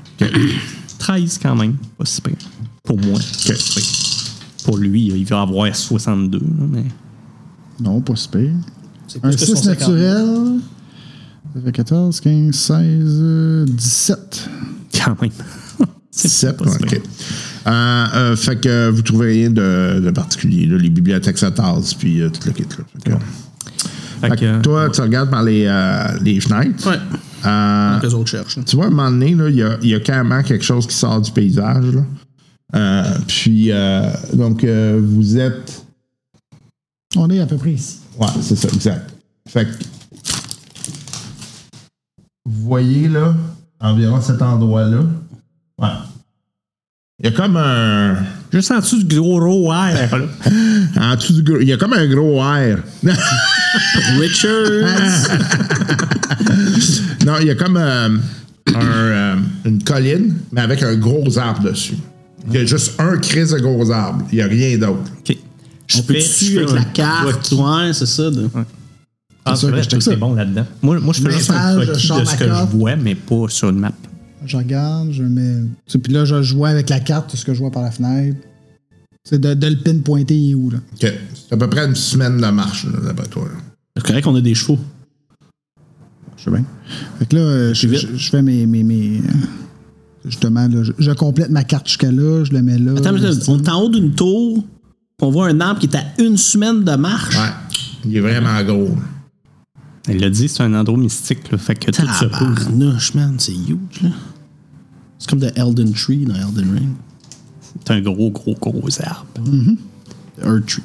13 quand même, pas si pire. Pour moi. OK. Pour lui, il va avoir 62. là, mais... Non, pas si pire. C'est plus Un que 6 son cinquante. naturel. Ça fait 14, 15, 16, euh, 17. Quand même. C'est Sept, pas si OK. pire. Euh, euh, fait que vous trouvez rien de, de particulier. là. Les bibliothèques se tassent, puis euh, tout le kit. là. Fait que- Fait Fait que, que euh, toi, tu regardes par les, euh, les fenêtres. Ouais. Euh, Les autres cherchent. là. tu vois, à un moment donné, là, il y a, il y a carrément quelque chose qui sort du paysage. là. Euh, puis, euh, donc, euh, vous êtes... On est à peu près ici. Ouais, c'est ça, exact. Fait que. Vous voyez, là, environ cet endroit-là. Ouais. Il y a comme un. Juste en dessous du gros gros air. là. En dessous du gros. Il y a comme un gros air. Richard! non, il y a comme euh, un, euh, une colline, mais avec un gros arbre dessus. Il y a juste un crise de gros arbre. Il n'y a rien d'autre. OK. Je On peut je dessus avec fais la euh, un- carte. Ouais, c'est ça. de- Ah, c'est sûr vrai, que je check tout ça. est bon là-dedans. Moi, moi, je fais juste un Message, croquis Charles de ce que je Lacoste. vois, mais pas sur une map. Je regarde, je mets. tu sais, Puis là, je vois avec la carte tout ce que je vois par la fenêtre. C'est de, de le pinpointer, il est où, là? Ok. C'est à peu près une semaine de marche, là, d'après toi. là. C'est correct qu'on a des chevaux. Je sais bien. Fait que là, euh, je, vite. je- je fais mes. mes, mes- euh, Justement, là, je, je complète ma carte jusqu'à là, je le mets là. Attends, Je- attends, on est en haut d'une tour, on voit un arbre qui est à une semaine de marche. Ouais. Il est vraiment gros. Elle l'a dit, c'est un endroit mystique, là, fait que tout se peut. Tabarnouche, man, c'est huge, là. C'est comme de Elden Tree dans Elden Ring. C'est un gros, gros, gros arbre. Mm. The Earth Tree.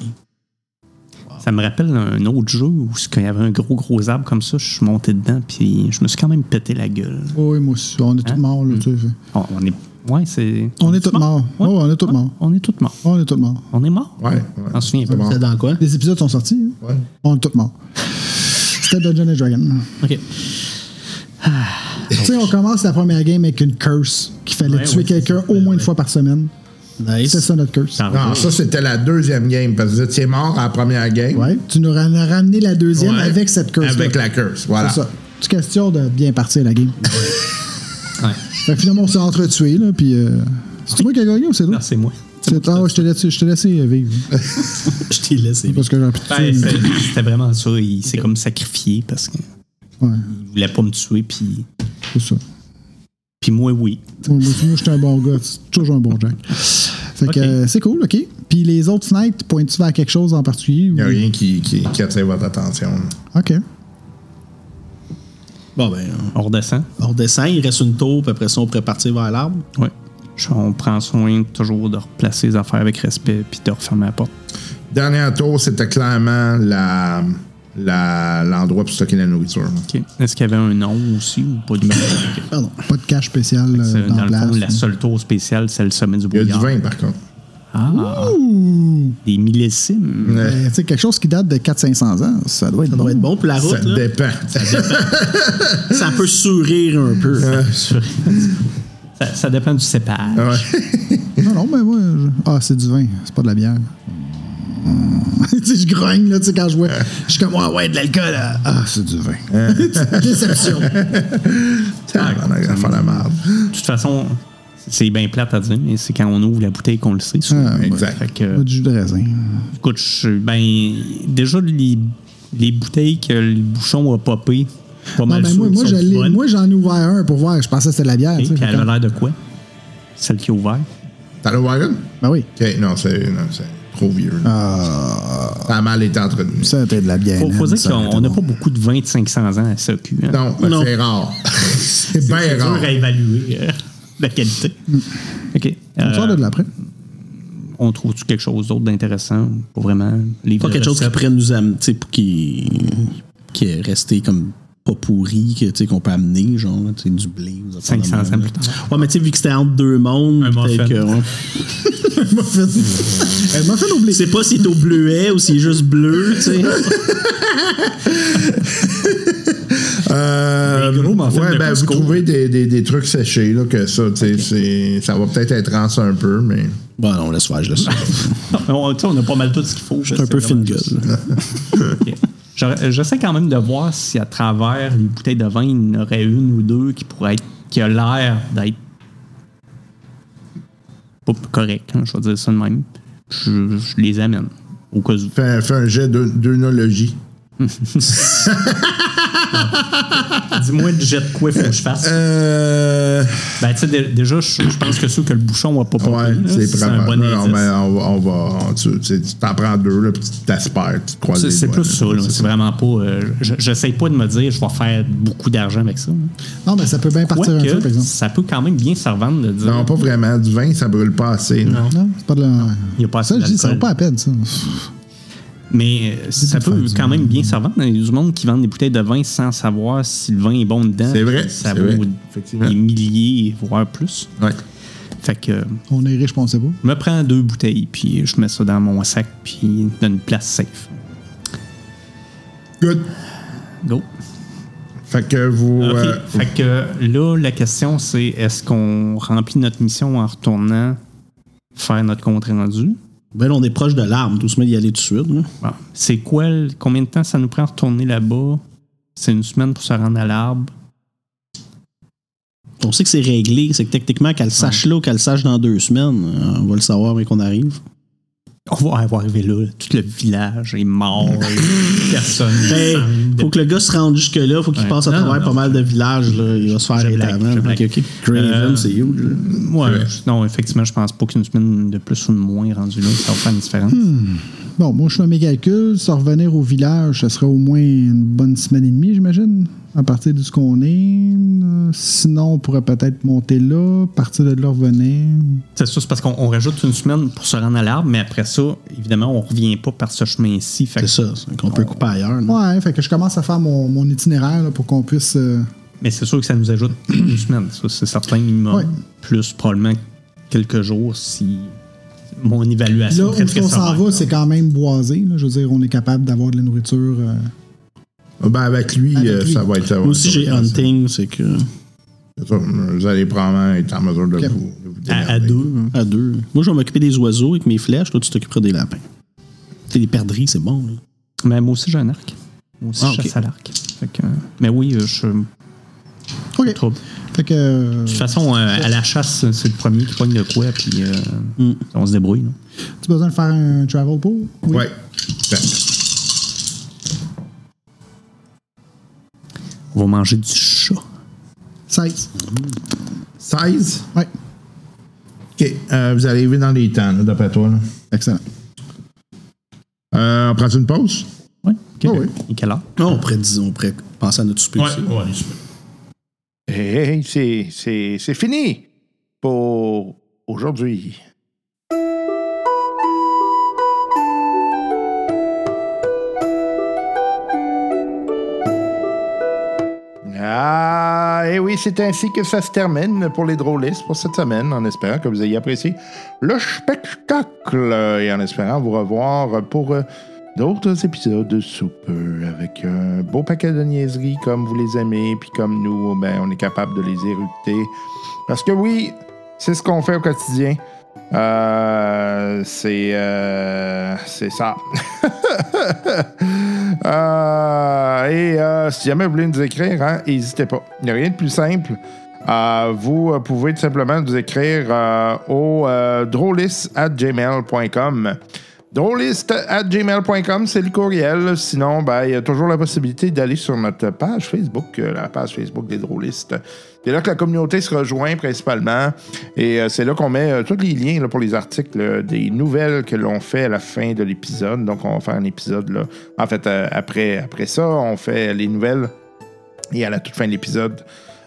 Ça me rappelle un autre jeu où il y avait un gros, gros arbre comme ça. Je suis monté dedans, puis je me suis quand même pété la gueule. Oui, moi aussi. On est tous morts, là, tu sais. On, on est. Ouais, c'est. On est tous tous morts. Ouais. Ouais, on est tous morts. On est tous morts. On est tous morts. On est morts. Ouais. ouais. On se souvient pas. C'est dans quoi? Les épisodes sont sortis. hein? Ouais. On est tous morts. C'était Dungeon and Dragon. OK. Tu sais, on commence la première game avec une curse qu'il fallait Ouais, tuer ouais, quelqu'un au moins une fois par semaine. Nice. C'est ça notre curse. Ça Non, ça, c'était la deuxième game, parce que vous étiez mort à la première game. Ouais. Tu nous ram- as ramené la deuxième Ouais. avec cette curse. Avec la curse, voilà. C'est ça. C'est question de bien partir la game. Fait que finalement, on s'est entretués, là, puis. euh, c'est moi qui ai gagné ou c'est Non, toi? c'est moi. C'est- Ah ouais, je t'ai laissé, je t'ai laissé euh, vivre. Je t'ai laissé. Parce que j'ai envie de tuer, Ben, mais- c'est- C'était vraiment ça. Il s'est comme sacrifié parce qu'il Ouais, voulait pas me tuer, puis. c'est ça. Puis moi, oui. Moi, moi, moi, j'étais un bon gars. C'est toujours un bon Jack. Fait que Ok. euh, c'est cool, OK. Puis les autres snipes, pointes-tu vers quelque chose en particulier? ou- Il n'y a rien qui, qui, qui attire votre attention. OK. Bon, ben, On redescend. on redescend, il reste une tour, puis après ça, on pourrait partir vers l'arbre. Oui. On prend soin toujours de replacer les affaires avec respect puis de refermer la porte. Dernier tour, c'était clairement la, la- l'endroit pour stocker la nourriture. Est-ce qu'il y avait un nom aussi ou pas du tout? Ok. Pardon. Pas de cache spéciale euh, C'est, dans, Dans le place. fond, la seule tour spéciale, c'est le sommet du Il y a brouillard. du vin, par contre. Ah, des millésimes. Euh, tu sais, quelque chose qui date de 400-500 ans, ça doit être Ça bon. doit être bon, puis la Ça route, là, dépend. ça peut sourire un peu. Ça, ça dépend du cépage. Non, non, mais moi... je- Ah, c'est du vin, c'est pas de la bière. Hmm. tu sais, je grogne, là, tu sais, quand je vois... Je suis comme, ah ouais, de l'alcool, ah, ah, c'est du vin. Déception. Ah, on a à faire la merde. De toute façon, c'est bien plate à dire, mais c'est quand on ouvre la bouteille qu'on le sait. ça. Ah, ouais. Exact. Fait que, Pas du jus de raisin. écoute, je- ben, déjà, les, les bouteilles que le bouchon a popé, Pas Non, mal mais sûr moi, qu'ils moi, sont je l'ai- bonnes. moi, j'en ai ouvert un pour voir. Je pensais que c'était de la bière. Et tu sais, puis elle fait a que- l'air de quoi? Celle qui est ouverte? T'as le wagon? Ben oui. Ok, non, c'est non, c'est trop vieux. là. Ah, Ça a mal été entretenu. Ça, c'était de la bière. Faut, faut man, dire ça, qu'on c'était on n'a bon. pas beaucoup de 2500 ans à SAQ. Hein? Non, ben, Non. c'est rare. c'est bien c'est dur rare. à évaluer euh, la qualité. OK. On sort Euh, de l'après. on trouve-tu quelque chose d'autre d'intéressant? Pas vraiment. Livre Pas de quelque chose qui recettes. pourrait nous amener, tu sais, pour qui, qui est resté comme pas pourri, que, tu sais, qu'on peut amener, genre, tu sais, du blé. ou des affaires de 500 même, ans là. plus tard. Ouais, mais tu sais, vu que c'était entre deux mondes, Un peut-être muffin. que. ouais. Elle m'a fait oublier. Je sais pas s'il est au bleuet ou s'il est juste bleu, tu sais. Euh, Des gros muffins ouais, de ben, vous Costco. trouvez des, des, des trucs séchés, là, que ça, tu sais, c'est- ça va peut-être être rance un peu, mais. Bon, non, laisse faire, je laisse faire. On, tu sais, on a pas mal tout ce qu'il faut. Je suis un peu fin gueule. là. Ok. J'aurais- J'essaie quand même de voir si à travers les bouteilles de vin, il y en aurait une ou deux qui pourraient être. qui a l'air d'être. pas correct, hein, je vais dire ça de même. Je, je les amène. Au cas où. Fais, fais un jet d'œ- d'œnologie. Dis-moi le jet de quoi faut que je fasse. Euh. Ben, tu sais, dé- déjà, je je pense que ceux que le bouchon a pas pompé, Ouais, là, c'est un probable. bon Non, non, indice. mais on va. On va on- tu tu- tu t'en prends deux, là, puis tu t'aspères, tu te croises C'est les c'est doigts, plus là. ça, là. C'est vraiment pas. euh, je- J'essaie pas de me dire, je vais faire beaucoup d'argent avec ça. hein. Non, mais ça peut bien partir un Quoique, peu, par exemple. ça peut quand même bien servir de dire. Non, pas vraiment. Du vin, ça brûle pas assez. là. Non, c'est pas de la. Il y a pas assez ça, je dis, ça vaut d'alcool. pas à peine, ça. Mais euh, ça de faire peut du quand même bien servir. Il y a du monde qui vend des bouteilles de vin sans savoir si le vin est bon dedans. C'est vrai, Ça c'est vaut vrai, effectivement. des milliers, voire plus. Ouais. Fait que euh, On est riche, on sait pas. je me prends deux bouteilles, puis je mets ça dans mon sac, puis dans une place safe. Good. Go. Fait que vous. OK. euh, Fait que là, la question, c'est est-ce qu'on remplit notre mission en retournant faire notre compte rendu? Ben là, on est proche de l'arme, doucement d'y aller tout de suite. là. Bon. C'est quoi, le- combien de temps ça nous prend de retourner là-bas? C'est une semaine pour se rendre à l'arbre. On sait que c'est réglé, c'est que techniquement, qu'elle sache là ou qu'elle sache dans deux semaines, euh, on va le savoir mais qu'on arrive. On va on va arriver là, tout le village est mort, et personne. Hey, semble. faut que le gars se rende jusque-là, faut qu'il Ouais. passe à Non, travers non, pas non. mal de villages, là, il va se faire Je éteindre. blague, je blague. Euh, ben, Craven, c'est huge. là. Ouais, je- non, effectivement, je pense pas qu'une semaine de plus ou de moins rendu là, ça va faire une différence. Bon, moi, je fais mes calculs. Sans revenir au village, ça serait au moins une bonne semaine et demie, j'imagine, à partir de ce qu'on est. Euh, Sinon, on pourrait peut-être monter là, partir de là, revenir. C'est ça, c'est parce qu'on on rajoute une semaine pour se rendre à l'arbre, mais après ça, évidemment, on revient pas par ce chemin-ci. fait C'est que- ça, c'est qu'on peut couper ailleurs. là. Ouais, fait que je commence à faire mon, mon itinéraire là, pour qu'on puisse. euh, Mais c'est sûr que ça nous ajoute une semaine, ça, c'est certain minimum. Ouais. Plus probablement quelques jours si mon Là évaluation où très, très on s'en sommaire. va, c'est quand même boisé. là. Je veux dire, on est capable d'avoir de la nourriture. euh, ben, avec lui, Avec euh, lui. ça va être. ça va- Moi aussi, ça va j'ai être facile. hunting, c'est que C'est ça, Vous allez probablement être en mesure de vous. de vous à, à démerder. deux. hein. à deux. Moi, je vais m'occuper des oiseaux avec mes flèches, toi, tu t'occuperas des lapins. Tu sais, les perdrix, c'est bon. là. Mais moi aussi, j'ai un arc. Moi aussi, Ah, je ok. chasse à l'arc. Fait que, euh, mais oui, euh, je suis pas OK. de trouble. Fait que. euh, De toute façon, euh, à la chasse, c'est le premier qui pogne de quoi, puis euh, on se débrouille. là. tu as besoin de faire un travel pool? Oui. Ouais. Fait- On va manger du chat. 16. Mm. 16. Ouais. OK. euh, vous arrivez dans les temps, là, d'après toi. là. Excellent. Euh, on prend une pause? Ouais. ok. Ah oui. Et quelle heure? Non, on pourrait, dire- on pourrait penser à notre souper aussi. Hey, hey, c'est- c'est c'est fini pour aujourd'hui. Ah, et oui, c'est ainsi que ça se termine pour les drôlistes pour cette semaine, en espérant que vous ayez apprécié le spectacle et en espérant vous revoir pour euh, d'autres épisodes de Soupe euh, avec un beau paquet de niaiseries comme vous les aimez, puis comme nous, ben, on est capable de les éructer. Parce que oui, c'est ce qu'on fait au quotidien. Euh, c'est euh, c'est ça. Euh, et euh, si jamais vous voulez nous écrire, hein, n'hésitez pas. Il n'y a rien de plus simple. Euh, vous euh, pouvez euh, tout simplement nous écrire euh, au drôlis.gmail.com Drôliste à gmail.com, c'est le courriel. Sinon, ben, il y a toujours la possibilité d'aller sur notre page Facebook, euh, la page Facebook des drôlistes. C'est là que la communauté se rejoint principalement. Et euh, c'est là qu'on met euh, tous les liens là, pour les articles euh, des nouvelles que l'on fait à la fin de l'épisode. Donc, on va faire un épisode, là. en fait, euh, après, après ça, on fait les nouvelles. Et à la toute fin de l'épisode,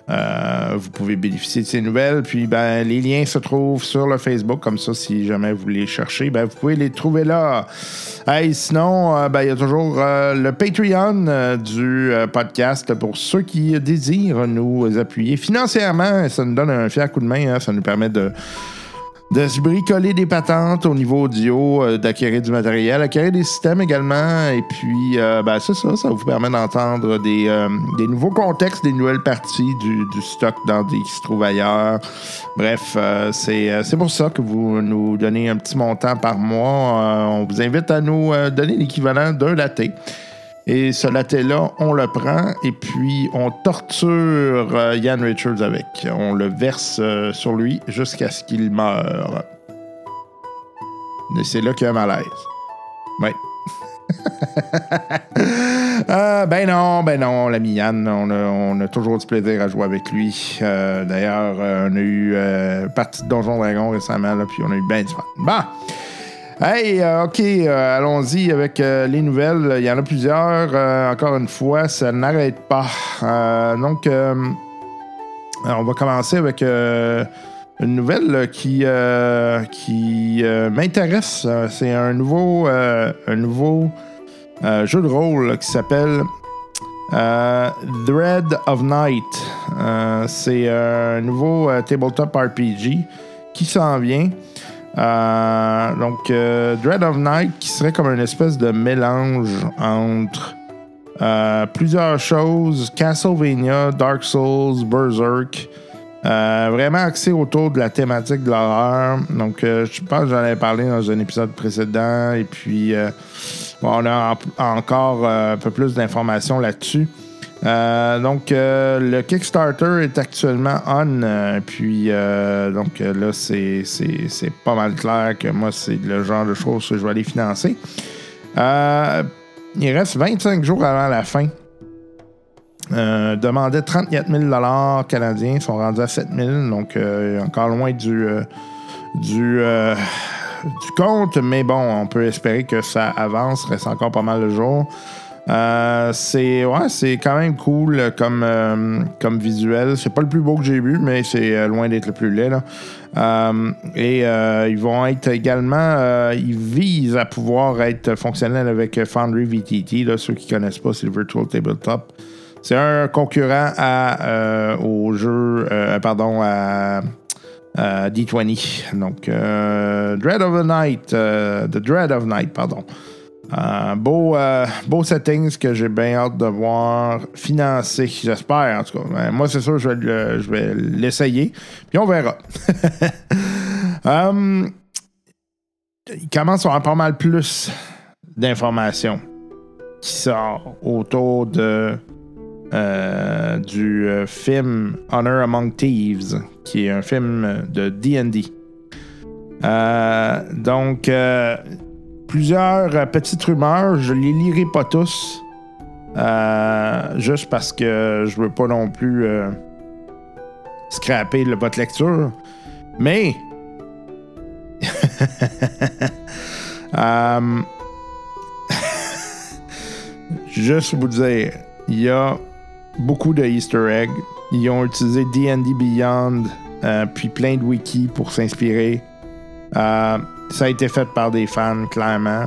euh, vous pouvez bénéficier de ces nouvelles. Puis, ben, les liens se trouvent sur le Facebook. Comme ça, si jamais vous les cherchez, ben, vous pouvez les trouver là. Hey, sinon, euh, ben, il y a toujours euh, le Patreon euh, du euh, podcast pour ceux qui désirent nous appuyer financièrement. Ça nous donne un fier coup de main. hein. Ça nous permet de de se bricoler des patentes au niveau audio, euh, d'acquérir du matériel, acquérir des systèmes également. Et puis, euh, ben, c'est ça, ça vous permet d'entendre des, euh, des nouveaux contextes, des nouvelles parties du, du stock dans des, qui se trouvent ailleurs. Bref, euh, c'est euh, c'est pour ça que vous nous donnez un petit montant par mois. Euh, on vous invite à nous euh, donner l'équivalent d'un latte. Et ce latte-là, on le prend et puis on torture euh, Ian Richards avec. On le verse euh, sur lui jusqu'à ce qu'il meure. Mais c'est là qu'il y a un malaise. Oui. Ah, ben non, ben non, l'ami Yann, on a, on a toujours du plaisir à jouer avec lui. Euh, D'ailleurs, euh, on a eu euh, partie de Donjon Dragon récemment, là, puis on a eu ben du fun. Bon! Hey, euh, OK, euh, allons-y avec euh, les nouvelles. Il y en a plusieurs. Euh, encore une fois, ça n'arrête pas. Euh, donc, euh, on va commencer avec euh, une nouvelle là, qui, euh, qui euh, m'intéresse. Euh, C'est un nouveau, euh, un nouveau euh, jeu de rôle là, qui s'appelle euh, Dread of Night. Euh, C'est euh, un nouveau euh, tabletop RPG qui s'en vient. Euh, donc, euh, Dread of Night, qui serait comme une espèce de mélange entre euh, plusieurs choses, Castlevania, Dark Souls, Berserk, euh, vraiment axé autour de la thématique de l'horreur. Donc, euh, je pense que j'en avais parlé dans un épisode précédent, et puis euh, bon, on a en- encore euh, un peu plus d'informations là-dessus. Euh, donc, euh, le Kickstarter est actuellement on. euh, puis, euh, donc euh, là, c'est- c'est c'est pas mal clair que moi, c'est le genre de choses que je vais aller financer. Euh, il reste 25 jours avant la fin. Euh, demandait 34 000 canadiens, ils sont rendus à 7 000, donc euh, encore loin du, euh, du, euh, du compte, mais bon, on peut espérer que ça avance, reste encore pas mal de jours. Euh, c'est ouais, c'est quand même cool euh, comme, euh, comme visuel. C'est pas le plus beau que j'ai vu, mais c'est euh, loin d'être le plus laid. là. Euh, et euh, ils vont être également, euh, ils visent à pouvoir être fonctionnels avec Foundry VTT. Là, ceux qui connaissent pas, c'est le Virtual Tabletop. C'est un concurrent à, euh, au jeu, euh, pardon, à euh, D20. Donc, euh, Dread of the Night, euh, The Dread of Night, pardon. Euh, beau, euh, beau settings que j'ai bien hâte de voir financer, j'espère en tout cas. Ben, moi, c'est sûr, je vais, le- je vais l'essayer, puis on verra. Hum, il commence à avoir pas mal plus d'informations qui sortent autour de euh, du euh, film Honor Among Thieves, qui est un film de D&D. Euh, donc, euh, plusieurs euh, petites rumeurs. Je les lirai pas tous. euh, juste parce que je veux pas non plus euh, scraper le, votre lecture. Mais. Euh, juste vous dire, il y a beaucoup de Easter eggs. Ils ont utilisé DD Beyond, euh, puis plein de wikis pour s'inspirer. Euh, ça a été fait par des fans, clairement.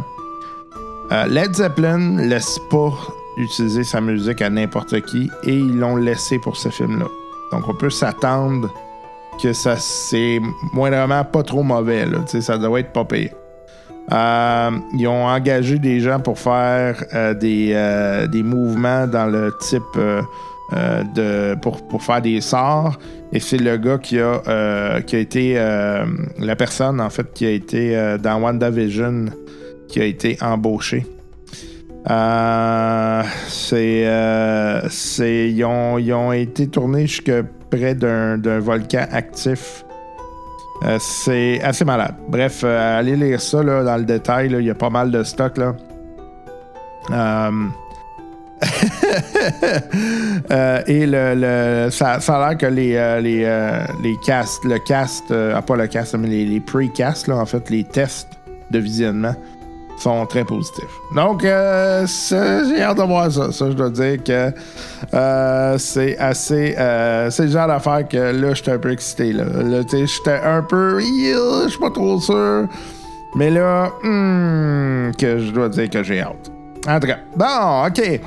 Euh, Led Zeppelin laisse pas utiliser sa musique à n'importe qui et ils l'ont laissé pour ce film-là. Donc on peut s'attendre que ça c'est moindrement pas trop mauvais. Là. Tu sais, Ça doit être pas pire. Euh, ils ont engagé des gens pour faire euh, des, euh, des mouvements dans le type euh, euh, de pour, pour faire des sorts. Et c'est le gars qui a, euh, qui a été euh, la personne en fait qui a été euh, dans WandaVision qui a été embauché. Euh, c'est euh, c'est- ils, ont, ils ont été tournés jusqu'à près d'un d'un volcan actif. Euh, c'est assez malade. Bref, euh, allez lire ça là, dans le détail. là. Il y a pas mal de stock. Là. Euh, euh, et le, le- ça, ça a l'air que les, euh, les, euh, les casts, le cast, euh, ah, pas le cast, mais les, les pre-casts, là, en fait, les tests de visionnement sont très positifs. Donc, euh, ça, j'ai hâte de voir ça. Ça, je dois dire que euh, c'est assez. euh, c'est le genre d'affaire que là, j'étais un peu excité. Là, Là, tu sais, j'étais un peu. Yeah, Je suis pas trop sûr. Mais là, hmm, que je dois dire que j'ai hâte. En tout cas, bon, ok.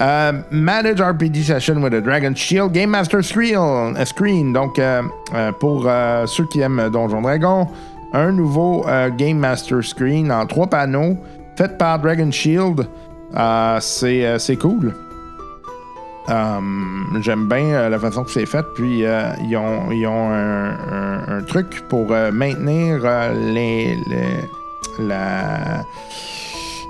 Euh, manage RPD session with a Dragon Shield Game Master Screen. euh, screen. Donc, euh, euh, pour euh, ceux qui aiment Donjon Dragon, un nouveau euh, Game Master Screen en trois panneaux, fait par Dragon Shield. Euh, c'est euh, c'est cool. Um, J'aime bien euh, la façon que c'est fait. Puis, euh, ils ont, ils ont un, un- un truc pour euh, maintenir euh, les, les- la-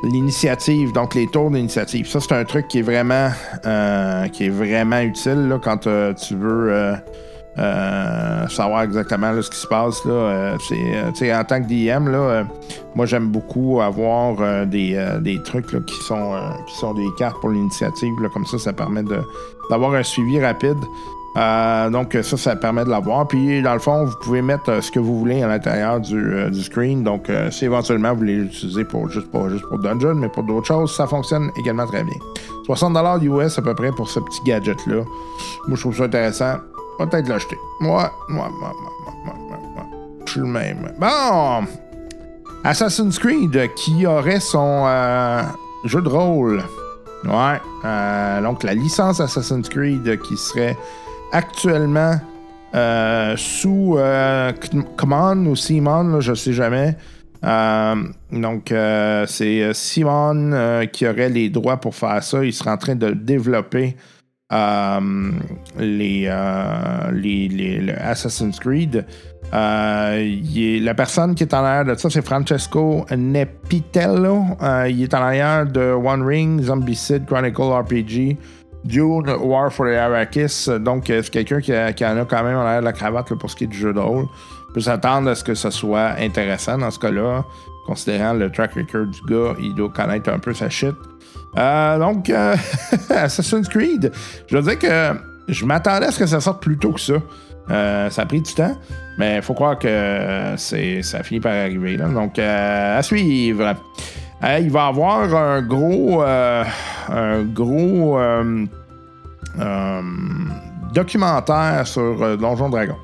l'initiative, donc les tours d'initiative. Ça, c'est un truc qui est vraiment, euh, qui est vraiment utile là, quand euh, tu veux euh, euh, savoir exactement là, ce qui se passe. Là, Euh, c'est, euh, tu sais, en tant que DM, là, euh, moi, j'aime beaucoup avoir euh, des, euh, des trucs là, qui, sont, euh, qui sont des cartes pour l'initiative. là. Comme ça, ça permet de- d'avoir un suivi rapide. Euh, donc, ça, ça permet de l'avoir. Puis, dans le fond, vous pouvez mettre euh, ce que vous voulez à l'intérieur du, euh, du screen. Donc, euh, si éventuellement vous voulez l'utiliser pour, juste, pour, juste pour Dungeon, mais pour d'autres choses, ça fonctionne également très bien. 60$ US à peu près pour ce petit gadget-là. Moi, je trouve ça intéressant. Peut-être l'acheter. Moi, moi, moi, moi, moi, moi, moi, moi. Je suis le même. Bon! Assassin's Creed euh, qui aurait son euh, jeu de rôle. Ouais. euh, donc la licence Assassin's Creed euh, qui serait actuellement euh, sous euh, C- Command ou Simon, là, je sais jamais. Euh, donc euh, c'est euh, Simon euh, qui aurait les droits pour faire ça. Il serait en train de développer euh, les, euh, les, les- le Assassin's Creed. Euh, il est- la personne qui est en arrière de ça, c'est Francesco Nepitello. Euh, il est en arrière de One Ring, Zombicide, Chronicle RPG, Dune, War for the Arrakis. Donc, euh, c'est quelqu'un qui, a- qui en a quand même en arrière de la cravate là, pour ce qui est du jeu de rôle. On peut s'attendre à ce que ce soit intéressant dans ce cas-là. Considérant le track record du gars, il doit connaître un peu sa shit. Euh, donc, euh, Assassin's Creed, je veux dire que je m'attendais à ce que ça sorte plus tôt que ça. Euh, ça a pris du temps, mais il faut croire que euh, c'est, ça finit par arriver. là. Donc, euh, à suivre. Euh, il va y avoir un gros, euh, un gros euh, euh, documentaire sur euh, Donjon Dragon.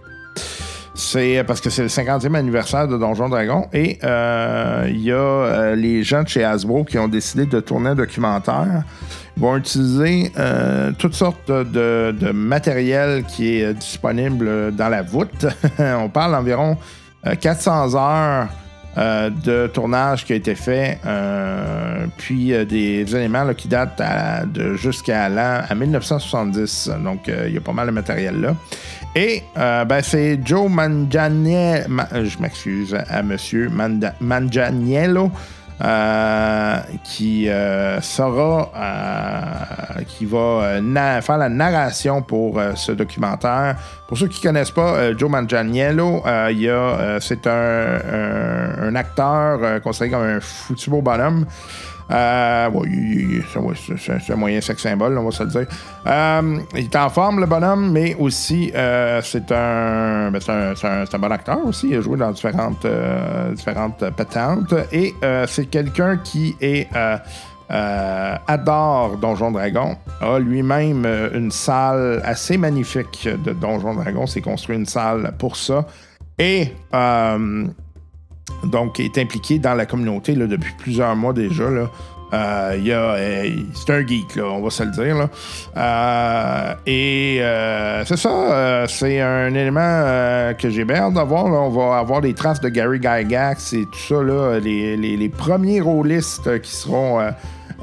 C'est euh, parce que c'est le 50e anniversaire de Donjon Dragon et euh, il y a euh, les gens de chez Hasbro qui ont décidé de tourner un documentaire. Ils vont utiliser euh, toutes sortes de, de matériel qui est euh, disponible dans la voûte. On parle d'environ euh, 400 heures euh, de tournage qui a été fait, euh, puis euh, des éléments là, qui datent à- de jusqu'à l'an à 1970. Donc, euh, il y a pas mal de matériel là. Et euh, ben, c'est Joe Manganiello, euh, je m'excuse à Monsieur Manda- Manganiello, euh, qui euh, sera, euh, qui va euh, na- faire la narration pour euh, ce documentaire. Pour ceux qui connaissent pas euh, Joe Manganiello, euh, il y a, euh, c'est un, un- un acteur euh, considéré comme un foutu beau bonhomme. Euh, ouais, il- il- c'est- ouais, c'est- c'est c'est un moyen sex symbole, on va se le dire. Euh, il est en forme, le bonhomme, mais aussi, euh, c'est un, ben, c'est un, c'est un- c'est un bon acteur aussi. Il a joué dans différentes, euh, différentes patentes. Et euh, c'est quelqu'un qui est. euh, euh, adore Donjon Dragon, a lui-même euh, une salle assez magnifique de Donjon Dragon, s'est construit une salle pour ça, et euh, donc est impliqué dans la communauté là, depuis plusieurs mois déjà. Là. Euh, il y a, euh, c'est un geek, là, on va se le dire. là. Euh, et euh, c'est ça, euh, c'est un élément euh, que j'ai bien hâte d'avoir. là. On va avoir des traces de Gary Gygax et tout ça, là, les, les- les premiers rôlistes euh, qui seront, euh,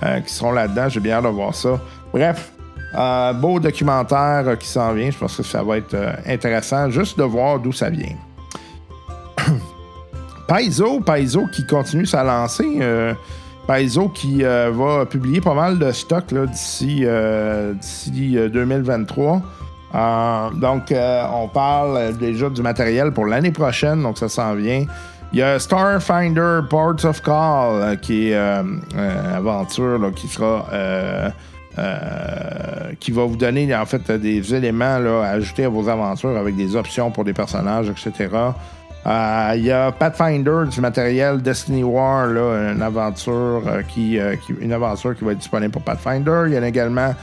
euh, qui seront là-dedans. J'ai bien hâte de voir ça. Bref, euh, beau documentaire euh, qui s'en vient. Je pense que ça va être euh, intéressant juste de voir d'où ça vient. Paizo, Paizo qui continue sa lancée. euh, Paizo qui euh, va publier pas mal de stocks là, d'ici euh, d'ici, euh, 2023. Euh, donc, euh, on parle déjà du matériel pour l'année prochaine, donc ça s'en vient. Il y a Starfinder Ports of Call, euh, qui est euh, euh, aventure, là, qui sera. euh, euh, qui va vous donner en fait des éléments là, à ajouter à vos aventures avec des options pour des personnages, etc. Euh, Il y a Pathfinder du matériel Destiny War, là, une aventure euh, qui, euh, qui- une aventure qui va être disponible pour Pathfinder. Il y en a également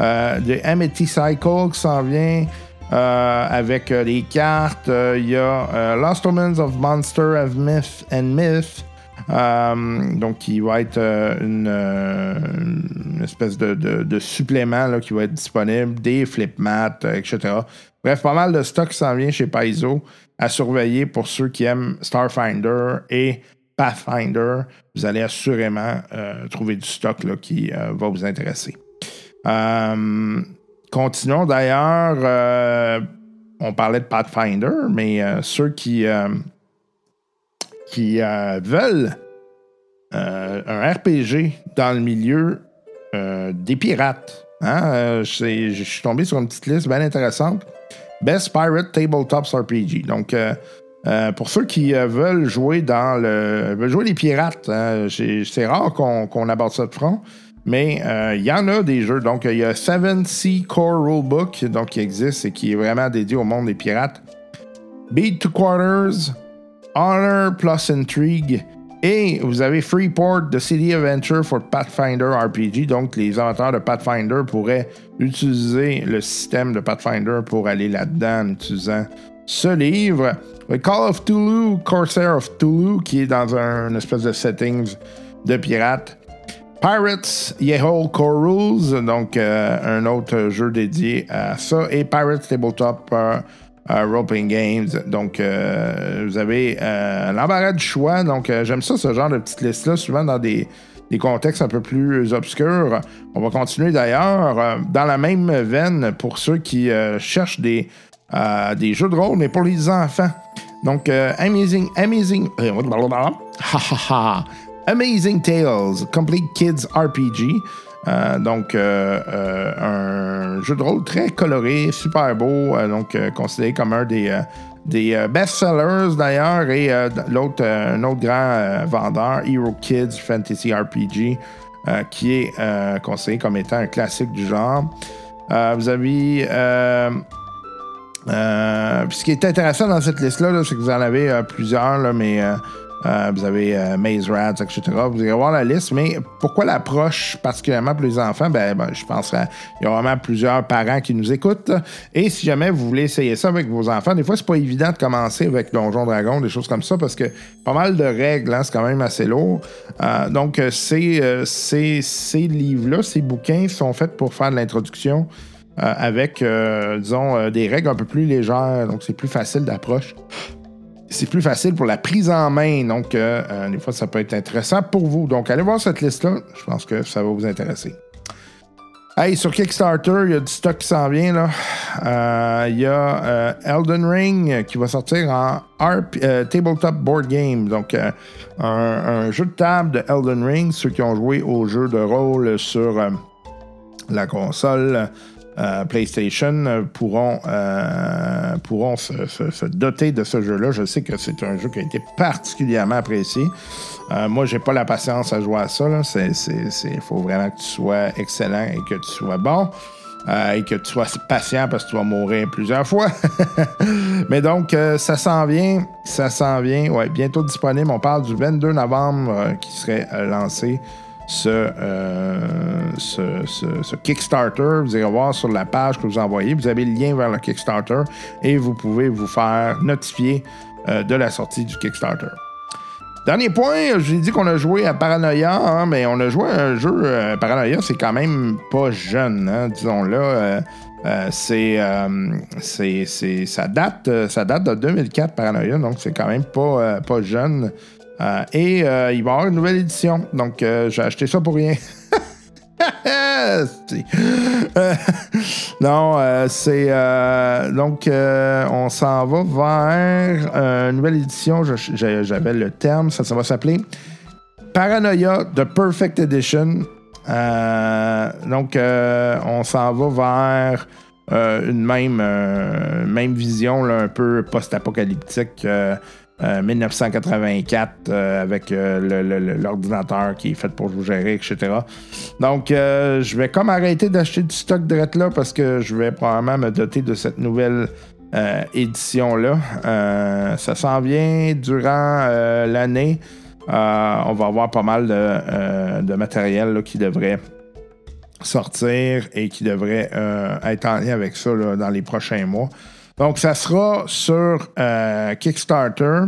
euh, de Amity Cycle qui s'en vient euh, avec euh, des cartes. Euh, Il y a euh, Lost Omens of Monster of Myth and Myth. euh, donc, qui va être euh, une, euh, une espèce de, de- de supplément là, qui va être disponible, des flipmats, euh, etc. Bref, pas mal de stock qui s'en vient chez Paizo à surveiller pour ceux qui aiment Starfinder et Pathfinder. Vous allez assurément euh, trouver du stock là, qui euh, va vous intéresser. Euh, continuons d'ailleurs. euh, on parlait de Pathfinder, mais euh, ceux qui, euh, qui euh, veulent euh, un RPG dans le milieu euh, des pirates, hein, euh, c'est- je suis tombé sur une petite liste bien intéressante. Best Pirate Tabletops RPG. Donc, euh, euh, pour ceux qui euh, veulent jouer dans le. veulent jouer les pirates, hein, c'est c'est rare qu'on qu'on aborde ça de front, mais euh, il y en a des jeux. Donc, il y a Seven Sea Core Rulebook donc, qui existe et qui est vraiment dédié au monde des pirates. Beat to Quarters, Honor plus Intrigue. Et vous avez Freeport, The City Adventure for Pathfinder RPG. Donc, les inventeurs de Pathfinder pourraient utiliser le système de Pathfinder pour aller là-dedans en utilisant ce livre. The Call of Tulu, Corsair of Tulu, qui est dans un une espèce de settings de pirate. Pirates, Yehol Core Rules, donc euh, un autre jeu dédié à ça, et Pirates Tabletop euh, euh, Role Playing Games. Donc, euh, vous avez euh, l'embarras du choix. Donc, euh, j'aime ça, ce genre de petite liste-là, souvent dans des, des contextes un peu plus obscurs. On va continuer d'ailleurs euh, dans la même veine pour ceux qui euh, cherchent des, euh, des jeux de rôle, mais pour les enfants. Donc, euh, Amazing, Amazing, euh, blablabla. Ha, ha, ha. Amazing Tales, Complete Kids RPG. Euh, donc, euh, euh, un jeu de rôle très coloré, super beau, euh, donc euh, considéré comme un des, euh, des euh, best-sellers d'ailleurs, et euh, d- l'autre, euh, un autre grand euh, vendeur, Hero Kids Fantasy RPG, euh, qui est euh, considéré comme étant un classique du genre. Euh, vous avez euh, euh, puis ce qui est intéressant dans cette liste-là, là, c'est que vous en avez euh, plusieurs, là, mais euh, euh, vous avez euh, Maze Rats, etc. Vous allez voir la liste, mais pourquoi l'approche particulièrement pour les enfants? Ben, ben, je pense qu'il y a vraiment plusieurs parents qui nous écoutent. là. Et si jamais vous voulez essayer ça avec vos enfants, des fois, c'est pas évident de commencer avec Donjon Dragon, des choses comme ça, parce que pas mal de règles, hein, c'est quand même assez lourd. Euh, donc, euh, ces, euh, ces, ces livres-là, ces bouquins sont faits pour faire de l'introduction euh, avec, euh, disons, euh, des règles un peu plus légères. Donc, c'est plus facile d'approche. C'est plus facile pour la prise en main. Donc, euh, euh, des fois, ça peut être intéressant pour vous. Donc, allez voir cette liste-là. Je pense que ça va vous intéresser. Hey, sur Kickstarter, il y a du stock qui s'en vient. là. Euh, Il y a euh, Elden Ring euh, qui va sortir en RP, euh, Tabletop Board Game. Donc, euh, un, un jeu de table de Elden Ring. Ceux qui ont joué au jeu de rôle sur euh, la console euh, PlayStation euh, pourront, euh, pourront se, se- se doter de ce jeu-là. Je sais que c'est un jeu qui a été particulièrement apprécié. Euh, moi, j'ai pas la patience à jouer à ça. Il faut vraiment que tu sois excellent et que tu sois bon. Euh, et que tu sois patient parce que tu vas mourir plusieurs fois. Mais donc, euh, ça s'en vient. Ça s'en vient. Ouais, bientôt disponible. On parle du 22 novembre euh, qui serait euh, lancé ce, euh, ce, ce- ce Kickstarter. Vous irez voir sur la page que vous envoyez. Vous avez le lien vers le Kickstarter et vous pouvez vous faire notifier euh, de la sortie du Kickstarter. Dernier point, j'ai dit qu'on a joué à Paranoia, hein, mais on a joué à un jeu. euh, Paranoia, c'est quand même pas jeune, hein, disons-le. euh, euh, c'est, euh, c'est, c'est- ça, date, euh, ça date de 2004, Paranoia, donc c'est quand même pas, euh, pas jeune. Euh, et euh, il va y avoir une nouvelle édition, donc euh, j'ai acheté ça pour rien. Esti. Euh, non, euh, c'est. euh, donc, euh, on s'en va vers euh, une nouvelle édition. Je- je- J'avais le terme, ça, ça va s'appeler Paranoia The Perfect Edition. Euh, donc, euh, on s'en va vers euh, une même, euh, même vision là, un peu post-apocalyptique. euh, euh, 1984 euh, avec euh, le- le- le- l'ordinateur qui est fait pour vous gérer, etc. Donc, euh, je vais comme arrêter d'acheter du stock direct là parce que je vais probablement me doter de cette nouvelle euh, édition-là. Euh, ça s'en vient durant euh, l'année. Euh, on va avoir pas mal de, euh, de matériel là, qui devrait sortir et qui devrait euh, être en lien avec ça là, dans les prochains mois. Donc, ça sera sur euh, Kickstarter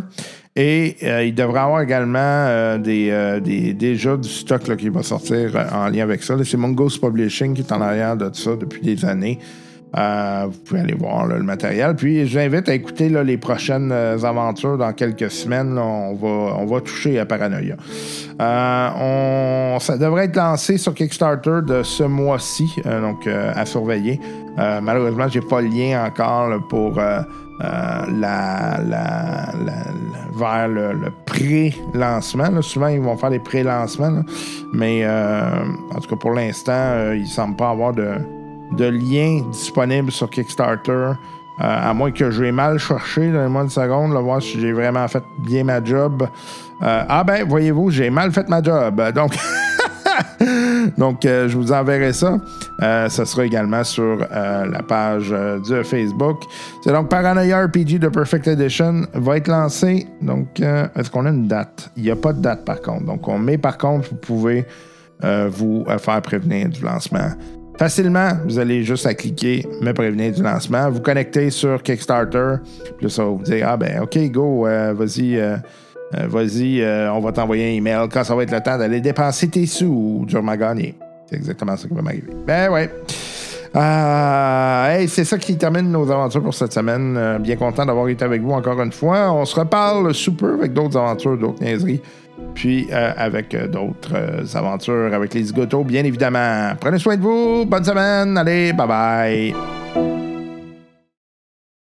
et euh, il devrait avoir également euh, des, euh, des- déjà du stock là, qui va sortir euh, en lien avec ça. Là, C'est Mongoose Publishing qui est en arrière de ça depuis des années. Euh, vous pouvez aller voir là, le matériel. Puis, je vous invite à écouter là, les prochaines euh, aventures dans quelques semaines. là. on, va, on va toucher à Paranoia. Euh, on- ça devrait être lancé sur Kickstarter de ce mois-ci, euh, donc euh, à surveiller. Euh, malheureusement, j'ai pas le lien encore là, pour euh, euh, la, la- la- la- vers le, le pré-lancement. là. Souvent, ils vont faire des pré-lancements, là. mais euh, en tout cas, pour l'instant, euh, il semble pas avoir de, de lien disponible sur Kickstarter. euh, à moins que j'ai mal cherché, donnez-moi une seconde, là, voir si j'ai vraiment fait bien ma job. Euh, ah ben, voyez-vous, j'ai mal fait ma job. Donc, donc, euh, je vous enverrai ça. Euh, ça sera également sur euh, la page euh, de Facebook. C'est donc Paranoia RPG de Perfect Edition va être lancé. Donc, euh, est-ce qu'on a une date? Il n'y a pas de date par contre. Donc, on met par contre, vous pouvez euh, vous euh, faire prévenir du lancement. Facilement, vous allez juste à cliquer me prévenir du lancement, vous connectez sur Kickstarter, puis là, ça va vous dire ah ben ok go, euh, vas-y, euh, euh, vas-y, euh, on va t'envoyer un email quand ça va être le temps d'aller dépenser tes sous ou durement gagner. C'est exactement ça qui va m'arriver. Ben ouais. Ah, hey, c'est ça qui termine nos aventures pour cette semaine. Euh, bien content d'avoir été avec vous encore une fois. On se reparle sous peu avec d'autres aventures, d'autres niaiseries. Puis euh, avec euh, d'autres euh, aventures avec les zigotos, bien évidemment. Prenez soin de vous. Bonne semaine. Allez, bye bye.